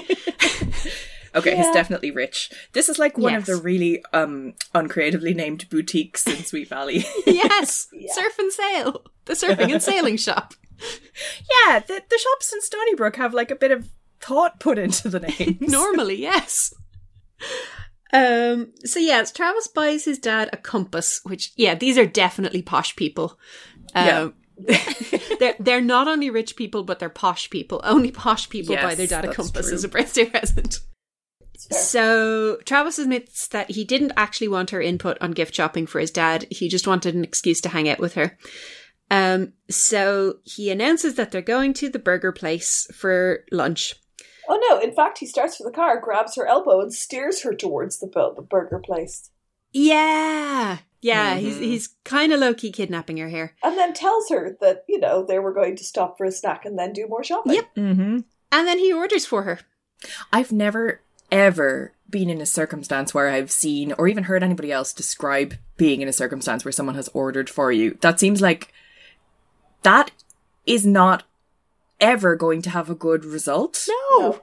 Speaker 1: Okay, he's
Speaker 2: Yeah.
Speaker 1: definitely rich. This is like one of
Speaker 3: Yes.
Speaker 1: the really um uncreatively named boutiques in Sweet Valley.
Speaker 3: yes,
Speaker 2: Yeah.
Speaker 3: surf and sail, the surfing and sailing shop.
Speaker 1: yeah, the, the shops in Stony Brook have like a bit of thought put into the names.
Speaker 3: Normally, yes. Um, so yes, Travis buys his dad a compass, which yeah, these are definitely posh people. Um, they're they're not only rich people, but they're posh people. Only posh people buy their
Speaker 1: Yes,
Speaker 3: dad a
Speaker 1: that's
Speaker 3: compass
Speaker 1: true.
Speaker 3: as a birthday present.
Speaker 2: It's fair.
Speaker 3: So Travis admits that he didn't actually want her input on gift shopping for his dad. He just wanted an excuse to hang out with her. Um, so he announces that they're going to the burger place for lunch.
Speaker 2: Oh no! In fact, he starts for the car, grabs her elbow, and steers her towards the, bu- the burger place,
Speaker 3: Yeah. Yeah, he's
Speaker 1: Mhm.
Speaker 3: he's kind of low key kidnapping her here.
Speaker 2: and then tells her that you know they were going to stop for a snack and then do more shopping.
Speaker 3: Yep.
Speaker 1: Mm-hmm.
Speaker 3: And then he orders for her.
Speaker 1: I've never ever been in a circumstance where I've seen or even heard anybody else describe being in a circumstance where someone has ordered for you. That seems like that is not ever going to have a good result.
Speaker 2: No.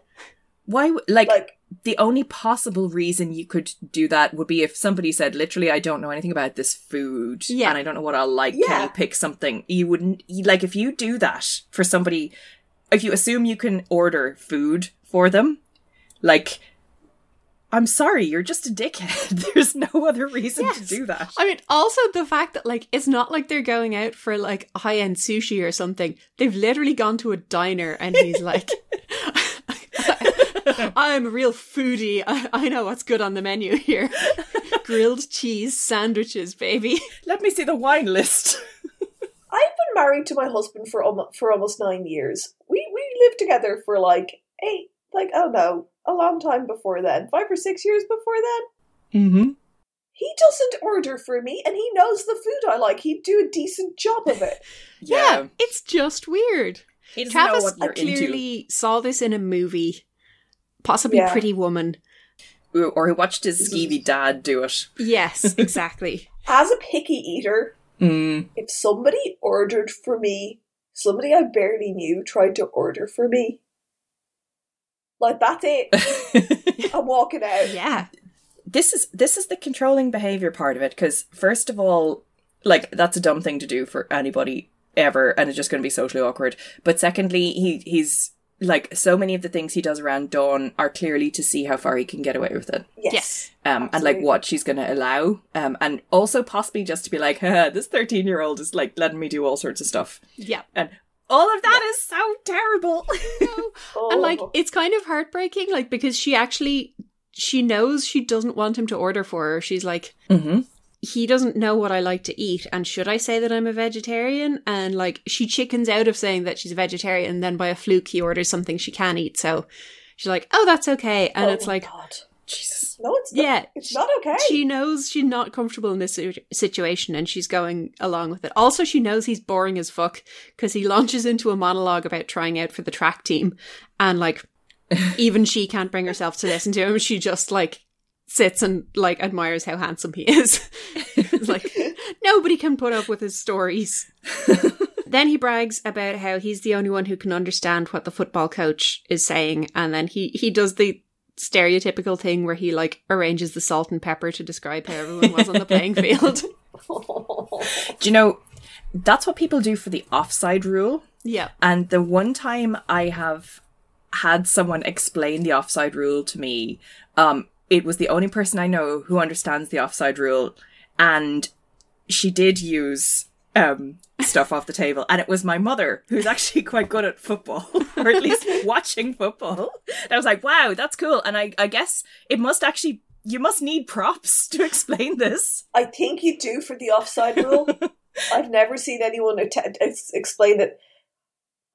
Speaker 1: Why? w- Like,
Speaker 2: Oh, Like
Speaker 1: the only possible reason you could do that would be if somebody said, "Literally, I don't know anything about this food,
Speaker 3: Yeah.
Speaker 1: and I don't know what I'll like. Can
Speaker 2: Yeah.
Speaker 1: you pick something?" You wouldn't you- like if you do that for somebody. If you assume you can order food for them, like, I'm sorry, you're just a dickhead. There's no other reason to
Speaker 3: Yes.
Speaker 1: do that.
Speaker 3: I mean, also the fact that like it's not like they're going out for like high end sushi or something. They've literally gone to a diner, and he's like, "I'm a real foodie. I, I know what's good on the menu here: grilled cheese sandwiches, baby."
Speaker 1: Let me see the wine list.
Speaker 2: I've been married to my husband for almost, for almost nine years. We we lived together for like eight, like oh no, a long time before then, five or six years before then.
Speaker 1: Mm-hmm.
Speaker 2: He doesn't order for me, and he knows the food I like. He'd do a decent job of it.
Speaker 3: Yeah, it's just weird.
Speaker 1: He doesn't know
Speaker 3: Travis
Speaker 1: what you're into.
Speaker 3: clearly saw this in a movie, possibly
Speaker 2: Yeah.
Speaker 3: Pretty Woman.
Speaker 1: Ooh, Or he watched his skeevy dad do it.
Speaker 3: Yes, exactly.
Speaker 2: As a picky eater,
Speaker 1: Mm.
Speaker 2: if somebody ordered for me, somebody I barely knew tried to order for me, like that's it. I'm walking out.
Speaker 3: yeah,
Speaker 1: this is this is the controlling behavior part of it because first of all like that's a dumb thing to do for anybody ever and it's just going to be socially awkward but secondly he he's like so many of the things he does around dawn are clearly to see how far he can get away with it
Speaker 2: Yes.
Speaker 3: Yes.
Speaker 1: um, and like
Speaker 2: Absolutely.
Speaker 1: what she's going to allow um, and also possibly just to be like Haha, this 13 year old is like letting me do all sorts of stuff
Speaker 3: yeah.
Speaker 1: all of that is so terrible
Speaker 2: Oh.
Speaker 3: and like it's kind of heartbreaking like because she actually she knows she doesn't want him to order for her she's like
Speaker 1: mm-hmm.
Speaker 3: he doesn't know what i like to eat and should i say that i'm a vegetarian and like she chickens out of saying that she's a vegetarian and then by a fluke he orders something she can eat so she's like oh that's okay and
Speaker 2: Oh
Speaker 3: it's
Speaker 2: my
Speaker 3: like
Speaker 2: God.
Speaker 1: jesus
Speaker 2: no, it's not,
Speaker 3: yeah
Speaker 2: it's not okay.
Speaker 3: she knows she's not comfortable in this situ- situation and she's going along with it. Also, she knows he's boring as fuck because he launches into a monologue about trying out for the track team. And like, even she can't bring herself to listen to him. She just like sits and like admires how handsome he is. It's like, nobody can put up with his stories. then he brags about how he's the only one who can understand what the football coach is saying. And then he, he does the stereotypical thing where he like arranges the salt and pepper to describe how everyone was on the playing field.
Speaker 1: do you know that's what people do for the offside rule
Speaker 3: yeah.
Speaker 1: And the one time I have had someone explain the offside rule to me, um, it was the only person I know who understands the offside rule, and she did use um, stuff off the table, and it was my mother who's actually quite good at football, or at least watching football. And I was like, "Wow, that's cool!" And I, I guess it must actually. You must need props to explain this.
Speaker 2: I think you do for the offside rule. I've never seen anyone att- ex- explain it.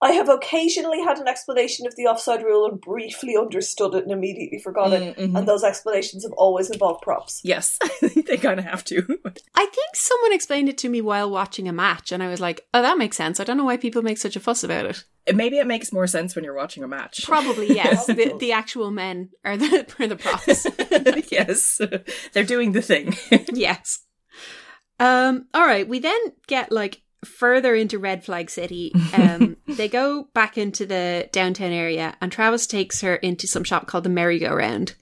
Speaker 2: I have occasionally had an explanation of the offside rule and briefly understood it and immediately forgot it.
Speaker 3: Mm, mm-hmm.
Speaker 2: And those explanations have always involved props.
Speaker 1: Yes, I think they kind of have to.
Speaker 3: I think someone explained it to me while watching a match and I was like, oh, that makes sense. I don't know why people make such a fuss about it.
Speaker 1: Maybe it makes more sense when you're watching a match.
Speaker 3: Probably, yes. the, the actual men are the, are the props.
Speaker 1: yes, they're doing the thing.
Speaker 3: yes. Um, all right. We then get like further into Red Flag City. Um, they go back into the downtown area, and Travis takes her into some shop called the Merry Go Round.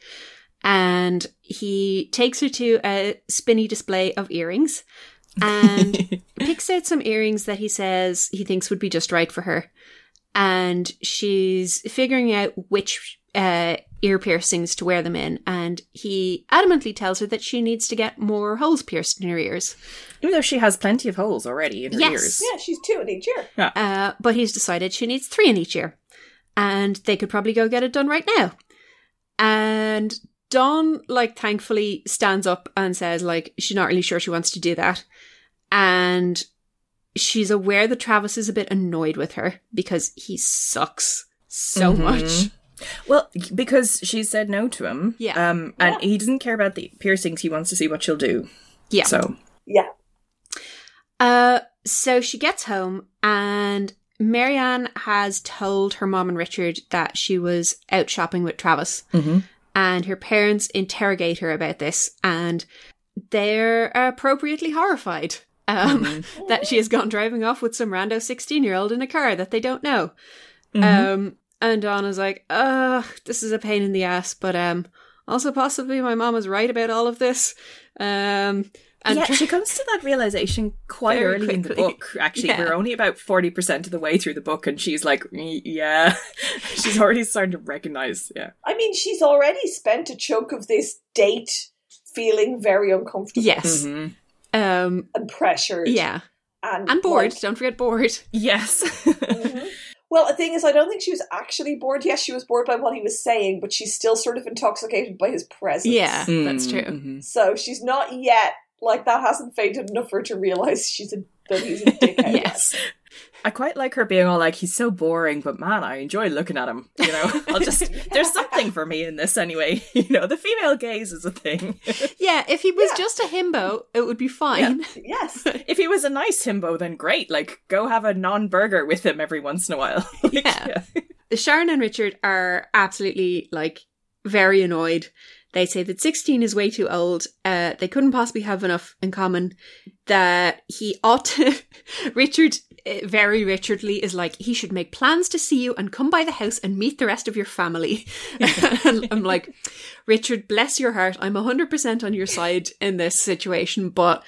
Speaker 3: And he takes her to a spinny display of earrings and picks out some earrings that he says he thinks would be just right for her. And she's figuring out which uh, ear piercings to wear them in, and he adamantly tells her that she needs to get more holes pierced in her ears.
Speaker 1: Even though she has plenty of holes already in her
Speaker 3: Yes.
Speaker 1: ears.
Speaker 2: Yeah, she's two in each year.
Speaker 3: Uh, but he's decided she needs three in each ear, and they could probably go get it done right now. And Dawn, like, thankfully stands up and says, like, she's not really sure she wants to do that, and she's aware that Travis is a bit annoyed with her because he sucks so
Speaker 1: Mhm.
Speaker 3: much.
Speaker 1: Well, because she said no to him.
Speaker 3: Yeah.
Speaker 1: Um, and he doesn't care about the piercings. He wants to see what she'll do.
Speaker 3: Yeah.
Speaker 1: So
Speaker 2: Yeah.
Speaker 3: Uh, so she gets home and Marianne has told her mom and Richard that she was out shopping with Travis
Speaker 1: Mhm.
Speaker 3: and her parents interrogate her about this and they're appropriately horrified. Um,
Speaker 1: Mm-hmm.
Speaker 3: that she has gone driving off with some rando 16 year old in a car that they don't know.
Speaker 1: Mhm.
Speaker 3: Um, and Donna's like, ugh, this is a pain in the ass, but um, also possibly my mom is right about all of this. Um, and
Speaker 1: yeah, she comes to that realization quite
Speaker 3: Very
Speaker 1: early in the
Speaker 3: quickly.
Speaker 1: book. Actually,
Speaker 3: Yeah.
Speaker 1: we're only about forty percent of the way through the book, and she's like, "Mm, "Yeah," she's already starting to recognize. Yeah,
Speaker 2: I mean, she's already spent a chunk of this date feeling very uncomfortable
Speaker 3: yes.
Speaker 1: Mhm.
Speaker 3: Um,
Speaker 2: and pressured.
Speaker 3: yeah.
Speaker 2: And,
Speaker 3: And bored.
Speaker 2: like-
Speaker 3: Don't forget bored.
Speaker 1: yes,
Speaker 3: Mm-hmm.
Speaker 2: Mhm. Well, the thing is, I don't think she was actually bored. Yes, she was bored by what he was saying, but she's still sort of intoxicated by his presence.
Speaker 3: Yeah, that's
Speaker 1: Mm,
Speaker 3: true.
Speaker 1: mhm.
Speaker 2: So she's not yet like that hasn't faded enough for her to realize she's a that he's a dickhead.
Speaker 3: Yes.
Speaker 1: I quite like her being all like, he's so boring, but man, I enjoy looking at him. You know, I'll just, there's something thing for me in this anyway. You know, the female gaze is a thing.
Speaker 3: Yeah, if he was
Speaker 2: Yeah.
Speaker 3: just a himbo, it would be fine.
Speaker 2: Yes.
Speaker 1: if he was a nice himbo, then great. Like, go have a non burger with him every once in a while. Like,
Speaker 3: Yeah. Sharon and Richard are absolutely like very annoyed. They say that 16 is way too old. Uh, they couldn't possibly have enough in common. That he ought to. Richard, uh, very Richardly, is like, he should make plans to see you and come by the house and meet the rest of your family. And I'm like, Richard, bless your heart. I'm 100% on your side in this situation, but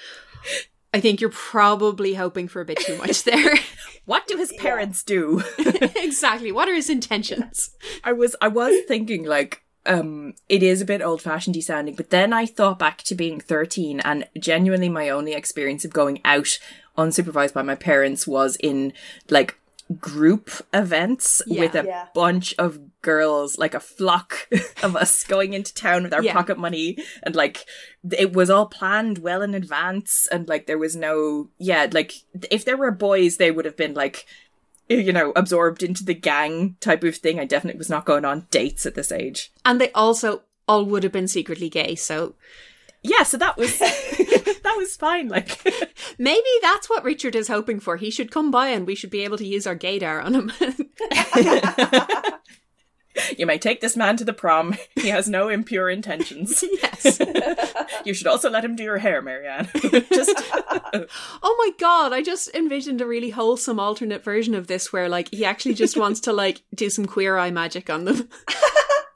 Speaker 3: I think you're probably hoping for a bit too much there.
Speaker 1: What do his parents do?
Speaker 3: exactly. What are his intentions?
Speaker 1: I was I was thinking like um it is a bit old fashioned sounding, but then I thought back to being thirteen and genuinely my only experience of going out unsupervised by my parents was in like group events
Speaker 3: Yeah.
Speaker 1: with a
Speaker 2: Yeah.
Speaker 1: bunch of girls, like a flock of us going into town with our
Speaker 3: Yeah.
Speaker 1: pocket money and like th- it was all planned well in advance and like there was no yeah, like th- if there were boys they would have been like you know, absorbed into the gang type of thing. I definitely was not going on dates at this age.
Speaker 3: And they also all would have been secretly gay. So
Speaker 1: Yeah, so that was that was fine. Like
Speaker 3: maybe that's what Richard is hoping for. He should come by and we should be able to use our gaydar on him.
Speaker 1: you may take this man to the prom. He has no impure intentions.
Speaker 3: yes.
Speaker 1: You should also let him do your hair, Marianne. Just
Speaker 3: Oh my god, I just envisioned a really wholesome alternate version of this where like he actually just wants to like do some queer eye magic on them.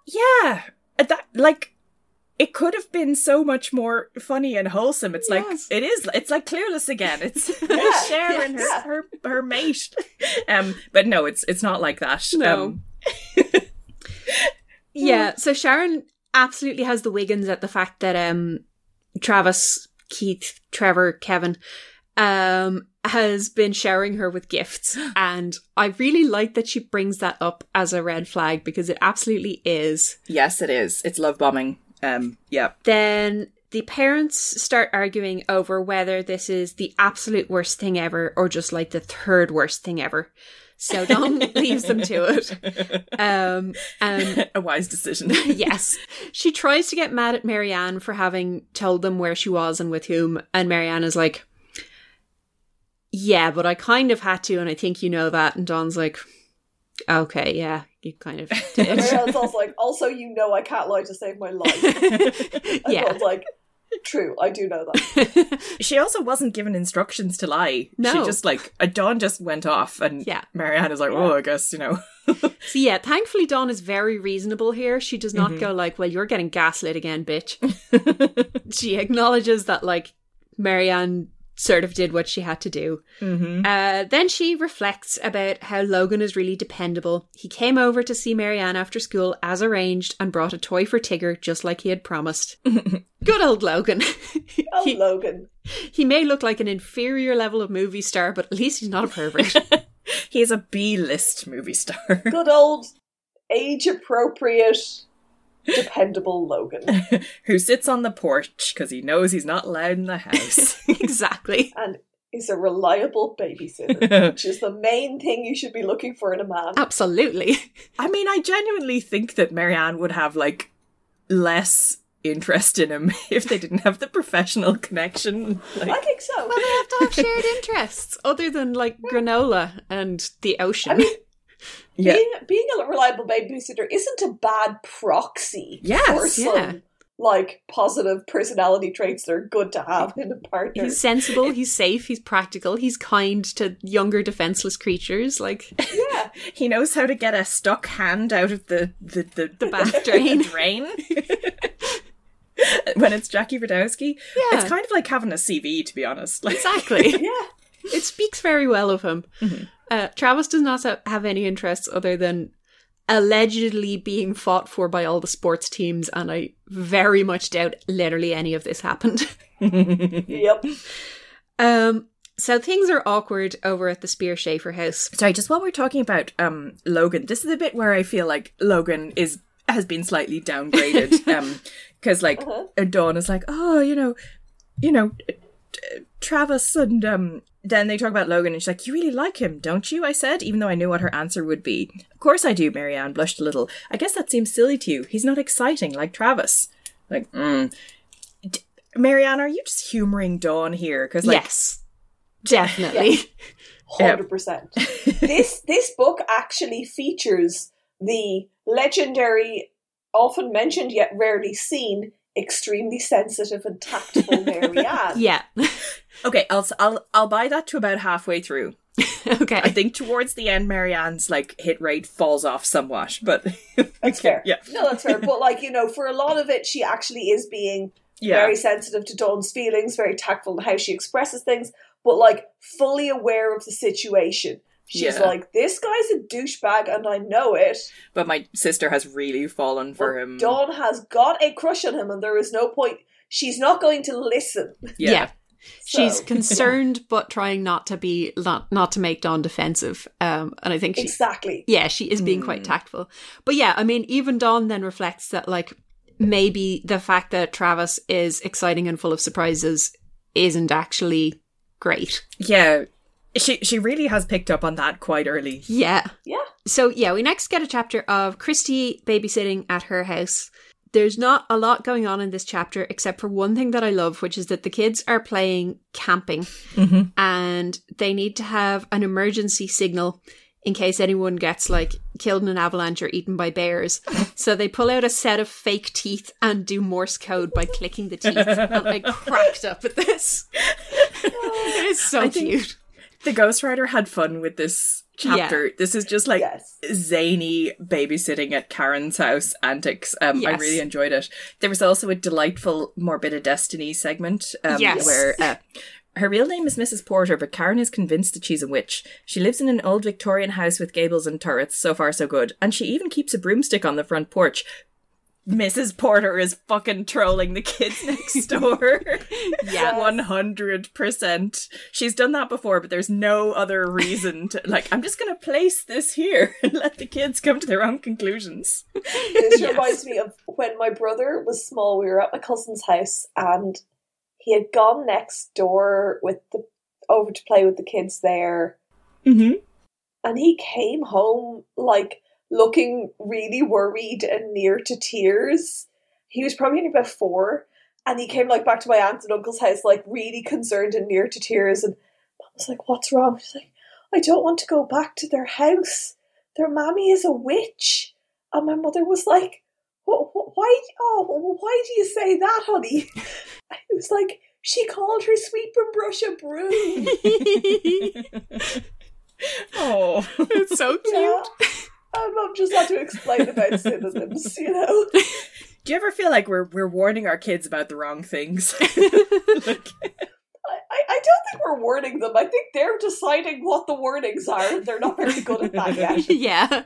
Speaker 1: Yeah. That like it could have been so much more funny and wholesome. It's
Speaker 3: Yes.
Speaker 1: like it is it's like clueless again. It's
Speaker 2: Yeah,
Speaker 1: Cher and
Speaker 2: yes.
Speaker 1: her, her her mate. Um but no, it's it's not like that.
Speaker 3: No.
Speaker 1: Um,
Speaker 3: yeah, so Sharon absolutely has the Wiggins at the fact that um Travis, Keith, Trevor, Kevin um has been showering her with gifts and I really like that she brings that up as a red flag because it absolutely is.
Speaker 1: yes, it is. It's love bombing. Um yeah.
Speaker 3: Then the parents start arguing over whether this is the absolute worst thing ever or just like the third worst thing ever. So Dom leaves them to it. Um and
Speaker 1: A wise decision.
Speaker 3: yes. She tries to get mad at Marianne for having told them where she was and with whom, and Marianne is like, Yeah, but I kind of had to, and I think you know that. And Don's like, Okay, yeah, you kind of did.
Speaker 2: Whereas I was like, also, you know, I can't lie to save my life. And I
Speaker 3: yeah.
Speaker 2: was like, true, I do know that.
Speaker 1: she also wasn't given instructions to lie. She
Speaker 3: No.
Speaker 1: just like a dawn just went off and
Speaker 3: Yeah.
Speaker 1: Marianne is like, Oh, I guess, you know.
Speaker 3: So yeah, thankfully Dawn is very reasonable here. She does not go like, "Well, you're getting gaslit again, bitch." she acknowledges that like Marianne sort of did what she had to do.
Speaker 1: Mm-hmm.
Speaker 3: Uh, then she reflects about how Logan is really dependable. He came over to see Marianne after school as arranged and brought a toy for Tigger just like he had promised. Good old Logan.
Speaker 2: Oh,
Speaker 3: he,
Speaker 2: Logan.
Speaker 3: he may look like an inferior level of movie star, but at least he's not a pervert.
Speaker 1: He's a B list movie star.
Speaker 2: Good old age appropriate, dependable Logan.
Speaker 1: who sits on the porch because he knows he's not allowed in the house.
Speaker 3: exactly.
Speaker 2: And is a reliable babysitter, which is the main thing you should be looking for in a man.
Speaker 3: Absolutely.
Speaker 1: I mean, I genuinely think that Marianne would have like less interest in him if they didn't have the professional connection.
Speaker 2: I
Speaker 1: Like,
Speaker 2: think so.
Speaker 3: Well, they have to have shared interests other than like granola and the ocean.
Speaker 2: I mean,
Speaker 1: yeah,
Speaker 2: being, being a reliable babysitter isn't a bad proxy
Speaker 1: Yes,
Speaker 2: for some
Speaker 3: yeah.
Speaker 2: like positive personality traits that are good to have in a partner.
Speaker 3: he's sensible, he's safe, he's practical, he's kind to younger defenseless creatures like
Speaker 2: yeah,
Speaker 1: he knows how to get a stuck hand out of the the the,
Speaker 3: the bath drain.
Speaker 1: drain. when it's Jackie Radowski,
Speaker 3: Yeah.
Speaker 1: it's kind of like having a CV, to be honest. Like,
Speaker 3: exactly.
Speaker 2: yeah.
Speaker 3: It speaks very well of him. Uh, Travis does not ha- have any interests other than allegedly being fought for by all the sports teams, and I very much doubt literally any of this happened.
Speaker 2: Yep.
Speaker 3: Um, so things are awkward over at the Spear Schaefer house.
Speaker 1: Sorry, just while we're talking about um, Logan, this is the bit where I feel like Logan is has been slightly um, downgraded because, like, uh Dawn is like, oh, you know, you know, uh, Travis and um then they talk about Logan and she's like, You really like him, don't you? I said, even though I knew what her answer would be. Of course I do, Marianne blushed a little. I guess that seems silly to you. He's not exciting like Travis. Like, mm. D- Marianne, are you just humoring Dawn here? Because, like,
Speaker 3: yes. Definitely.
Speaker 1: Yeah.
Speaker 2: Hundred percent. This this book actually features the legendary, often mentioned yet rarely seen, extremely sensitive and tactful Marianne.
Speaker 3: Yeah.
Speaker 1: okay, I'll, s- I'll, I'll buy that to about halfway through.
Speaker 3: okay.
Speaker 1: I think towards the end, Marianne's like hit rate falls off somewhat, but
Speaker 2: That's fair.
Speaker 1: Yeah.
Speaker 2: No, that's fair. But like, you know, for a lot of it she actually is being
Speaker 1: yeah,
Speaker 2: very sensitive to Dawn's feelings, very tactful in how she expresses things, but like fully aware of the situation. She's
Speaker 1: Yeah.
Speaker 2: like, This guy's a douchebag and I know it.
Speaker 1: but my sister has really fallen for
Speaker 2: Well,
Speaker 1: him.
Speaker 2: Dawn has got a crush on him, and there is no point. She's not going to listen.
Speaker 1: yeah.
Speaker 3: Yeah. She's
Speaker 2: So-
Speaker 3: concerned but trying not to be not, not to make Dawn defensive. Um and I think she
Speaker 2: exactly.
Speaker 3: yeah, she is being quite
Speaker 1: Hmm.
Speaker 3: tactful. But yeah, I mean even Dawn then reflects that like maybe the fact that Travis is exciting and full of surprises isn't actually great.
Speaker 1: Yeah. She she really has picked up on that quite early.
Speaker 3: Yeah.
Speaker 2: Yeah.
Speaker 3: So yeah, we next get a chapter of Christy babysitting at her house. There's not a lot going on in this chapter except for one thing that I love, which is that the kids are playing camping
Speaker 1: Mm-hmm.
Speaker 3: and they need to have an emergency signal in case anyone gets like killed in an avalanche or eaten by bears. So they pull out a set of fake teeth and do Morse code by clicking the teeth. And I cracked up at this. it is so
Speaker 1: I think-
Speaker 3: cute.
Speaker 1: The ghostwriter had fun with this chapter. This is just like
Speaker 2: yes.
Speaker 1: zany babysitting at Karen's house antics. Um, I
Speaker 3: Yes.
Speaker 1: really enjoyed it. There was also a delightful Morbid of Destiny segment um,
Speaker 3: Yes.
Speaker 1: where uh, her real name is Mrs. Porter, but Karen is convinced that she's a witch. She lives in an old Victorian house with gables and turrets. So far, so good. And she even keeps a broomstick on the front porch. Mrs. Porter is fucking trolling the kids next door.
Speaker 3: Yeah.
Speaker 1: One hundred percent. She's done that before, but there's no other reason to like. I'm just gonna place this here and let the kids come to their own conclusions.
Speaker 2: This
Speaker 3: Yes.
Speaker 2: reminds me of when my brother was small. We were at my cousin's house, and he had gone next door with the over to play with the kids there,
Speaker 1: Mm-hmm.
Speaker 2: and he came home like looking really worried and near to tears. He was probably only about four, and he came like back to my aunt and uncle's house, like really concerned and near to tears. And mom was like, "What's wrong?" She's like, "I don't want to go back to their house. Their mammy is a witch." And my mother was like, "What? what why? Oh, well, why do you say that, honey?" I was like, "She called her sweep and brush a broom."
Speaker 1: oh,
Speaker 3: it's so
Speaker 2: Yeah.
Speaker 3: cute.
Speaker 2: And mum just had to explain about synonyms, you know.
Speaker 1: do you ever feel like we're we're warning our kids about the wrong things? Like,
Speaker 2: I, I I don't think we're wording them. I think they're deciding what the wordings are. They're not very good at that yet.
Speaker 3: yeah.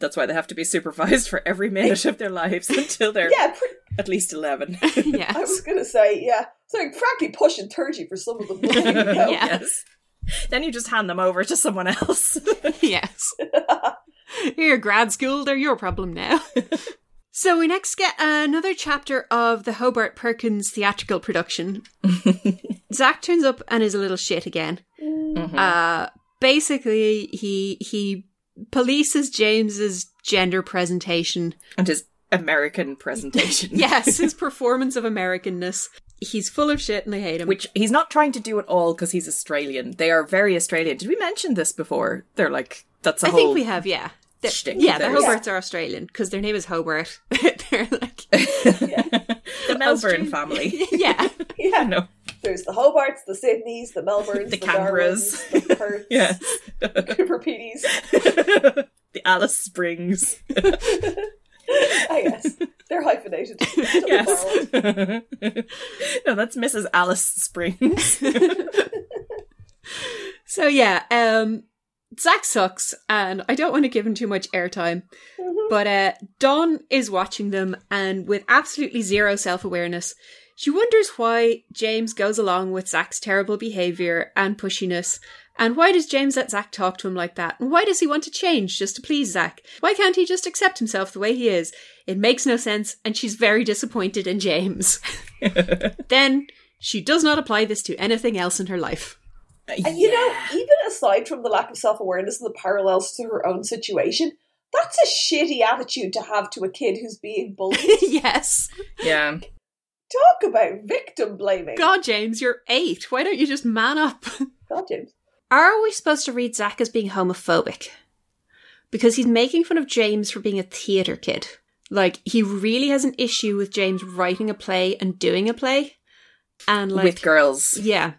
Speaker 1: that's why they have to be supervised for every minute of their lives until they're
Speaker 2: Yeah, pre-
Speaker 1: at least eleven.
Speaker 2: I was
Speaker 3: yes.
Speaker 2: gonna say yeah. So frankly, pushing thirty for some of them. but there you go.
Speaker 3: Yeah.
Speaker 1: Yes. Then you just hand them over to someone else.
Speaker 3: Yes. You're grad school, they're your problem now. so we next get another chapter of the Hobart Perkins theatrical production. Zach turns up and is a little shit again. Uh basically he he polices James's gender presentation.
Speaker 1: and his American presentation.
Speaker 3: Yes, his performance of Americanness. He's full of shit and I hate him.
Speaker 1: Which he's not trying to do at all because he's Australian. They are very Australian. Did we mention this before? They're like, that's a
Speaker 3: I
Speaker 1: whole.
Speaker 3: think we have, yeah. The-
Speaker 1: shtick
Speaker 3: yeah, the
Speaker 1: there is.
Speaker 3: Hobarts are Australian because their name is Hobart. They're like,
Speaker 1: the Melbourne family.
Speaker 3: yeah,
Speaker 1: I
Speaker 2: Yeah.
Speaker 1: know.
Speaker 2: There's the Hobarts, the Sydneys, the Melbournes,
Speaker 1: The
Speaker 2: the,
Speaker 1: Canberras.
Speaker 2: Darwins, the Perths,
Speaker 1: Yeah.
Speaker 2: Cooper Pedies.
Speaker 1: the Alice Springs.
Speaker 2: Ah, yes, they're hyphenated.
Speaker 1: Yes. no, that's Mrs. Alice Springs.
Speaker 3: So yeah, um Zach sucks, and I don't want to give him too much airtime. But uh Dawn is watching them and with absolutely zero self-awareness, she wonders why James goes along with Zach's terrible behaviour and pushiness. And why does James let Zach talk to him like that? And why does he want to change just to please Zach? Why can't he just accept himself the way he is? It makes no sense, and she's very disappointed in James. Then She does not apply this to anything else in her life.
Speaker 2: And you know, even aside from the lack of self awareness and the parallels to her own situation, that's a shitty attitude to have to a kid who's being bullied.
Speaker 3: yes.
Speaker 1: yeah.
Speaker 2: Talk about victim blaming.
Speaker 3: God, James, you're eight. Why don't you just man up?
Speaker 2: God, James.
Speaker 3: Are we supposed to read Zach as being homophobic? Because he's making fun of James for being a theatre kid. Like, he really has an issue with James writing a play and doing a play. And, like,
Speaker 1: With girls.
Speaker 3: yeah.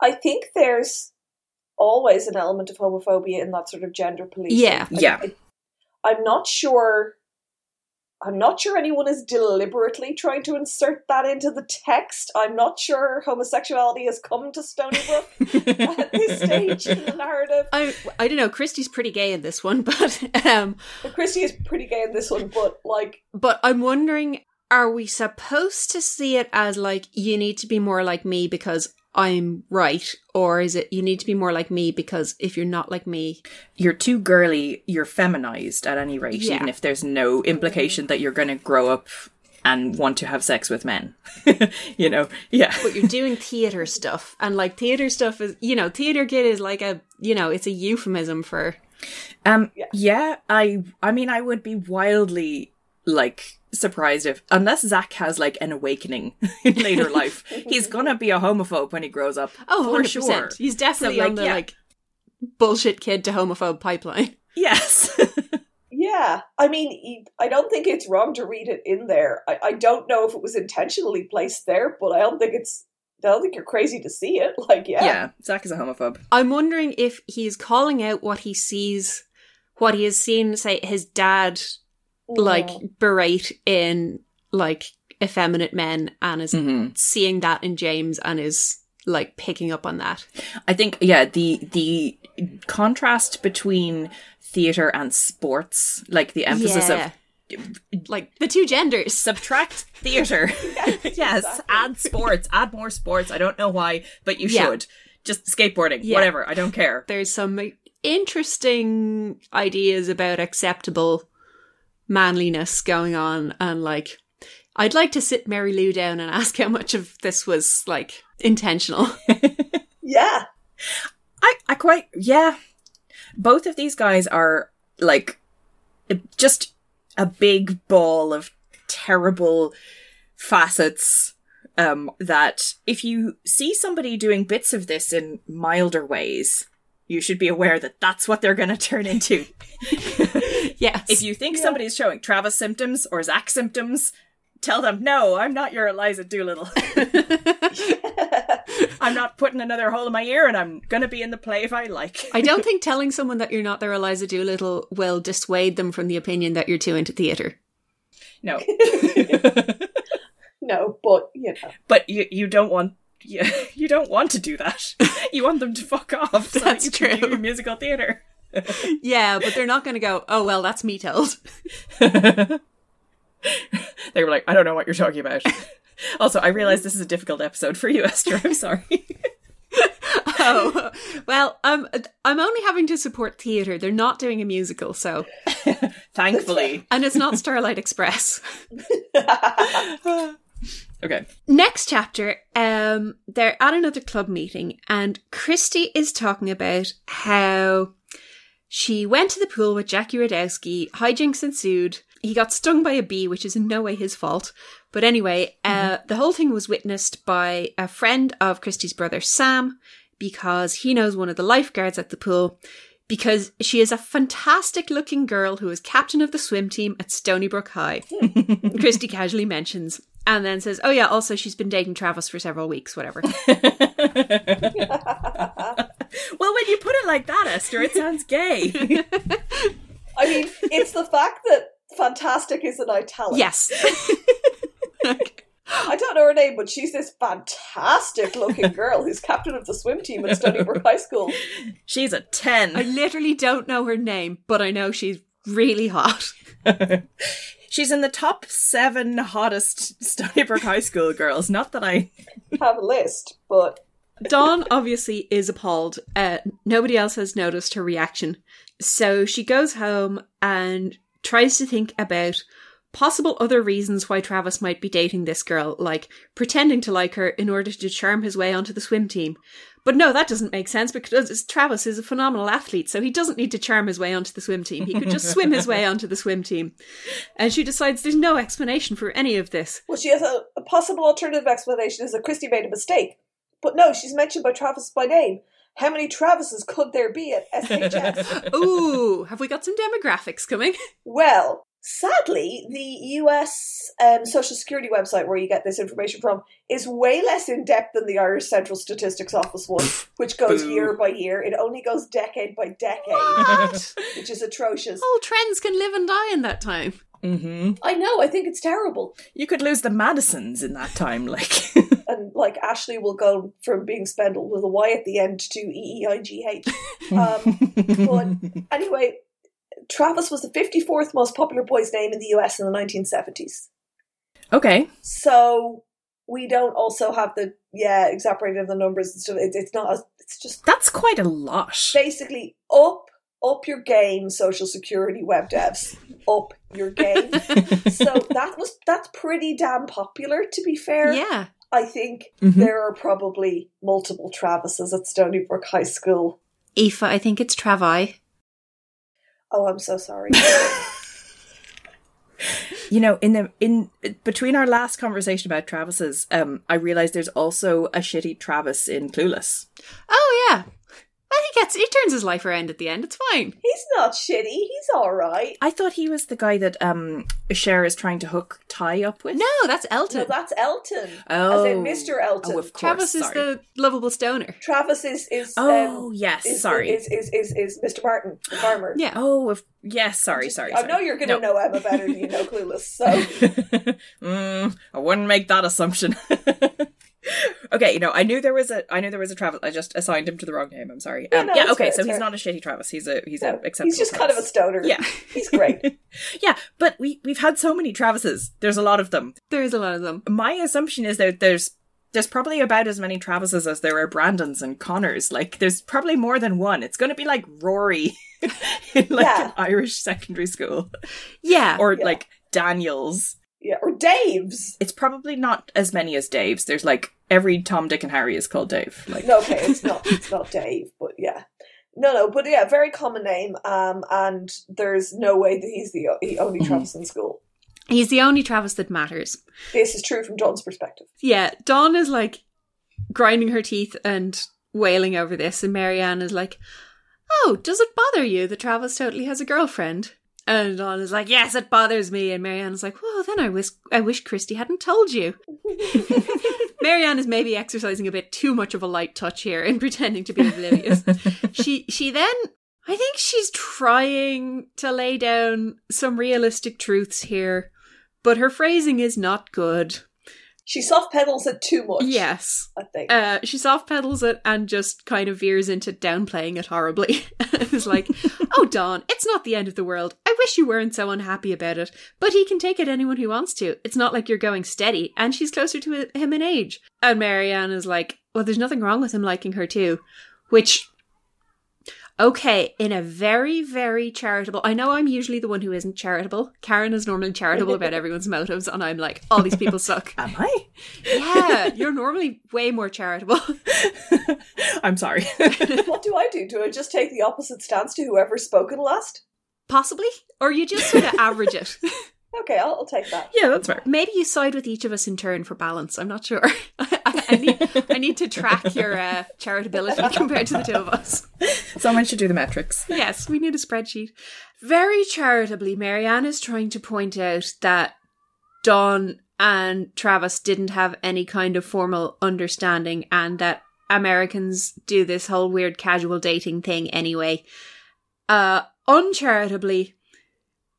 Speaker 2: I think there's always an element of homophobia in that sort of gender policing.
Speaker 3: Yeah.
Speaker 2: I-
Speaker 1: Yeah.
Speaker 2: I, I'm not sure. I'm not sure anyone is deliberately trying to insert that into the text. I'm not sure homosexuality has come to Stony Brook at this stage in the narrative.
Speaker 3: I, I don't know. Christie's pretty gay in this one, but um,
Speaker 2: But Christie is pretty gay in this one, but like,
Speaker 3: but I'm wondering are we supposed to see it as like you need to be more like me because I'm right or is it you need to be more like me because if you're not like me
Speaker 1: You're too girly, you're feminized at any rate,
Speaker 3: Yeah.
Speaker 1: even if there's no implication that you're going to grow up and want to have sex with men. you know? Yeah.
Speaker 3: but you're doing theater stuff and like theater stuff is you know theater kid is like a you know it's a euphemism for
Speaker 1: Um
Speaker 2: Yeah.
Speaker 1: yeah. I I mean I would be wildly like surprised if unless Zach has like an awakening in later life, he's gonna be a homophobe when he grows up.
Speaker 3: oh
Speaker 1: for
Speaker 3: 100%
Speaker 1: sure.
Speaker 3: he's definitely
Speaker 1: So, like,
Speaker 3: on the
Speaker 1: yeah.
Speaker 3: like bullshit kid to homophobe pipeline
Speaker 1: Yes.
Speaker 2: yeah. I mean, e- I don't think it's wrong to read it in there. I, I don't know if it was intentionally placed there, but I don't think it's. I don't think you're crazy to see it. Like,
Speaker 1: yeah.
Speaker 2: yeah.
Speaker 1: Zach is a homophobe.
Speaker 3: I'm wondering if he's calling out what he sees what he has seen say his dad
Speaker 2: Mm-hmm.
Speaker 3: like berate in like effeminate men and is
Speaker 1: Mm-hmm.
Speaker 3: seeing that in James and is like picking up on that.
Speaker 1: I think yeah, the the contrast between theater and sports, like the emphasis of
Speaker 3: like the two genders.
Speaker 1: subtract theater. yes,
Speaker 2: exactly.
Speaker 1: add sports, add more sports. I don't know why, but you
Speaker 3: Yeah.
Speaker 1: should. Just skateboarding,
Speaker 3: Yeah.
Speaker 1: whatever. I don't care.
Speaker 3: There's some interesting ideas about acceptable manliness going on and like I'd like to sit Mary Lou down and ask how much of this was like intentional.
Speaker 2: Yeah.
Speaker 1: I, I quite, yeah. Both of these guys are like just a big ball of terrible facets. Um, that if you see somebody doing bits of this in milder ways, you should be aware that that's what they're going to turn into.
Speaker 3: yes.
Speaker 1: if you think
Speaker 2: Yeah.
Speaker 1: somebody's showing Travis symptoms or Zach symptoms, tell them, no, I'm not your Eliza Doolittle. I'm not putting another hole in my ear and I'm going to be in the play if I like.
Speaker 3: I don't think telling someone that you're not their Eliza Doolittle will dissuade them from the opinion that you're too into theatre.
Speaker 1: No,
Speaker 2: No, but you know.
Speaker 1: but you you don't want you, you don't want to do that. You want them to fuck off. So that
Speaker 3: That's
Speaker 1: you can
Speaker 3: true.
Speaker 1: do your musical theater.
Speaker 3: Yeah, but they're not going to go, oh, well, that's me told.
Speaker 1: they were like, I don't know what you're talking about. also, I realize this is a difficult episode for you, Esther. I'm sorry.
Speaker 3: oh, well, um, I'm only having to support theatre. They're not doing a musical, so.
Speaker 1: Thankfully.
Speaker 3: And it's not Starlight Express.
Speaker 1: Okay.
Speaker 3: Next chapter, um, they're at another club meeting, and Christy is talking about how she went to the pool with Jackie Radowski, hijinks ensued. He got stung by a bee, which is in no way his fault. But anyway, uh, the whole thing was witnessed by a friend of Christie's brother, Sam, because he knows one of the lifeguards at the pool. Because she is a fantastic looking girl who is captain of the swim team at Stony Brook High. Christy casually mentions and then says, Oh, yeah, also she's been dating Travis for several weeks, whatever.
Speaker 1: Well, when you put it like that, Esther, it sounds gay.
Speaker 2: I mean, it's the fact that fantastic is an italic.
Speaker 3: yes.
Speaker 2: I don't know her name, but she's this fantastic looking girl who's captain of the swim team at Stony Brook High School.
Speaker 1: She's a
Speaker 3: I
Speaker 1: 10.
Speaker 3: literally don't know her name, but I know she's really hot.
Speaker 1: She's in the top seven hottest Stony Brook High School girls. Not that I.
Speaker 2: Have a list, but
Speaker 3: Dawn obviously is appalled. Uh, nobody else has noticed her reaction. So she goes home and tries to think about possible other reasons why Travis might be dating this girl, like pretending to like her in order to charm his way onto the swim team. But no, that doesn't make sense because Travis is a phenomenal athlete, so he doesn't need to charm his way onto the swim team. He could just swim his way onto the swim team. And she decides there's no explanation for any of this.
Speaker 2: Well, she has a, a possible alternative explanation is that Christy made a mistake. But no, she's mentioned by Travis by name. How many Travises could there be at SHS?
Speaker 3: Ooh, have we got some demographics coming?
Speaker 2: well, sadly, the US um, Social Security website where you get this information from is way less in depth than the Irish Central Statistics Office one, which goes
Speaker 1: Boo.
Speaker 2: year by year. It only goes decade by decade, which is atrocious.
Speaker 3: All trends can live and die in that time. Mm-hmm.
Speaker 1: hmm
Speaker 2: I know, I think it's terrible.
Speaker 1: You could lose the Madisons in that time, like.
Speaker 2: And like Ashley will go from being spendled with a Y at the end to E E I G H. Um, but anyway, Travis was the 54th most popular boy's name in the US in the 1970s.
Speaker 1: okay.
Speaker 2: So we don't also have the yeah exaggerated the numbers and stuff. It, it's not. As, it's just
Speaker 1: That's quite a lot.
Speaker 2: basically up up your game, social security web devs. Up your game. so that was that's pretty damn popular. To be fair,
Speaker 3: Yeah.
Speaker 2: I think
Speaker 1: Mhm.
Speaker 2: there are probably multiple Travises at Stony Brook High School.
Speaker 3: Aoife, I think it's Travi.
Speaker 2: Oh, I'm so sorry.
Speaker 1: You know, in the in between our last conversation about Travis's, um, I realized there's also a shitty Travis in Clueless.
Speaker 3: Oh yeah. Well, he gets he turns his life around at the end. It's fine.
Speaker 2: He's not shitty. He's all right.
Speaker 1: I thought he was the guy that um Cher is trying to hook Ty up with.
Speaker 3: No, that's Elton.
Speaker 2: No, that's Elton.
Speaker 1: Oh,
Speaker 2: As in Mr. Elton.
Speaker 1: Oh, of course.
Speaker 3: Travis is
Speaker 1: sorry.
Speaker 3: the lovable stoner.
Speaker 2: Travis is is um,
Speaker 1: Oh yes,
Speaker 2: is,
Speaker 1: sorry.
Speaker 2: Is, is, is, is Mr. Martin, the farmer.
Speaker 3: Yeah.
Speaker 1: oh, of, yes. Sorry, sorry.
Speaker 2: I
Speaker 1: sorry.
Speaker 2: know you're going to
Speaker 1: Oh, No.
Speaker 2: know Emma better than you know Clueless, so.
Speaker 1: mm, I wouldn't make that assumption. okay, you know, I knew there was a, I knew there was a Travis. I just assigned him to the wrong name. I'm sorry.
Speaker 2: Yeah,
Speaker 1: Um,
Speaker 2: no,
Speaker 1: yeah.
Speaker 2: it's
Speaker 1: Okay,
Speaker 2: fair,
Speaker 1: so
Speaker 2: it's
Speaker 1: he's
Speaker 2: fair.
Speaker 1: not a shitty Travis. He's a, he's
Speaker 2: no,
Speaker 1: a acceptable.
Speaker 2: he's just kind of a
Speaker 1: Travis.
Speaker 2: stoner.
Speaker 1: Yeah.
Speaker 2: He's great.
Speaker 1: Yeah, but we we've had so many Travises. There's a lot of them.
Speaker 3: There is a lot of them.
Speaker 1: My assumption is that there's there's probably about as many Travises as there are Brandons and Connors. Like there's probably more than one. It's going to be like Rory in like
Speaker 2: Yeah.
Speaker 1: an Irish secondary school
Speaker 3: Yeah.
Speaker 1: or
Speaker 2: Yeah.
Speaker 1: like Daniels.
Speaker 2: yeah. Or Dave's.
Speaker 1: It's probably not as many as Dave's. There's like every Tom, Dick, and Harry is called Dave. Like
Speaker 2: No, okay, it's not, it's not Dave, but yeah. No, no, but yeah, very common name, um, and there's no way that he's the o- he only Travis in school.
Speaker 3: He's the only Travis that matters.
Speaker 2: This is true from John's perspective.
Speaker 3: Yeah. Dawn is like grinding her teeth and wailing over this, and Marianne is like, Oh, does it bother you that Travis totally has a girlfriend? And Dawn is like, Yes, it bothers me. And Marianne is like, Well, then I wish I wish Christy hadn't told you. Marianne is maybe exercising a bit too much of a light touch here and pretending to be oblivious. she she then I think she's trying to lay down some realistic truths here, but her phrasing is not good.
Speaker 2: She soft pedals it too much.
Speaker 3: Yes.
Speaker 2: I think.
Speaker 3: Uh, she soft pedals it and just kind of veers into downplaying it horribly. it's like, oh, Dawn, it's not the end of the world. I wish you weren't so unhappy about it. But he can take it anyone who wants to. It's not like you're going steady. And she's closer to him in age. And Marianne is like, well, there's nothing wrong with him liking her too. Which, okay, in a very, very charitable. I know I'm usually the one who isn't charitable. Karen is normally charitable about everyone's motives. And I'm like, all these people suck.
Speaker 1: am I?
Speaker 3: Yeah, you're normally way more charitable.
Speaker 1: I'm sorry.
Speaker 2: what do I do? Do I just take the opposite stance to whoever's spoken last?
Speaker 3: Possibly. Or you just sort of average it.
Speaker 2: Okay, I'll, I'll take that.
Speaker 1: yeah, that's fair.
Speaker 3: Maybe you side with each of us in turn for balance. I'm not sure. I, I- I need, I need to track your uh, charitability compared to the two of us.
Speaker 1: Someone should do the metrics.
Speaker 3: Yes, we need a spreadsheet. Very charitably, Marianne is trying to point out that Don and Travis didn't have any kind of formal understanding and that Americans do this whole weird casual dating thing anyway. Uh, uncharitably,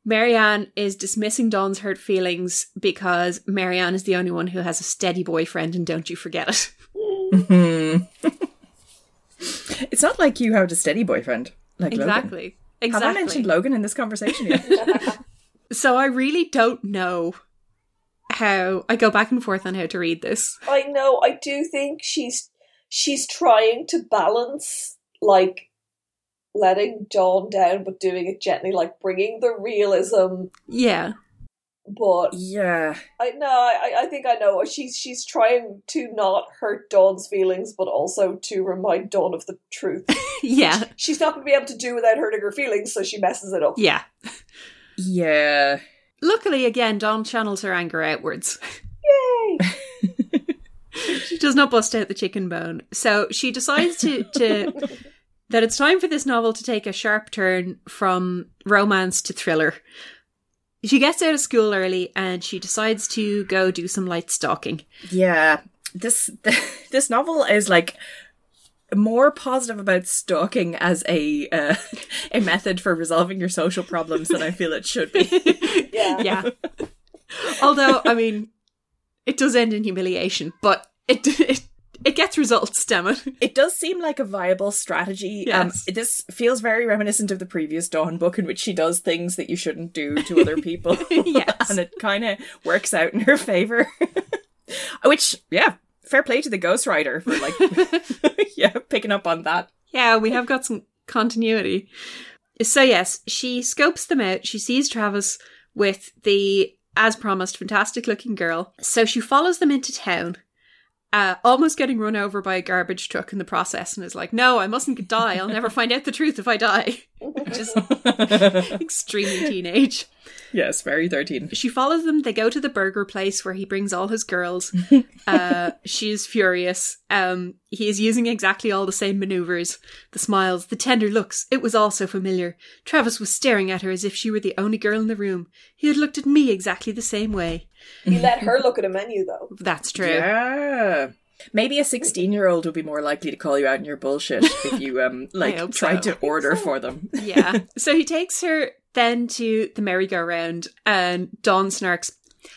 Speaker 3: Marianne is dismissing Don's hurt feelings because Marianne is the only one who has a steady boyfriend and don't you forget it.
Speaker 1: Hmm. it's not like you have a steady boyfriend. Like Logan.
Speaker 3: Exactly.
Speaker 1: Have
Speaker 3: Exactly.
Speaker 1: I mentioned Logan in this conversation yet?
Speaker 3: So I really don't know how I go back and forth on how to read this.
Speaker 2: I know. I do think she's she's trying to balance like letting Dawn down, but doing it gently, like bringing the realism
Speaker 3: Yeah.
Speaker 2: But
Speaker 1: Yeah.
Speaker 2: I no, I, I think I know. She's she's trying to not hurt Dawn's feelings, but also to remind Dawn of the truth.
Speaker 3: yeah,
Speaker 2: She's not going to be able to do without hurting her feelings, so she messes it up.
Speaker 3: yeah.
Speaker 1: Yeah.
Speaker 3: Luckily, again, Dawn channels her anger outwards.
Speaker 2: Yay!
Speaker 3: she does not bust out the chicken bone. So she decides to, to that it's time for this novel to take a sharp turn from romance to thriller. She gets out of school early and she decides to go do some light stalking.
Speaker 1: Yeah. This this novel is like more positive about stalking as a uh, a method for resolving your social problems than I feel it should be.
Speaker 2: Yeah.
Speaker 3: yeah. Although, I mean, it does end in humiliation, but it it, it gets results, damn it.
Speaker 1: It does seem like a viable strategy.
Speaker 3: Yes.
Speaker 1: Um, this feels very reminiscent of the previous Dawn book, in which she does things that you shouldn't do to other people.
Speaker 3: Yes.
Speaker 1: and it kind of works out in her favor. which, yeah, fair play to the ghostwriter for like, yeah, picking up on that.
Speaker 3: Yeah, we have got some continuity. So, yes, she scopes them out. She sees Travis with the, as promised, fantastic looking girl. So she follows them into town, uh, almost getting run over by a garbage truck in the process, and is like, no, I mustn't die. I'll never find out the truth if I die. Just extremely teenage.
Speaker 1: yes, very thirteen.
Speaker 3: She follows them. They go to the burger place where he brings all his girls. Uh, she is furious. Um, he is using exactly all the same maneuvers the smiles, the tender looks. It was all so familiar. Travis was staring at her as if she were the only girl in the room. He had looked at me exactly the same way.
Speaker 2: You let her look at a menu, though.
Speaker 3: That's true.
Speaker 1: Yeah. Maybe a sixteen-year-old would be more likely to call you out on your bullshit if you um like
Speaker 3: hope
Speaker 1: tried
Speaker 3: so.
Speaker 1: to order for them.
Speaker 3: yeah. So he takes her then to the merry-go-round, and Dawn snarks,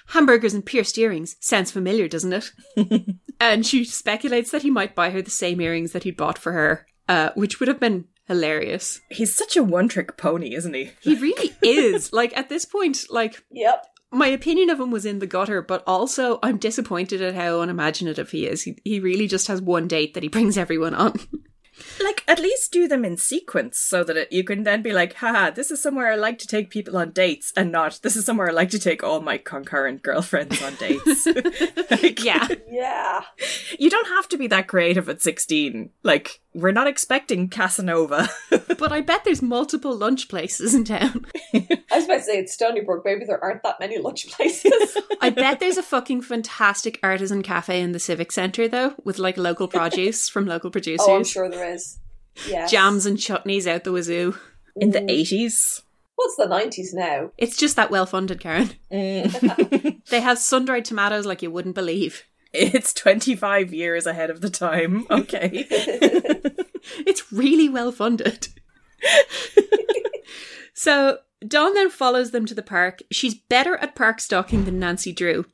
Speaker 3: Hamburgers and pierced earrings. Sounds familiar, doesn't it? and she speculates that he might buy her the same earrings that he'd bought for her, uh, which would have been hilarious.
Speaker 1: He's such a one-trick pony, isn't he?
Speaker 3: He really is. Like, at this point, like,
Speaker 2: Yep.
Speaker 3: my opinion of him was in the gutter, but also I'm disappointed at how unimaginative he is. He, he really just has one date that he brings everyone on.
Speaker 1: Like, at least do them in sequence so that it, you can then be like, haha, this is somewhere I like to take people on dates, and not, this is somewhere I like to take all my concurrent girlfriends on dates. Like,
Speaker 3: yeah.
Speaker 2: Yeah.
Speaker 1: You don't have to be that creative at 16. Like, we're not expecting Casanova.
Speaker 3: But I bet there's multiple lunch places in town.
Speaker 2: I was about to say it's Stony Brook. Maybe there aren't that many lunch places.
Speaker 3: I bet there's a fucking fantastic artisan cafe in the civic centre though, with like local produce from local producers,
Speaker 2: oh, I'm sure there is. Yeah.
Speaker 3: jams and chutneys out the wazoo.
Speaker 1: In the 80s.
Speaker 2: What's the 90s now?
Speaker 3: It's just that well funded, Karen. They have sun dried tomatoes like you wouldn't believe.
Speaker 1: It's 25 years ahead of the time. Okay.
Speaker 3: It's really well funded. so Dawn then follows them to the park. She's better at park stalking than Nancy Drew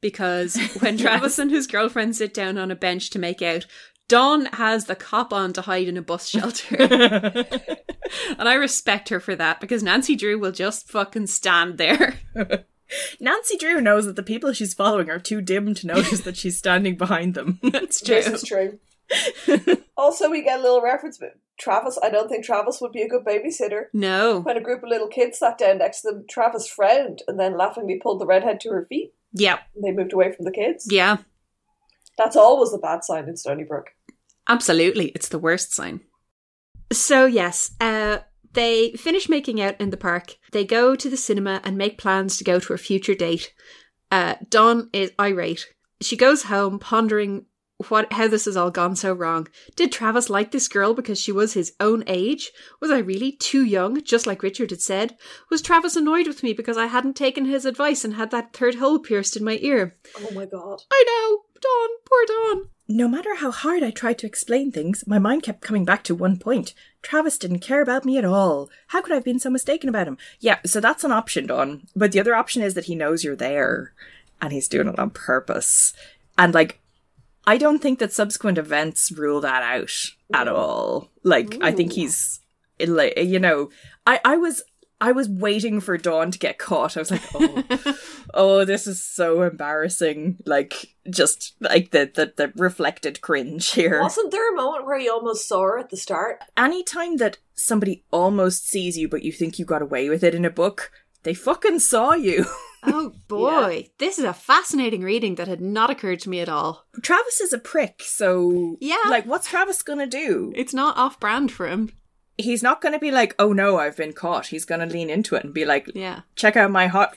Speaker 3: because when Travis and his girlfriend sit down on a bench to make out, Dawn has the cop on to hide in a bus shelter. and I respect her for that because Nancy Drew will just fucking stand there.
Speaker 1: Nancy Drew knows that the people she's following are too dim to notice that she's standing behind them.
Speaker 3: That's true.
Speaker 2: This is true. also, we get a little reference. But Travis, I don't think Travis would be a good babysitter.
Speaker 3: No.
Speaker 2: When a group of little kids sat down next to them, Travis frowned and then laughingly pulled the redhead to her feet.
Speaker 3: Yeah.
Speaker 2: And they moved away from the kids.
Speaker 3: Yeah.
Speaker 2: That's always a bad sign in Stony Brook.
Speaker 3: Absolutely, it's the worst sign. So yes, uh, they finish making out in the park. They go to the cinema and make plans to go to a future date. Uh, Dawn is irate. She goes home pondering what how this has all gone so wrong. Did Travis like this girl because she was his own age? Was I really too young, just like Richard had said? Was Travis annoyed with me because I hadn't taken his advice and had that third hole pierced in my ear?
Speaker 2: Oh my god.
Speaker 3: I know, Dawn, poor Dawn.
Speaker 1: No matter how hard I tried to explain things, my mind kept coming back to one point. Travis didn't care about me at all. How could I have been so mistaken about him? Yeah, so that's an option, Don. But the other option is that he knows you're there and he's doing it on purpose. And like, I don't think that subsequent events rule that out at all. Like, I think he's, like, you know, I, I was. I was waiting for Dawn to get caught. I was like, oh, oh this is so embarrassing like just like the the, the reflected cringe here
Speaker 2: Wasn't there a moment where he almost saw her at the start?
Speaker 1: anytime that somebody almost sees you but you think you got away with it in a book they fucking saw you
Speaker 3: Oh boy, this is a fascinating reading that had not occurred to me at all.
Speaker 1: Travis is a prick, so
Speaker 3: Yeah.
Speaker 1: like what's Travis gonna do?
Speaker 3: It's not off brand for him.
Speaker 1: He's not gonna be like, "Oh no, I've been caught." He's gonna lean into it and be like,
Speaker 3: Yeah.
Speaker 1: "Check out my hot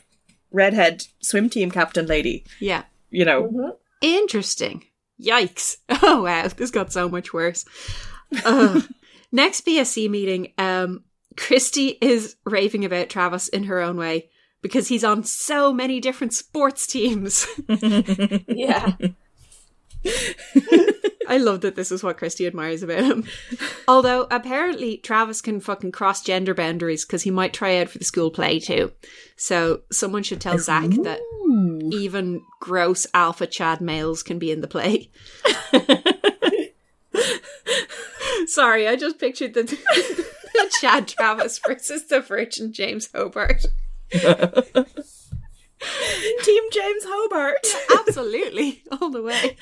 Speaker 1: redhead swim team captain lady."
Speaker 3: Yeah.
Speaker 1: You know,
Speaker 3: Mm-hmm. Interesting. Yikes. Oh wow, this got so much worse. Ugh. Next BSC meeting, um, Christy is raving about Travis in her own way because he's on so many different sports teams.
Speaker 2: Yeah.
Speaker 3: I love that this is what Christy admires about him. Although apparently Travis can fucking cross gender boundaries because he might try out for the school play too. So someone should tell Zach that even gross alpha Chad males can be in the play. Sorry, I just pictured the, the Chad Travis versus the Virgin James Hobart.
Speaker 1: Team James Hobart.
Speaker 3: Absolutely, all the way.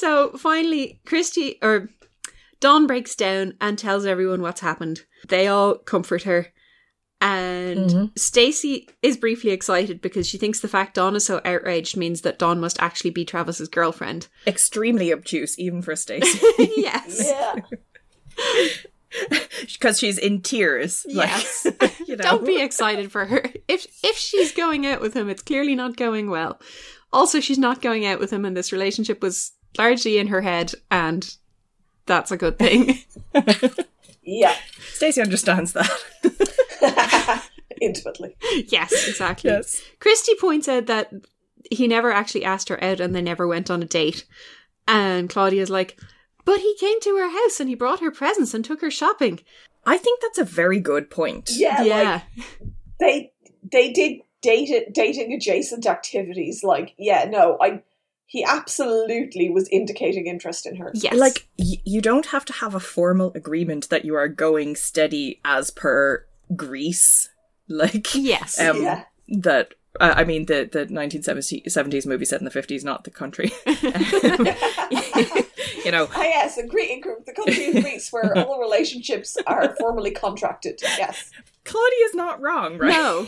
Speaker 3: so finally, Christy or Dawn breaks down and tells everyone what's happened. They all comfort her. And Stacy is briefly excited because she thinks the fact Dawn is so outraged means that Dawn must actually be Travis's girlfriend.
Speaker 1: Extremely obtuse, even for Stacey,
Speaker 3: yes.
Speaker 2: Yeah.
Speaker 1: because she's in tears. like,
Speaker 3: Yes.
Speaker 1: you know.
Speaker 3: Don't be excited for her. If if she's going out with him, it's clearly not going well. Also, she's not going out with him and this relationship was largely in her head and that's a good thing.
Speaker 2: Yeah.
Speaker 1: Stacey understands that.
Speaker 2: Intimately.
Speaker 3: yes, exactly.
Speaker 1: Yes.
Speaker 3: Christy points out that he never actually asked her out and they never went on a date. And Claudia's like, but he came to her house and he brought her presents and took her shopping.
Speaker 1: I think that's a very good point.
Speaker 2: Yeah. Like,
Speaker 3: yeah.
Speaker 2: they they did date, dating adjacent activities. Like, yeah, no, I he absolutely was indicating interest in her.
Speaker 3: yes.
Speaker 1: Like, y- you don't have to have a formal agreement that you are going steady as per Greece. Like,
Speaker 3: yes.
Speaker 1: um,
Speaker 2: Yeah.
Speaker 1: that. Uh, I mean, the, the 1970s movie set in the 50s, not the country.
Speaker 3: Um,
Speaker 1: you know,
Speaker 2: Ah, yes, in Greece, in Gre- the country of Greece where all relationships are formally contracted. Yes.
Speaker 1: Claudia's not wrong, right?
Speaker 3: No.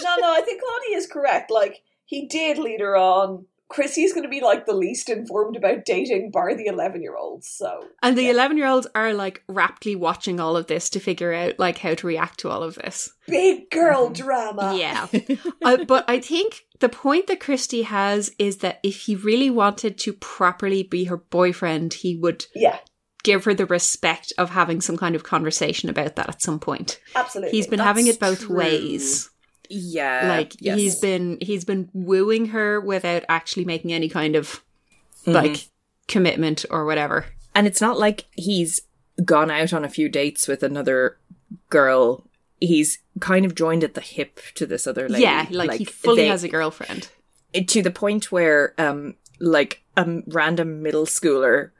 Speaker 2: No, no, I think Claudia is correct. Like, he did lead her on. Chrissy's going to be, like, the least informed about dating, bar the 11 year olds. So,
Speaker 3: And the 11 year olds are like raptly watching all of this to figure out like how to react to all of this.
Speaker 2: big girl
Speaker 1: Uh.
Speaker 2: drama.
Speaker 3: Mm-hmm. Yeah. I, but I think the point that Christy has is that if he really wanted to properly be her boyfriend, he would
Speaker 2: Yeah,
Speaker 3: give her the respect of having some kind of conversation about that at some point.
Speaker 2: absolutely.
Speaker 3: He's been having
Speaker 1: That's
Speaker 3: it both
Speaker 1: true.
Speaker 3: ways.
Speaker 1: Yeah.
Speaker 3: Like
Speaker 1: yes.
Speaker 3: he's been he's been wooing her without actually making any kind of
Speaker 1: Mm-hmm.
Speaker 3: like commitment or whatever.
Speaker 1: And it's not like he's gone out on a few dates with another girl. He's kind of joined at the hip to this other lady.
Speaker 3: yeah, like, he fully
Speaker 1: they-
Speaker 3: has a girlfriend.
Speaker 1: to the point where, um, like a random middle schooler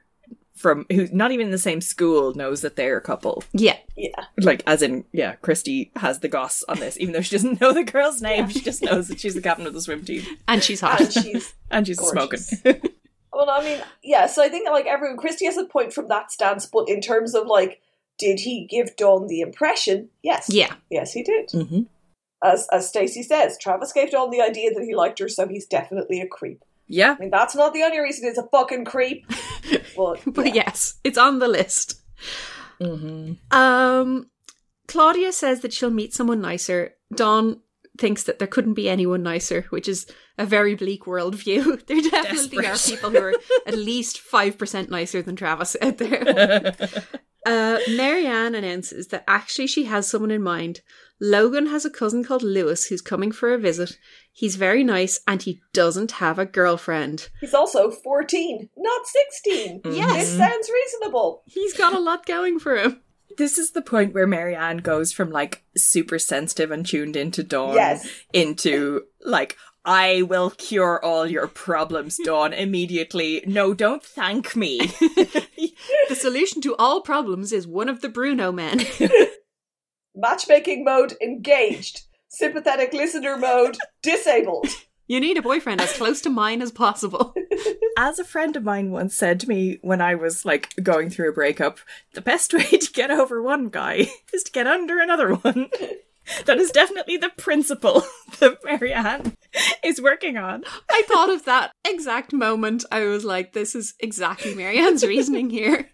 Speaker 1: from who's not even in the same school knows that they're a couple.
Speaker 3: Yeah.
Speaker 2: Yeah.
Speaker 1: Like, as in, yeah, Christy has the goss on this, even though she doesn't know the girl's name. She just knows that she's the captain of the swim team
Speaker 3: And she's
Speaker 2: And
Speaker 3: hot.
Speaker 2: she's
Speaker 1: and she's
Speaker 2: Gorgeous.
Speaker 1: smoking.
Speaker 2: Well, I mean, yeah. So I think like everyone, Christie has a point from that stance, but in terms of like, did he give Dawn the impression? Yes.
Speaker 3: yeah.
Speaker 2: Yes, he did.
Speaker 1: hmm
Speaker 2: As as Stacy says, Travis gave Dawn the idea that he liked her, so he's definitely a creep.
Speaker 1: Yeah.
Speaker 2: I mean, that's not the only reason he's a fucking creep. But,
Speaker 3: But
Speaker 2: yeah.
Speaker 3: yes, it's on the list.
Speaker 1: hmm
Speaker 3: Um Claudia says that she'll meet someone nicer. Don thinks that there couldn't be anyone nicer, which is a very bleak worldview. There definitely are
Speaker 1: Desperate.
Speaker 3: people who are at least 5% nicer than Travis out there. Uh, Marianne announces that actually she has someone in mind. Logan has a cousin called Lewis who's coming for a visit. He's very nice and he doesn't have a girlfriend.
Speaker 2: he's also fourteen, not sixteen.
Speaker 3: Yes.
Speaker 2: This sounds reasonable.
Speaker 3: He's got a lot going for him.
Speaker 1: This is the point where Marianne goes from like super sensitive and tuned into Dawn
Speaker 2: Yes.
Speaker 1: into like, I will cure all your problems, Dawn, immediately. No, don't thank me.
Speaker 3: The solution to all problems is one of the Bruno men.
Speaker 2: Matchmaking mode engaged. Sympathetic listener mode disabled.
Speaker 3: You need a boyfriend as close to mine as possible.
Speaker 1: As a friend of mine once said to me when I was like going through a breakup, the best way to get over one guy is to get under another one. That is definitely the principle that Marianne is working on.
Speaker 3: I thought of that exact moment. I was like, this is exactly Marianne's reasoning here.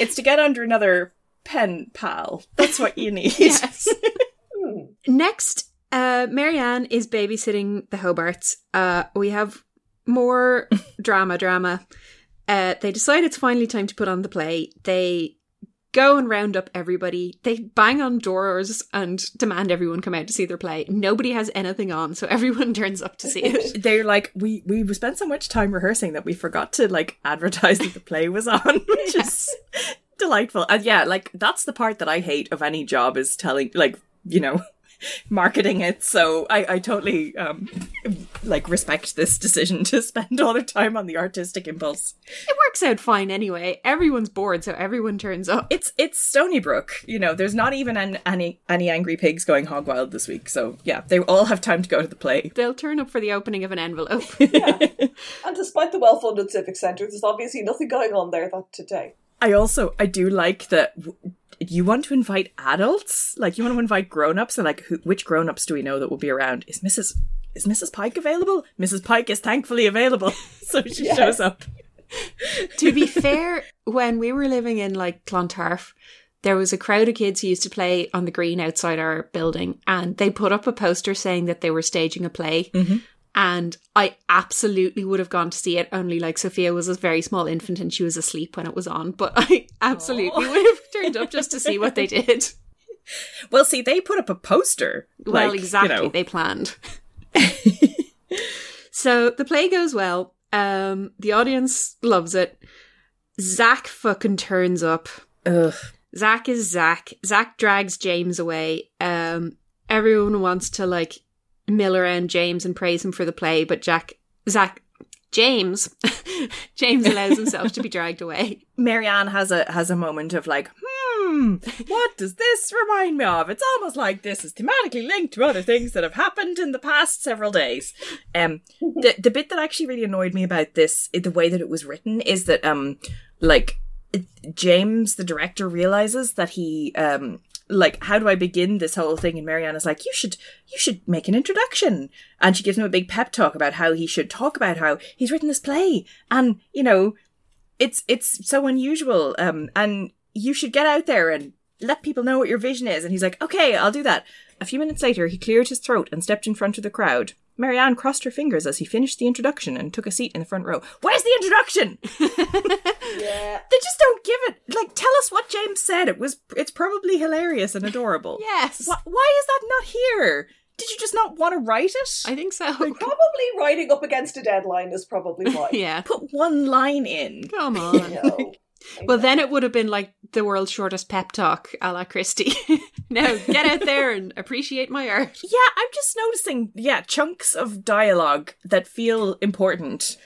Speaker 1: It's to get under another pen pal. That's what you need.
Speaker 3: Yes.
Speaker 2: Hmm.
Speaker 3: Next, uh, Marianne is babysitting the Hobarts. Uh, we have more drama, drama. Uh, they decide it's finally time to put on the play. They go and round up everybody. They bang on doors and demand everyone come out to see their play. Nobody has anything on, so everyone turns up to see it.
Speaker 1: They're like, we we spent so much time rehearsing that we forgot to like advertise that the play was on, which is delightful. And yeah, like that's the part that I hate of any job is telling like, you know, marketing it. So I, I totally um like respect this decision to spend all their time on the artistic impulse.
Speaker 3: It works out fine anyway. Everyone's bored, so everyone turns up.
Speaker 1: It's it's Stony Brook, you know, there's not even an, any any angry pigs going hog wild this week. So yeah, they all have time to go to the play.
Speaker 3: They'll turn up for the opening of an envelope.
Speaker 2: And despite the well funded civic centre, there's obviously nothing going on there that today.
Speaker 1: I also I do like that w- you want to invite adults, like you want to invite grown-ups, and like who, which grown-ups do we know that will be around? Is Mrs. Is Mrs. Pike available? Mrs. Pike is thankfully available, so she
Speaker 2: Yes.
Speaker 1: shows up.
Speaker 3: to be fair, when we were living in like Clontarf, there was a crowd of kids who used to play on the green outside our building, and they put up a poster saying that they were staging a play. And I absolutely would have gone to see it, only like Sophia was a very small infant and she was asleep when it was on. But I absolutely
Speaker 1: Aw.
Speaker 3: would have turned up just to see what they did.
Speaker 1: Well, see, they put up a poster.
Speaker 3: Well,
Speaker 1: like, you
Speaker 3: exactly.
Speaker 1: know.
Speaker 3: They planned. so the play goes well. Um, the audience loves it. Zach fucking turns up.
Speaker 1: Ugh.
Speaker 3: Zach is Zach. Zach drags James away. Um, everyone wants to like mill around James and praise him for the play, but Jack, Zach, James, James allows himself to be dragged away.
Speaker 1: Marianne has a has a moment of like, hmm, what does this remind me of? It's almost like this is thematically linked to other things that have happened in the past several days. Um, the the bit that actually really annoyed me about this, i- the way that it was written, is that um, like it- James, the director, realizes that he um. Like, how do I begin this whole thing? And Marianne is like, you should, you should make an introduction. And she gives him a big pep talk about how he should talk about how he's written this play. And, you know, it's it's so unusual um and you should get out there and let people know what your vision is and he's like okay i'll do that a few minutes later he cleared his throat and stepped in front of the crowd marianne crossed her fingers as he finished the introduction and took a seat in the front row where's the introduction
Speaker 2: Yeah.
Speaker 1: they just don't give it like tell us what james said it was it's probably hilarious and adorable
Speaker 3: Yes,
Speaker 1: Wh- why is that not here did you just not want to write it
Speaker 3: I think so.
Speaker 2: Probably riding up against a deadline is probably why.
Speaker 3: yeah,
Speaker 1: put one line in
Speaker 3: come on.
Speaker 2: No.
Speaker 3: Well, then it would have been like the world's shortest pep talk a la Christie. now get out there and appreciate my art.
Speaker 1: Yeah, I'm just noticing, yeah, chunks of dialogue that feel important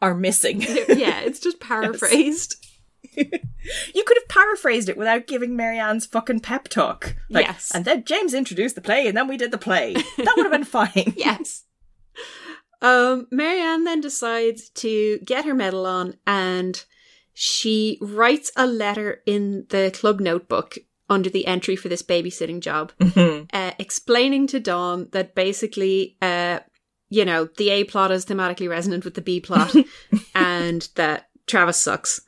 Speaker 1: are missing.
Speaker 3: yeah, it's just paraphrased.
Speaker 1: you could have paraphrased it without giving Marianne's fucking pep talk. Like,
Speaker 3: Yes.
Speaker 1: And then James introduced the play, and then we did the play. That would have been fine.
Speaker 3: Yes. Um, Marianne then decides to get her medal on and she writes a letter in the club notebook under the entry for this babysitting job,
Speaker 1: Mhm.
Speaker 3: uh, explaining to Dawn that basically, uh, you know, the A plot is thematically resonant with the B plot and that Travis sucks.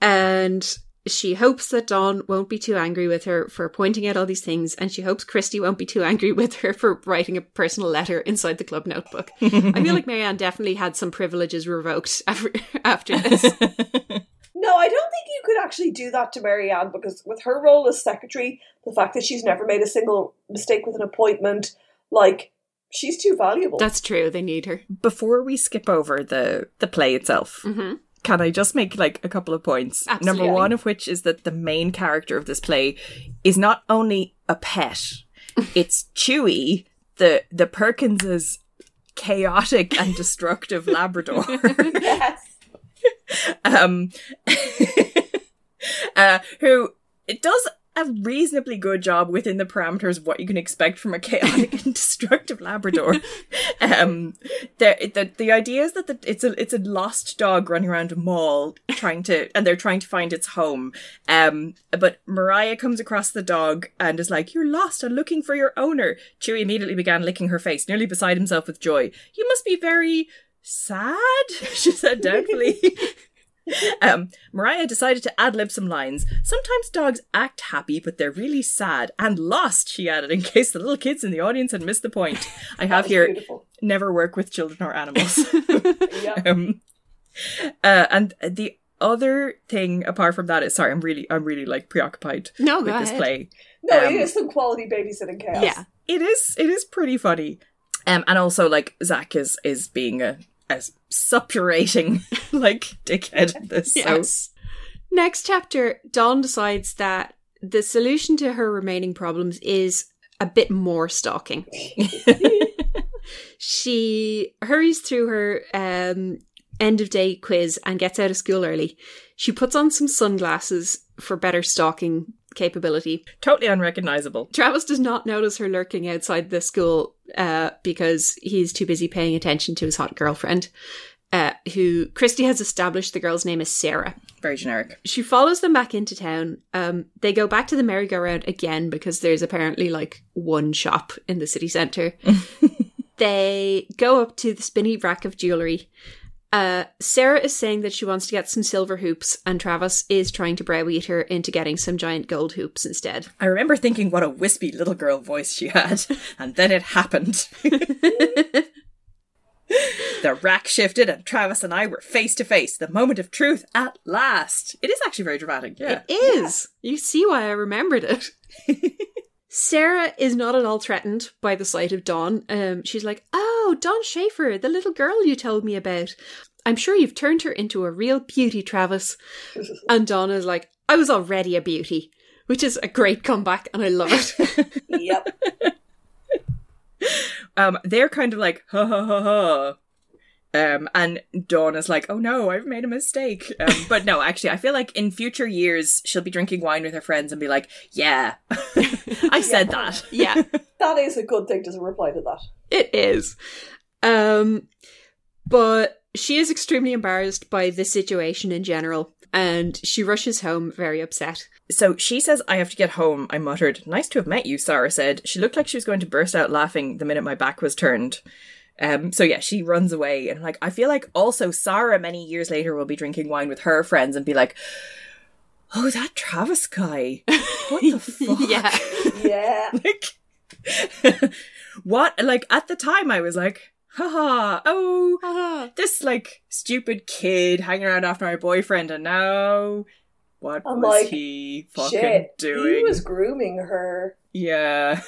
Speaker 3: And she hopes that Dawn won't be too angry with her for pointing out all these things, and she hopes Christy won't be too angry with her for writing a personal letter inside the club notebook. I feel like Marianne definitely had some privileges revoked after, after this.
Speaker 2: No, I don't think you could actually do that to Marianne because with her role as secretary, the fact that she's never made a single mistake with an appointment, like she's too valuable.
Speaker 3: That's true, they need her.
Speaker 1: Before we skip over the, the play itself,
Speaker 3: hmm
Speaker 1: can I just make like a couple of points?
Speaker 3: Absolutely.
Speaker 1: Number one of which is that the main character of this play is not only a pet, it's Chewy, the the Perkins's chaotic and destructive Labrador.
Speaker 2: yes.
Speaker 1: um uh who it does a reasonably good job within the parameters of what you can expect from a chaotic and destructive Labrador. um, the, the the idea is that the, it's a it's a lost dog running around a mall trying to and they're trying to find its home. Um, but Mariah comes across the dog and is like, "You're lost. I'm looking for your owner." Chewie immediately began licking her face, nearly beside himself with joy. "You must be very sad," she said doubtfully. Um, Mariah decided to ad lib some lines. Sometimes dogs act happy, but they're really sad and lost, she added, in case the little kids in the audience had missed the point. I have
Speaker 2: was
Speaker 1: here
Speaker 2: beautiful.
Speaker 1: never work with children or animals.
Speaker 2: Yeah.
Speaker 1: um, uh, and the other thing apart from that is sorry, I'm really I'm really like preoccupied
Speaker 3: No,
Speaker 1: with
Speaker 3: go
Speaker 1: this
Speaker 3: ahead.
Speaker 1: play.
Speaker 2: No,
Speaker 1: Um,
Speaker 2: it is some quality babysitting chaos.
Speaker 3: Yeah.
Speaker 1: It is it is pretty funny. Um and also like Zach is is being a, a suppurating like dickhead in this. so-
Speaker 3: Yes. Next chapter, Dawn decides that the solution to her remaining problems is a bit more stalking. she hurries through her um, end of day quiz and gets out of school early. She puts on some sunglasses for better stalking capability.
Speaker 1: totally unrecognizable.
Speaker 3: Travis does not notice her lurking outside the school uh, because he's too busy paying attention to his hot girlfriend, uh, who Christy has established the girl's name is Sarah
Speaker 1: Very generic.
Speaker 3: she follows them back into town. Um, they go back to the merry-go-round again because there's apparently like one shop in the city centre. they go up to the spinny rack of jewellery. Uh, Sarah is saying that she wants to get some silver hoops, and Travis is trying to browbeat her into getting some giant gold hoops instead.
Speaker 1: I remember thinking what a wispy little girl voice she had, and then it happened. the rack shifted, and Travis and I were face to face. The moment of truth at last. It is actually very dramatic. Yeah.
Speaker 3: It is. You see why I remembered it. Sarah is not at all threatened by the sight of Dawn. Um, she's like, "Oh, Dawn Schaefer, the little girl you told me about. I'm sure you've turned her into a real beauty, Travis." and Dawn is like, "I was already a beauty," which is a great comeback, and I love it.
Speaker 2: Yep.
Speaker 1: Um, they're kind of like ha ha ha ha. Um, and Dawn is like, "Oh no, I've made a mistake." Um, but no, actually, I feel like in future years she'll be drinking wine with her friends and be like, "Yeah, I said that."
Speaker 3: yeah,
Speaker 2: That is a good thing to reply to that.
Speaker 3: it is. Um, but she is extremely embarrassed by this situation in general, and she rushes home very upset.
Speaker 1: So she says, I have to get home. I muttered, Nice to have met you, Sarah said. She looked like she was going to burst out laughing the minute my back was turned. Um, so yeah, she runs away. And like, I feel like also Sarah many years later will be drinking wine with her friends and be like, Oh, that Travis guy. What the fuck?
Speaker 3: Yeah.
Speaker 2: Yeah.
Speaker 1: Like, what? Like, at the time I was like, haha, oh, this like stupid kid hanging around after my boyfriend. And now what
Speaker 2: I'm
Speaker 1: was
Speaker 2: like,
Speaker 1: he fucking
Speaker 2: Shit.
Speaker 1: doing?
Speaker 2: He was grooming her.
Speaker 1: Yeah.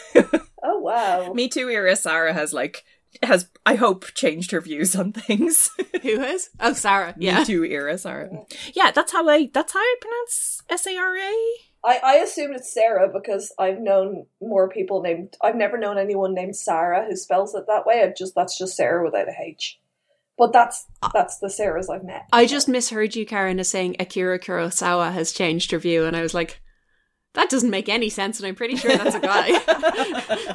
Speaker 2: Oh wow.
Speaker 1: Me too era Sarah has like has I hope changed her views on things.
Speaker 3: Who is? Oh, Sarah.
Speaker 1: Me too era Sarah. Yeah, that's how I that's how I pronounce S A R A.
Speaker 2: I, I assumed it's Sarah because I've known more people named I've never known anyone named Sarah who spells it that way. I've just that's just Sarah without a H. But that's that's the Sarahs I've met.
Speaker 3: I just misheard you, Karen, as saying Akira Kurosawa has changed her view, and I was like, that doesn't make any sense, and I'm pretty sure that's a guy.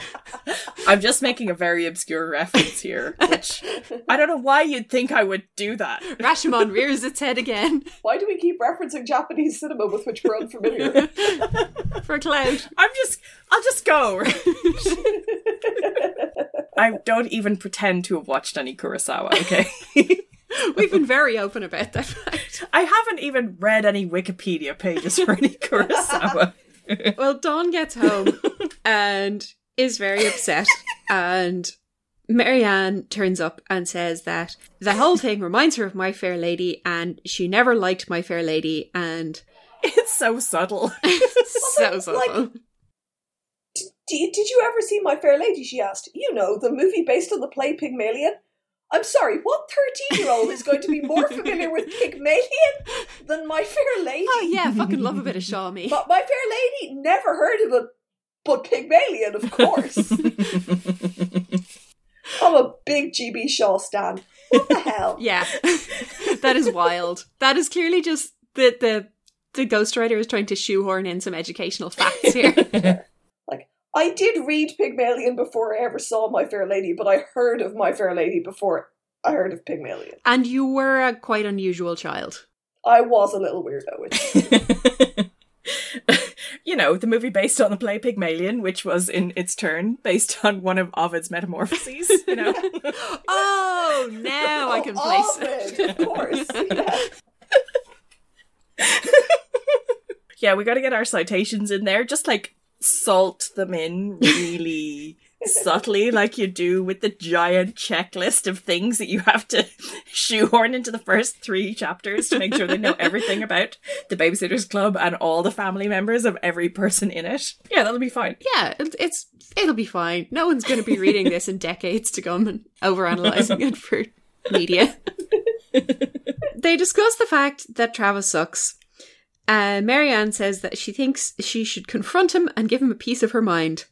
Speaker 1: I'm just making a very obscure reference here, which I don't know why you'd think I would do that.
Speaker 3: Rashomon rears its head again
Speaker 2: Why do we keep referencing Japanese cinema with which we're unfamiliar?
Speaker 3: for Cloud.
Speaker 1: I'm just I'll just go. I don't even pretend to have watched any Kurosawa, okay?
Speaker 3: We've been very open about that fact.
Speaker 1: I haven't even read any Wikipedia pages for any Kurosawa.
Speaker 3: Well, Dawn gets home and is very upset, and Marianne turns up and says that the whole thing reminds her of My Fair Lady, and she never liked My Fair Lady, and
Speaker 1: It's so subtle.
Speaker 3: so so.
Speaker 2: like-
Speaker 3: so.
Speaker 2: Do you- did you ever see My Fair Lady? She asked. You know, the movie based on the play Pygmalion. I'm sorry, what 13 year old is going to be more familiar with Pygmalion than My Fair Lady?
Speaker 3: Oh yeah, fucking love a bit of Shawmy.
Speaker 2: But My Fair Lady never heard of it, but Pygmalion, of course. I'm a big GB Shaw stan. What the hell?
Speaker 3: Yeah, that is wild. That is clearly just the the the ghostwriter is trying to shoehorn in some educational facts here.
Speaker 2: I did read Pygmalion before I ever saw My Fair Lady, but I heard of My Fair Lady before I heard of Pygmalion.
Speaker 3: and you were a quite unusual child.
Speaker 2: I was a little weirdo. It's
Speaker 1: you know, the movie based on the play Pygmalion, which was in its turn based on one of Ovid's metamorphoses, you know?
Speaker 3: Oh, now I can
Speaker 2: Oh,
Speaker 3: place it.
Speaker 2: Ovid, of course. Yeah.
Speaker 1: yeah, we gotta get our citations in there. Just like salt them in really subtly, like you do with the giant checklist of things that you have to shoehorn into the first three chapters to make sure they know everything about the Babysitters Club and all the family members of every person in it. Yeah, that'll be fine.
Speaker 3: Yeah, it- it's it'll be fine. No one's going to be reading this in decades to come and overanalyzing it for media. they discuss the fact that Travis sucks. Uh, Marianne says that she thinks she should confront him and give him a piece of her mind,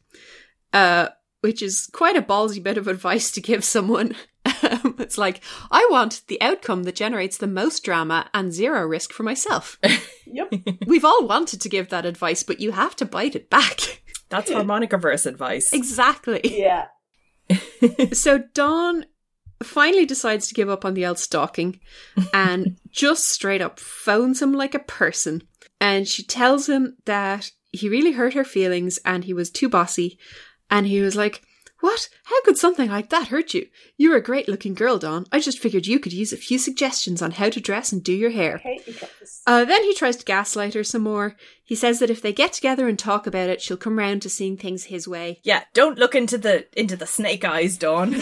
Speaker 3: uh, which is quite a ballsy bit of advice to give someone. Um, it's like I want the outcome that generates the most drama and zero risk for myself.
Speaker 2: Yep.
Speaker 3: We've all wanted to give that advice, but you have to bite it back.
Speaker 1: That's harmonica verse advice.
Speaker 3: exactly.
Speaker 2: Yeah.
Speaker 3: So Dawn finally decides to give up on the elf stalking and just straight up phones him like a person. And she tells him that he really hurt her feelings and he was too bossy. And he was like, What? How could something like that hurt you? You're a great looking girl, Dawn. I just figured you could use a few suggestions on how to dress and do your hair.
Speaker 2: Okay, you got this.
Speaker 3: Uh, then he tries to gaslight her some more. He says that if they get together and talk about it, she'll come round to seeing things his way.
Speaker 1: Yeah, don't look into the into the snake eyes, Dawn.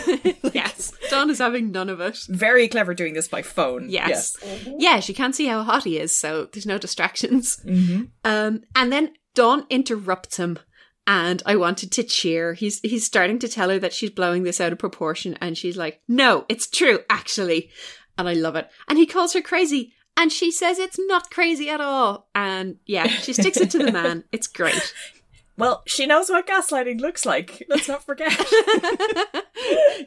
Speaker 3: Yes, Dawn is having none of it.
Speaker 1: Very clever doing this by phone.
Speaker 3: Yes. Yeah, she can't see how hot he is, so there's no distractions.
Speaker 1: Mm-hmm.
Speaker 3: Um, and then Dawn interrupts him, and I wanted to cheer. He's he's starting to tell her that she's blowing this out of proportion, and she's like, "No, it's true, actually." And I love it. And he calls her crazy, and she says it's not crazy at all. And yeah, she sticks it to the man. It's great.
Speaker 1: Well, she knows what gaslighting looks like. Let's not forget.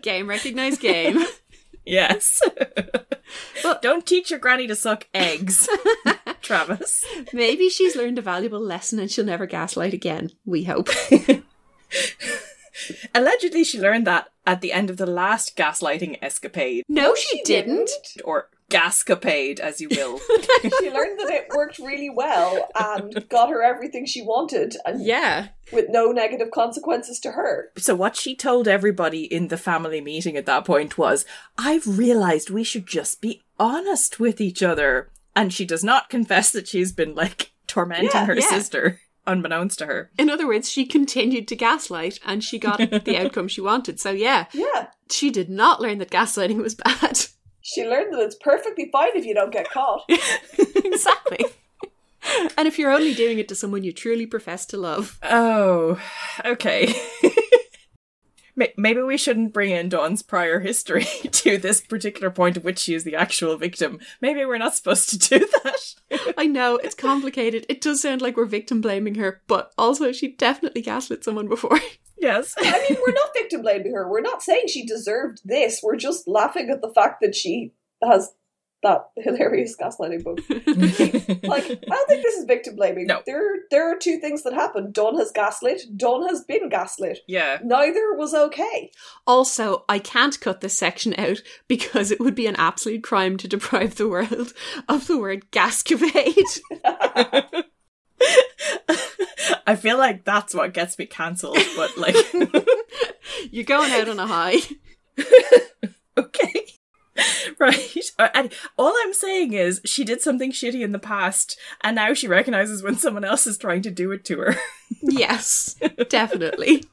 Speaker 3: game recognized game.
Speaker 1: yes.
Speaker 3: Well-
Speaker 1: don't teach your granny to suck eggs, Travis.
Speaker 3: Maybe she's learned a valuable lesson, and she'll never gaslight again. We hope.
Speaker 1: Allegedly, she learned that at the end of the last gaslighting escapade,
Speaker 3: No, she didn't.
Speaker 1: or gascapade, as you will.
Speaker 2: She learned that it worked really well and got her everything she wanted and
Speaker 3: Yeah.
Speaker 2: with no negative consequences to her.
Speaker 1: so, what she told everybody in the family meeting at that point was, I've realized we should just be honest with each other. And she does not confess that she's been like tormenting
Speaker 2: Yeah,
Speaker 1: her
Speaker 3: yeah.
Speaker 1: sister, unbeknownst to her.
Speaker 3: In other words, she continued to gaslight and she got the outcome she wanted. So, yeah,
Speaker 2: Yeah.
Speaker 3: she did not learn that gaslighting was bad.
Speaker 2: She learned that it's perfectly fine if you don't get caught.
Speaker 3: exactly. and if you're only doing it to someone you truly profess to love,
Speaker 1: Oh, okay. May- Maybe we shouldn't bring in Dawn's prior history to this particular point at which she is the actual victim. Maybe we're not supposed to do that.
Speaker 3: I know it's complicated. It does sound like we're victim blaming her, but also she definitely gaslit someone before.
Speaker 1: yes.
Speaker 2: I mean, we're not victim blaming her. We're not saying she deserved this. We're just laughing at the fact that she has that hilarious gaslighting book. like, I don't think this is victim blaming.
Speaker 1: No.
Speaker 2: There, there are two things that happened. Dawn has gaslit. Dawn has been gaslit.
Speaker 1: yeah.
Speaker 2: Neither was okay.
Speaker 3: Also, I can't cut this section out because it would be an absolute crime to deprive the world of the word gascade.
Speaker 1: I feel like that's what gets me cancelled, but like,
Speaker 3: You're going out on a high.
Speaker 1: okay. Right. Uh, And all I'm saying is she did something shitty in the past, and now she recognizes when someone else is trying to do it to her.
Speaker 3: Yes, definitely.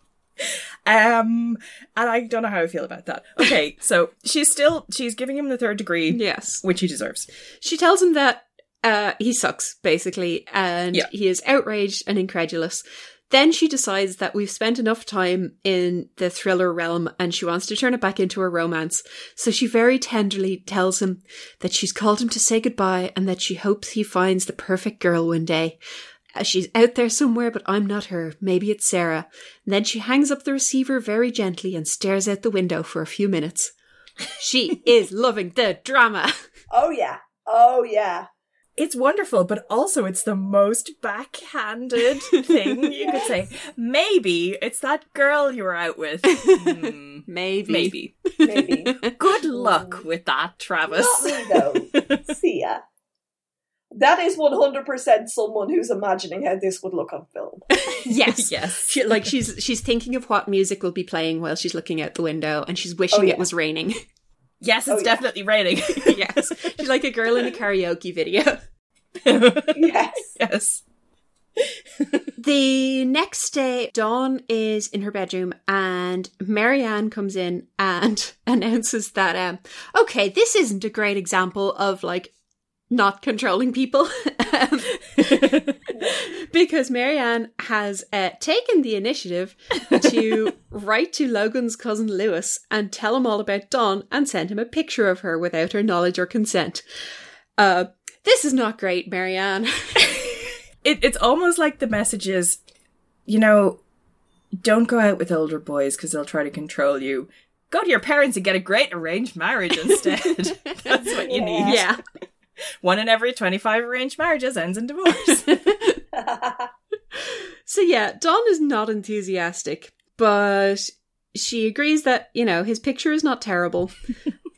Speaker 1: Um, and I don't know how I feel about that. Okay, so she's still she's giving him the third degree,
Speaker 3: Yes.
Speaker 1: which he deserves.
Speaker 3: She tells him that uh, he sucks, basically, and
Speaker 1: Yeah.
Speaker 3: he is outraged and incredulous. Then she decides that we've spent enough time in the thriller realm and she wants to turn it back into a romance. So she very tenderly tells him that she's called him to say goodbye and that she hopes he finds the perfect girl one day. Uh, She's out there somewhere, but I'm not her. Maybe it's Sarah. And then she hangs up the receiver very gently and stares out the window for a few minutes. She is loving the drama.
Speaker 2: Oh yeah. Oh yeah.
Speaker 1: it's wonderful, but also it's the most backhanded thing you could say. Maybe it's that girl you were out with. Hmm,
Speaker 3: Maybe.
Speaker 1: maybe.
Speaker 2: Maybe.
Speaker 1: Good luck with that, Travis.
Speaker 2: Not me though. See ya. That is one hundred percent someone who's imagining how this would look on film.
Speaker 3: Yes.
Speaker 1: yes.
Speaker 3: She, like she's she's thinking of what music will be playing while she's looking out the window and she's wishing
Speaker 2: Oh, yeah.
Speaker 3: it was raining.
Speaker 1: Yes,
Speaker 2: Oh,
Speaker 1: it's
Speaker 2: yeah.
Speaker 1: definitely raining.
Speaker 3: yes. She's like a girl in a karaoke video.
Speaker 2: Yes.
Speaker 1: yes.
Speaker 3: The next day, Dawn is in her bedroom and Marianne comes in and announces that, um, okay, this isn't a great example of like not controlling people. Um, because Marianne has uh, taken the initiative to write to Logan's cousin Lewis and tell him all about Dawn and send him a picture of her without her knowledge or consent. Uh, this is not great, Marianne.
Speaker 1: It, it's almost like the message is, you know, don't go out with older boys because they'll try to control you. Go to your parents and get a great arranged marriage instead. That's what you need.
Speaker 2: Yeah.
Speaker 3: yeah.
Speaker 1: One in every 25 arranged marriages ends in divorce.
Speaker 3: So yeah, Dawn is not enthusiastic, but she agrees that, you know, his picture is not terrible.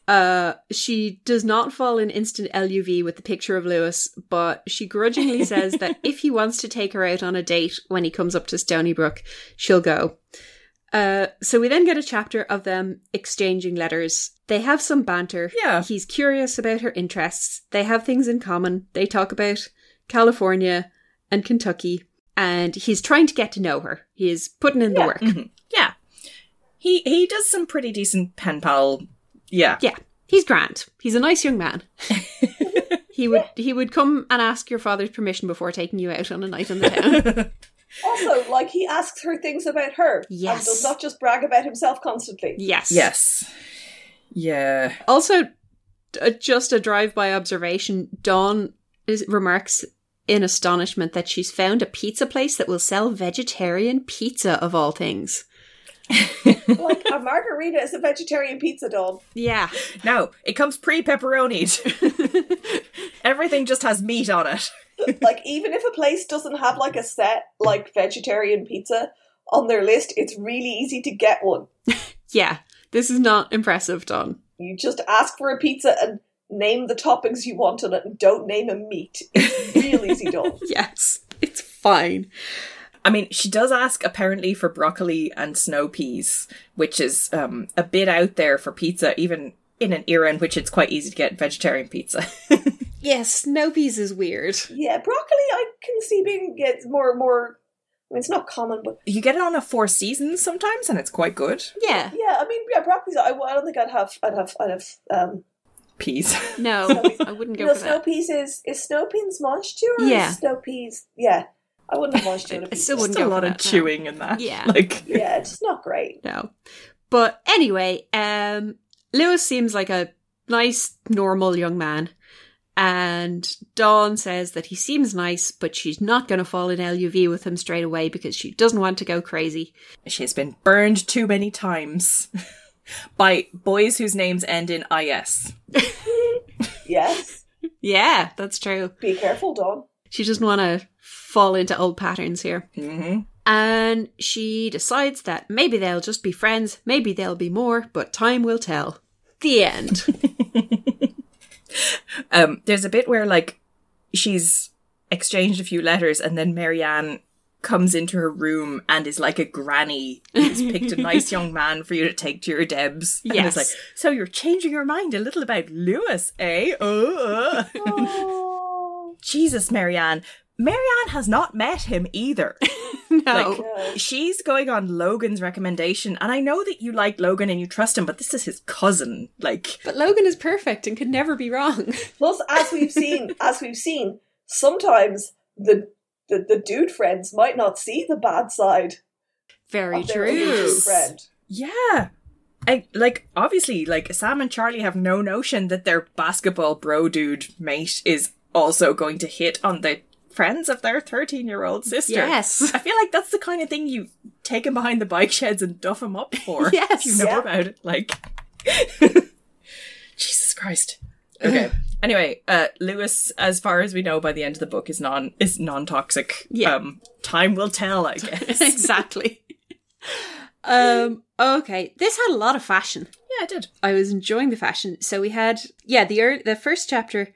Speaker 3: uh she does not fall in instant LUV with the picture of Lewis, but she grudgingly says that if he wants to take her out on a date when he comes up to Stony Brook, she'll go. Uh, so we then get a chapter of them exchanging letters. They have some banter.
Speaker 1: Yeah.
Speaker 3: He's curious about her interests. They have things in common. They talk about California and Kentucky, and he's trying to get to know her. He is putting in the
Speaker 2: Yeah.
Speaker 3: work.
Speaker 1: yeah. He he does some pretty decent pen pal. Yeah.
Speaker 3: Yeah, he's grand. He's a nice young man. he would he would come and ask your father's permission before taking you out on a night in the town.
Speaker 2: also, like he asks her things about her. And
Speaker 3: Yes.
Speaker 2: does not just brag about himself constantly.
Speaker 3: yes.
Speaker 1: Yes. Yeah.
Speaker 3: Also, uh, just a drive-by observation. Dawn is, remarks in astonishment that she's found a pizza place that will sell vegetarian pizza of all things.
Speaker 2: Like a margarita is a vegetarian pizza doll.
Speaker 3: Yeah.
Speaker 1: No, it comes pre pepperoni. Everything just has meat on it.
Speaker 2: like even if a place doesn't have like a set like vegetarian pizza on their list, it's really easy to get one.
Speaker 3: Yeah. This is not impressive, Dawn.
Speaker 2: You just ask for a pizza and name the toppings you want on it and don't name a meat. It's real easy done.
Speaker 3: Yes. It's fine.
Speaker 1: I mean, she does ask apparently for broccoli and snow peas, which is um, a bit out there for pizza, even in an era in which it's quite easy to get vegetarian pizza.
Speaker 3: Yes, Snowpeas is weird.
Speaker 2: Yeah, broccoli I can see being gets more more I mean it's not common, but
Speaker 1: you get it on a Four Seasons sometimes, and it's quite good.
Speaker 3: Yeah.
Speaker 2: yeah, I mean yeah, broccoli's I, I don't think I'd have I'd have I'd have um
Speaker 1: Peas.
Speaker 3: No,
Speaker 2: Snow-
Speaker 3: I wouldn't
Speaker 2: you
Speaker 3: go
Speaker 2: know,
Speaker 3: for
Speaker 2: snow
Speaker 3: that.
Speaker 2: peas is is snow peas mashed too or
Speaker 3: Yeah.
Speaker 2: is snow peas yeah. I wouldn't have mashed too on a
Speaker 3: I
Speaker 2: pizza.
Speaker 3: still wouldn't
Speaker 1: Just a
Speaker 3: go
Speaker 1: lot
Speaker 3: for
Speaker 1: of
Speaker 3: that, no.
Speaker 1: chewing in that.
Speaker 3: Yeah.
Speaker 1: Like,
Speaker 2: Yeah, it's not great.
Speaker 3: No. But anyway, um, Lewis seems like a nice, normal young man. And Dawn says that he seems nice, but she's not going to fall in LUV with him straight away because she doesn't want to go crazy.
Speaker 1: she has been burned too many times by boys whose names end in IS.
Speaker 2: Yes.
Speaker 3: Yeah, that's true.
Speaker 2: Be careful, Don.
Speaker 3: She doesn't want to fall into old patterns here.
Speaker 1: Mm-hmm.
Speaker 3: And she decides that maybe they'll just be friends, maybe they'll be more, but time will tell. The end.
Speaker 1: Um, there's a bit where like she's exchanged a few letters, and then Marianne comes into her room and is like a granny who's picked a nice young man for you to take to your debs. And
Speaker 3: Yes.
Speaker 1: it's like, so you're changing your mind a little about Lewis, eh? Uh, uh."
Speaker 2: Oh,
Speaker 1: Jesus, Marianne. Marianne has not met him either.
Speaker 3: no.
Speaker 1: Like- She's going on Logan's recommendation, and I know that you like Logan and you trust him, but this is his cousin. Like,
Speaker 3: But Logan is perfect and could never be wrong.
Speaker 2: Plus, as we've seen, as we've seen, sometimes the, the the dude friends might not see the bad side
Speaker 3: Very
Speaker 2: of their
Speaker 3: true.
Speaker 2: dude friend.
Speaker 1: yeah. I, like, obviously, like, Sam and Charlie have no notion that their basketball bro dude mate is also going to hit on the friends of their 13 year old sister.
Speaker 3: Yes.
Speaker 1: I feel like that's the kind of thing you take him behind the bike sheds and duff him up for.
Speaker 3: Yes.
Speaker 1: If you know
Speaker 2: Yeah.
Speaker 1: about it. Like, Jesus Christ. Okay. Anyway, uh, Lewis, as far as we know, by the end of the book, is non is non toxic.
Speaker 3: Yeah.
Speaker 1: Um, time will tell, I guess. yeah,
Speaker 3: exactly. Um, okay, this had a lot of fashion.
Speaker 1: I did.
Speaker 3: I was enjoying the fashion. So we had, yeah, the ear the first chapter,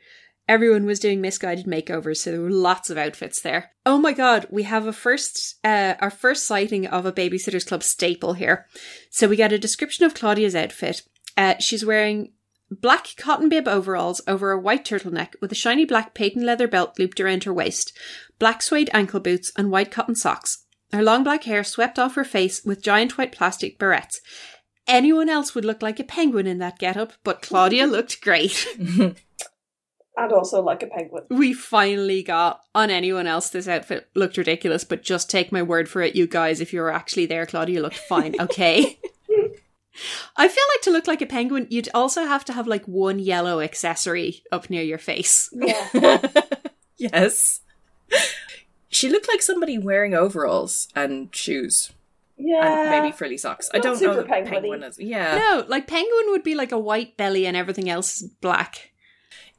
Speaker 3: everyone was doing misguided makeovers, so there were lots of outfits there. Oh my god, we have a first, uh, our first sighting of a Babysitters Club staple here. So we get a description of Claudia's outfit. Uh, she's wearing black cotton bib overalls over a white turtleneck with a shiny black patent leather belt looped around her waist, black suede ankle boots, and white cotton socks. Her long black hair swept off her face with giant white plastic barrettes. Anyone else would look like a penguin in that getup, but Claudia looked great.
Speaker 2: And also like a penguin.
Speaker 3: We finally got on anyone else. This outfit looked ridiculous, but just take my word for it, you guys. If you were actually there, Claudia looked fine. Okay. I feel like to look like a penguin, you'd also have to have like one yellow accessory up near your face.
Speaker 2: Yeah.
Speaker 1: yes. She looked like somebody wearing overalls and shoes and
Speaker 2: Yeah.
Speaker 1: maybe frilly socks. I
Speaker 2: Not
Speaker 1: don't know
Speaker 2: super
Speaker 1: that
Speaker 2: penguin-y.
Speaker 1: penguin is. Yeah.
Speaker 3: No, like penguin would be like a white belly and everything else is black.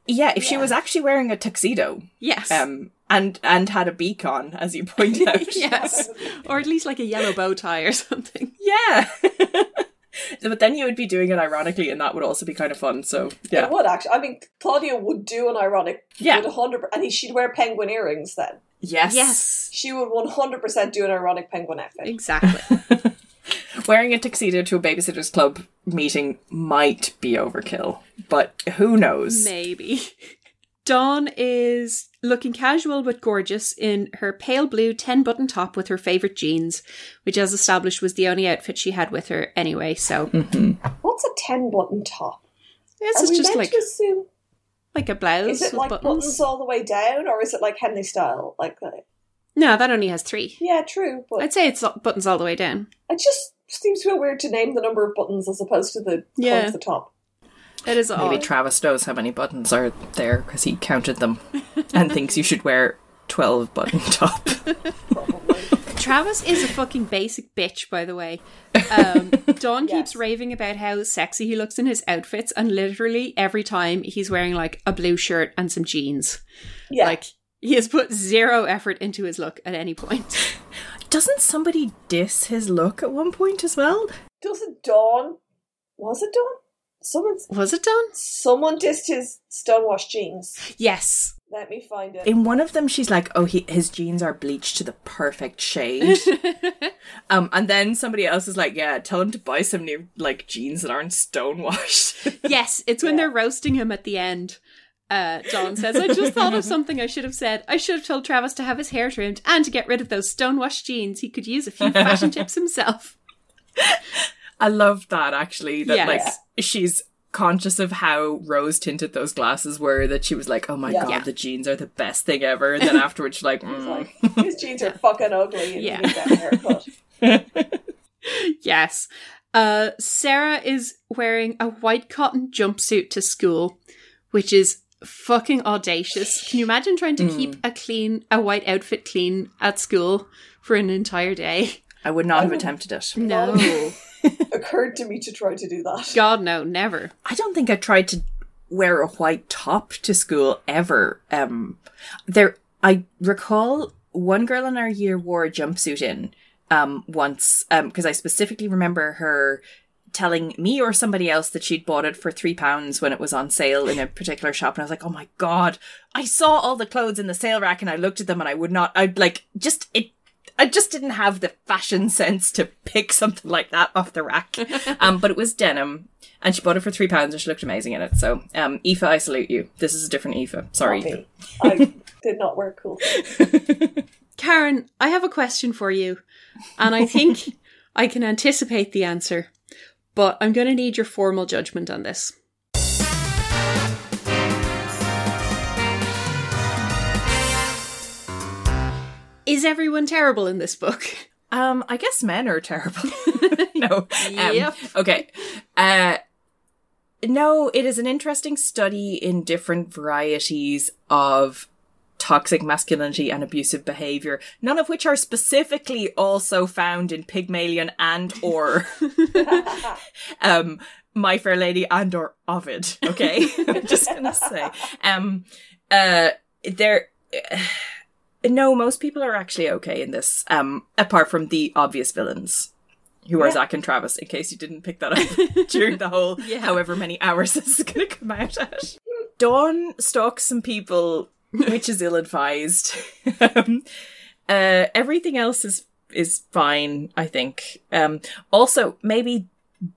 Speaker 1: Yeah, if she
Speaker 2: Yeah.
Speaker 1: was actually wearing a tuxedo
Speaker 3: Yes.
Speaker 1: um, and and had a beak on, as you point out.
Speaker 3: yes. Or at least like a yellow bow tie or something.
Speaker 1: Yeah. but then you would be doing it ironically, and that would also be kind of fun. So yeah,
Speaker 2: It would actually. I mean, Claudia would do an ironic.
Speaker 1: Yeah.
Speaker 2: Would 100 and he, she'd wear penguin earrings then.
Speaker 1: yes,
Speaker 3: Yes.
Speaker 2: She would 100% do an ironic penguin outfit.
Speaker 3: Exactly.
Speaker 1: Wearing a tuxedo to a babysitters club meeting might be overkill, but who knows?
Speaker 3: Maybe. Dawn is looking casual but gorgeous in her pale blue 10 button top with her favourite jeans, which, as established, was the only outfit she had with her anyway. So
Speaker 2: What's a 10 button top?
Speaker 3: this
Speaker 2: Hmm. Are
Speaker 3: is
Speaker 2: we
Speaker 3: just
Speaker 2: meant
Speaker 3: like
Speaker 2: to assume.
Speaker 3: like a blouse
Speaker 2: Is it
Speaker 3: with
Speaker 2: like buttons?
Speaker 3: buttons.
Speaker 2: all the way down or is it like Henley style? Like, uh,
Speaker 3: No, that only has three.
Speaker 2: yeah, true, but
Speaker 3: I'd say it's all- buttons all the way down.
Speaker 2: it just seems to be weird to name the number of buttons as opposed to the
Speaker 3: Yeah.
Speaker 2: one at the top.
Speaker 3: It is all.
Speaker 1: Maybe Travis knows how many buttons are there because he counted them and thinks you should wear twelve button top.
Speaker 3: Travis is a fucking basic bitch, by the way. Um, Don keeps raving about how sexy he looks in his outfits, and literally every time he's wearing like a blue shirt and some jeans.
Speaker 2: Yeah.
Speaker 3: Like he has put zero effort into his look at any point.
Speaker 1: Doesn't somebody diss his look at one point as well?
Speaker 2: Doesn't Dawn. Was it Dawn? Someone,
Speaker 3: Was it Don?
Speaker 2: someone dissed his stonewashed jeans.
Speaker 3: Yes.
Speaker 2: Let me find it.
Speaker 1: In one of them, she's like, "Oh, he, his jeans are bleached to the perfect shade," um, and then somebody else is like, "Yeah, tell him to buy some new like jeans that aren't stonewashed."
Speaker 3: Yes, it's when they're roasting him at the end. Uh, Don says, I just thought of something I should have said. I should have told Travis to have his hair trimmed and to get rid of those stonewashed jeans. He could use a few fashion tips himself.
Speaker 1: I love that actually. That
Speaker 3: Yeah.
Speaker 1: like she's conscious of how rose tinted those glasses were. That she was like, "Oh my
Speaker 2: Yeah.
Speaker 1: god,
Speaker 3: Yeah.
Speaker 1: the jeans are the best thing ever." And then afterwards, she's like, mm.
Speaker 2: Like, his jeans are fucking ugly and yeah.
Speaker 3: Yeah.
Speaker 2: he needs that haircut.
Speaker 3: Yes. Uh, Sarah is wearing a white cotton jumpsuit to school, which is fucking audacious. Can you imagine trying to keep a clean, a white outfit clean at school for an entire day?
Speaker 1: "I would not have attempted it."
Speaker 3: No.
Speaker 2: Occurred to me to try to do that.
Speaker 3: God, no, never.
Speaker 1: I don't think I tried to wear a white top to school ever. Um, there, I recall one girl in our year wore a jumpsuit in um, once because I specifically remember her telling me or somebody else that she'd bought it for three pounds when it was on sale in a particular shop and i was like oh my god i saw all the clothes in the sale rack and i looked at them and i would not i'd like just it i just didn't have the fashion sense to pick something like that off the rack um but it was denim and she bought it for three pounds and she looked amazing in it so um aoife i salute you this is a different aoife sorry
Speaker 2: Me. I did not wear cool things.
Speaker 3: Karen, I have a question for you, and I think I can anticipate the answer, but I'm going to need your formal judgment on this. Is everyone terrible in this book?
Speaker 1: Um, I guess men are terrible. no. Um,
Speaker 3: Yep.
Speaker 1: Okay. Uh, no, it is an interesting study in different varieties of toxic masculinity and abusive behavior, none of which are specifically also found in Pygmalion and or um, My Fair Lady and or Ovid. Okay, I'm just gonna say. Um, uh, there. uh, no, most people are actually okay in this. Um, apart from the obvious villains, who are
Speaker 2: Yeah.
Speaker 1: Zach and Travis. In case you didn't pick that up during the whole
Speaker 3: Yeah.
Speaker 1: however many hours this is gonna come out at. Dawn stalks some people, which is ill advised. um, uh, everything else is is fine, I think. Um, also, maybe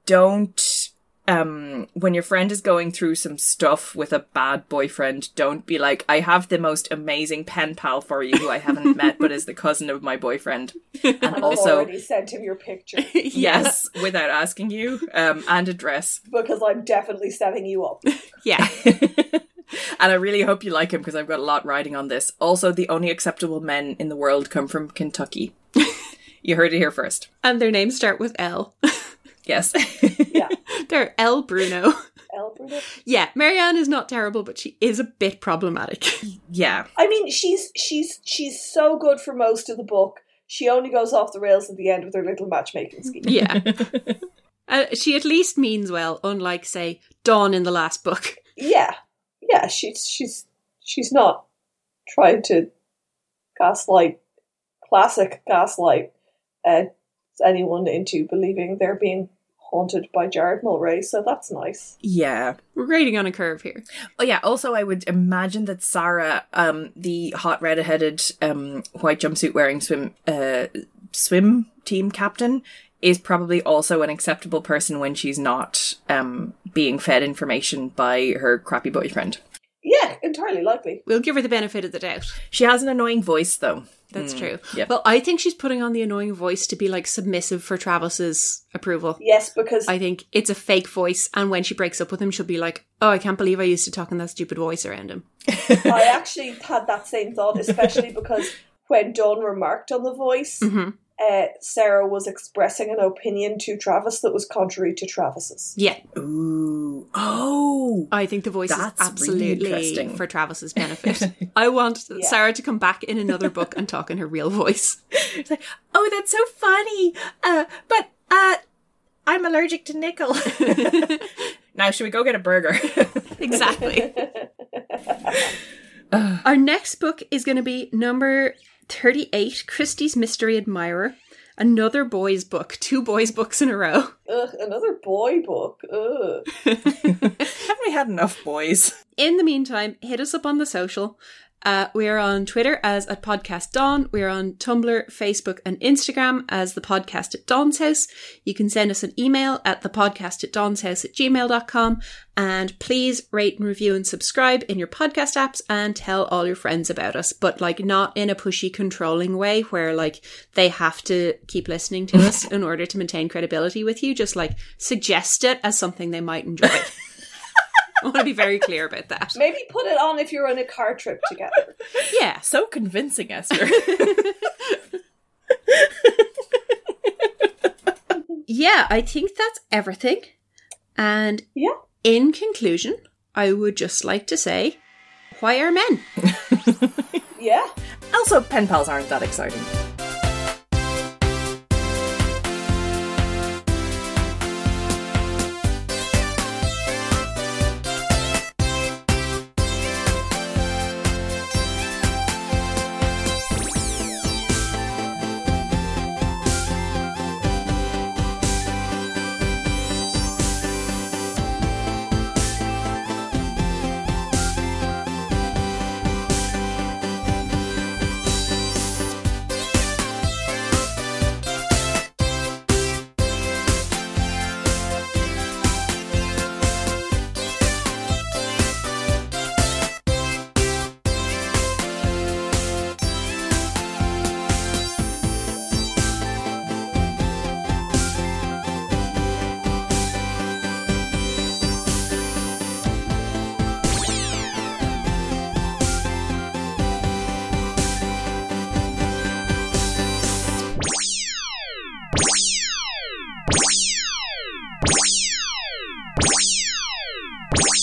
Speaker 1: don't um when your friend is going through some stuff with a bad boyfriend don't be like i have the most amazing pen pal for you who i haven't met but is the cousin of my boyfriend and
Speaker 2: I've
Speaker 1: also
Speaker 2: already sent him your picture
Speaker 1: yes without asking you um and address
Speaker 2: because I'm definitely setting you up.
Speaker 3: Yeah.
Speaker 1: and I really hope you like him because I've got a lot riding on this. Also, the only acceptable men in the world come from Kentucky. you heard it here first.
Speaker 3: And their names start with L.
Speaker 1: Yes.
Speaker 2: Yeah,
Speaker 3: They're L Bruno.
Speaker 2: Alberta.
Speaker 3: Yeah, Marianne is not terrible, but she is a bit problematic.
Speaker 1: yeah.
Speaker 2: I mean, she's she's she's so good for most of the book. She only goes off the rails at the end with her little matchmaking scheme.
Speaker 3: Yeah. Uh, she at least means well, unlike, say, Dawn in the last book.
Speaker 2: Yeah, yeah. She's she's she's not trying to gaslight, classic gaslight, uh, anyone into believing they're being haunted by Jared Mulray. So that's nice.
Speaker 1: Yeah.
Speaker 3: We're grading on a curve here.
Speaker 1: Oh, yeah. Also, I would imagine that Sarah, um, the hot red-headed, um, white jumpsuit wearing swim, uh, swim team captain, is probably also an acceptable person when she's not um being fed information by her crappy boyfriend.
Speaker 2: Yeah, entirely likely.
Speaker 3: We'll give her the benefit of the doubt.
Speaker 1: She has an annoying voice, though.
Speaker 3: That's
Speaker 1: Mm,
Speaker 3: true.
Speaker 1: yep.
Speaker 3: Well, I think she's putting on the annoying voice to be like submissive for Travis's approval.
Speaker 2: Yes, because
Speaker 3: I think it's a fake voice, and when she breaks up with him, she'll be like, "Oh, I can't believe I used to talk in that stupid voice around him."
Speaker 2: I actually had that same thought, especially because when Dawn remarked on the voice,
Speaker 3: hmm
Speaker 2: uh, Sarah was expressing an opinion to Travis that was contrary to Travis's.
Speaker 3: Yeah,
Speaker 1: Ooh. Oh.
Speaker 3: I think the voice
Speaker 1: That's
Speaker 3: is
Speaker 1: really
Speaker 3: absolutely
Speaker 1: interesting.
Speaker 3: for Travis's benefit. I want
Speaker 2: Yeah.
Speaker 3: Sarah to come back in another book and talk in her real voice.
Speaker 1: Oh, that's so funny. Uh, but uh, I'm allergic to nickel. now, should we go get a burger?
Speaker 3: Exactly. Our next book is going to be number 38 Christie's Mystery Admirer. Another boys' book, two boys' books in a row.
Speaker 2: Ugh, another boy book. Ugh.
Speaker 1: Haven't we had enough boys?
Speaker 3: In the meantime, hit us up on the social. Uh, we are on Twitter as at Podcast Dawn. We are on Tumblr, Facebook, and Instagram as the podcast at Dawn's House. You can send us an email at the podcast at Dawn's House at gmail.com. And please rate and review and subscribe in your podcast apps and tell all your friends about us, but like not in a pushy, controlling way where like they have to keep listening to us in order to maintain credibility with you. Just like suggest it as something they might enjoy. I want to be very clear about that.
Speaker 2: Maybe put it on if you're on a car trip together.
Speaker 3: Yeah.
Speaker 1: So convincing, Esther.
Speaker 3: Yeah, I think that's everything. And
Speaker 2: Yeah.
Speaker 3: in conclusion, I would just like to say, why are men?
Speaker 2: Yeah.
Speaker 1: also, pen pals aren't that exciting.
Speaker 4: Yeah.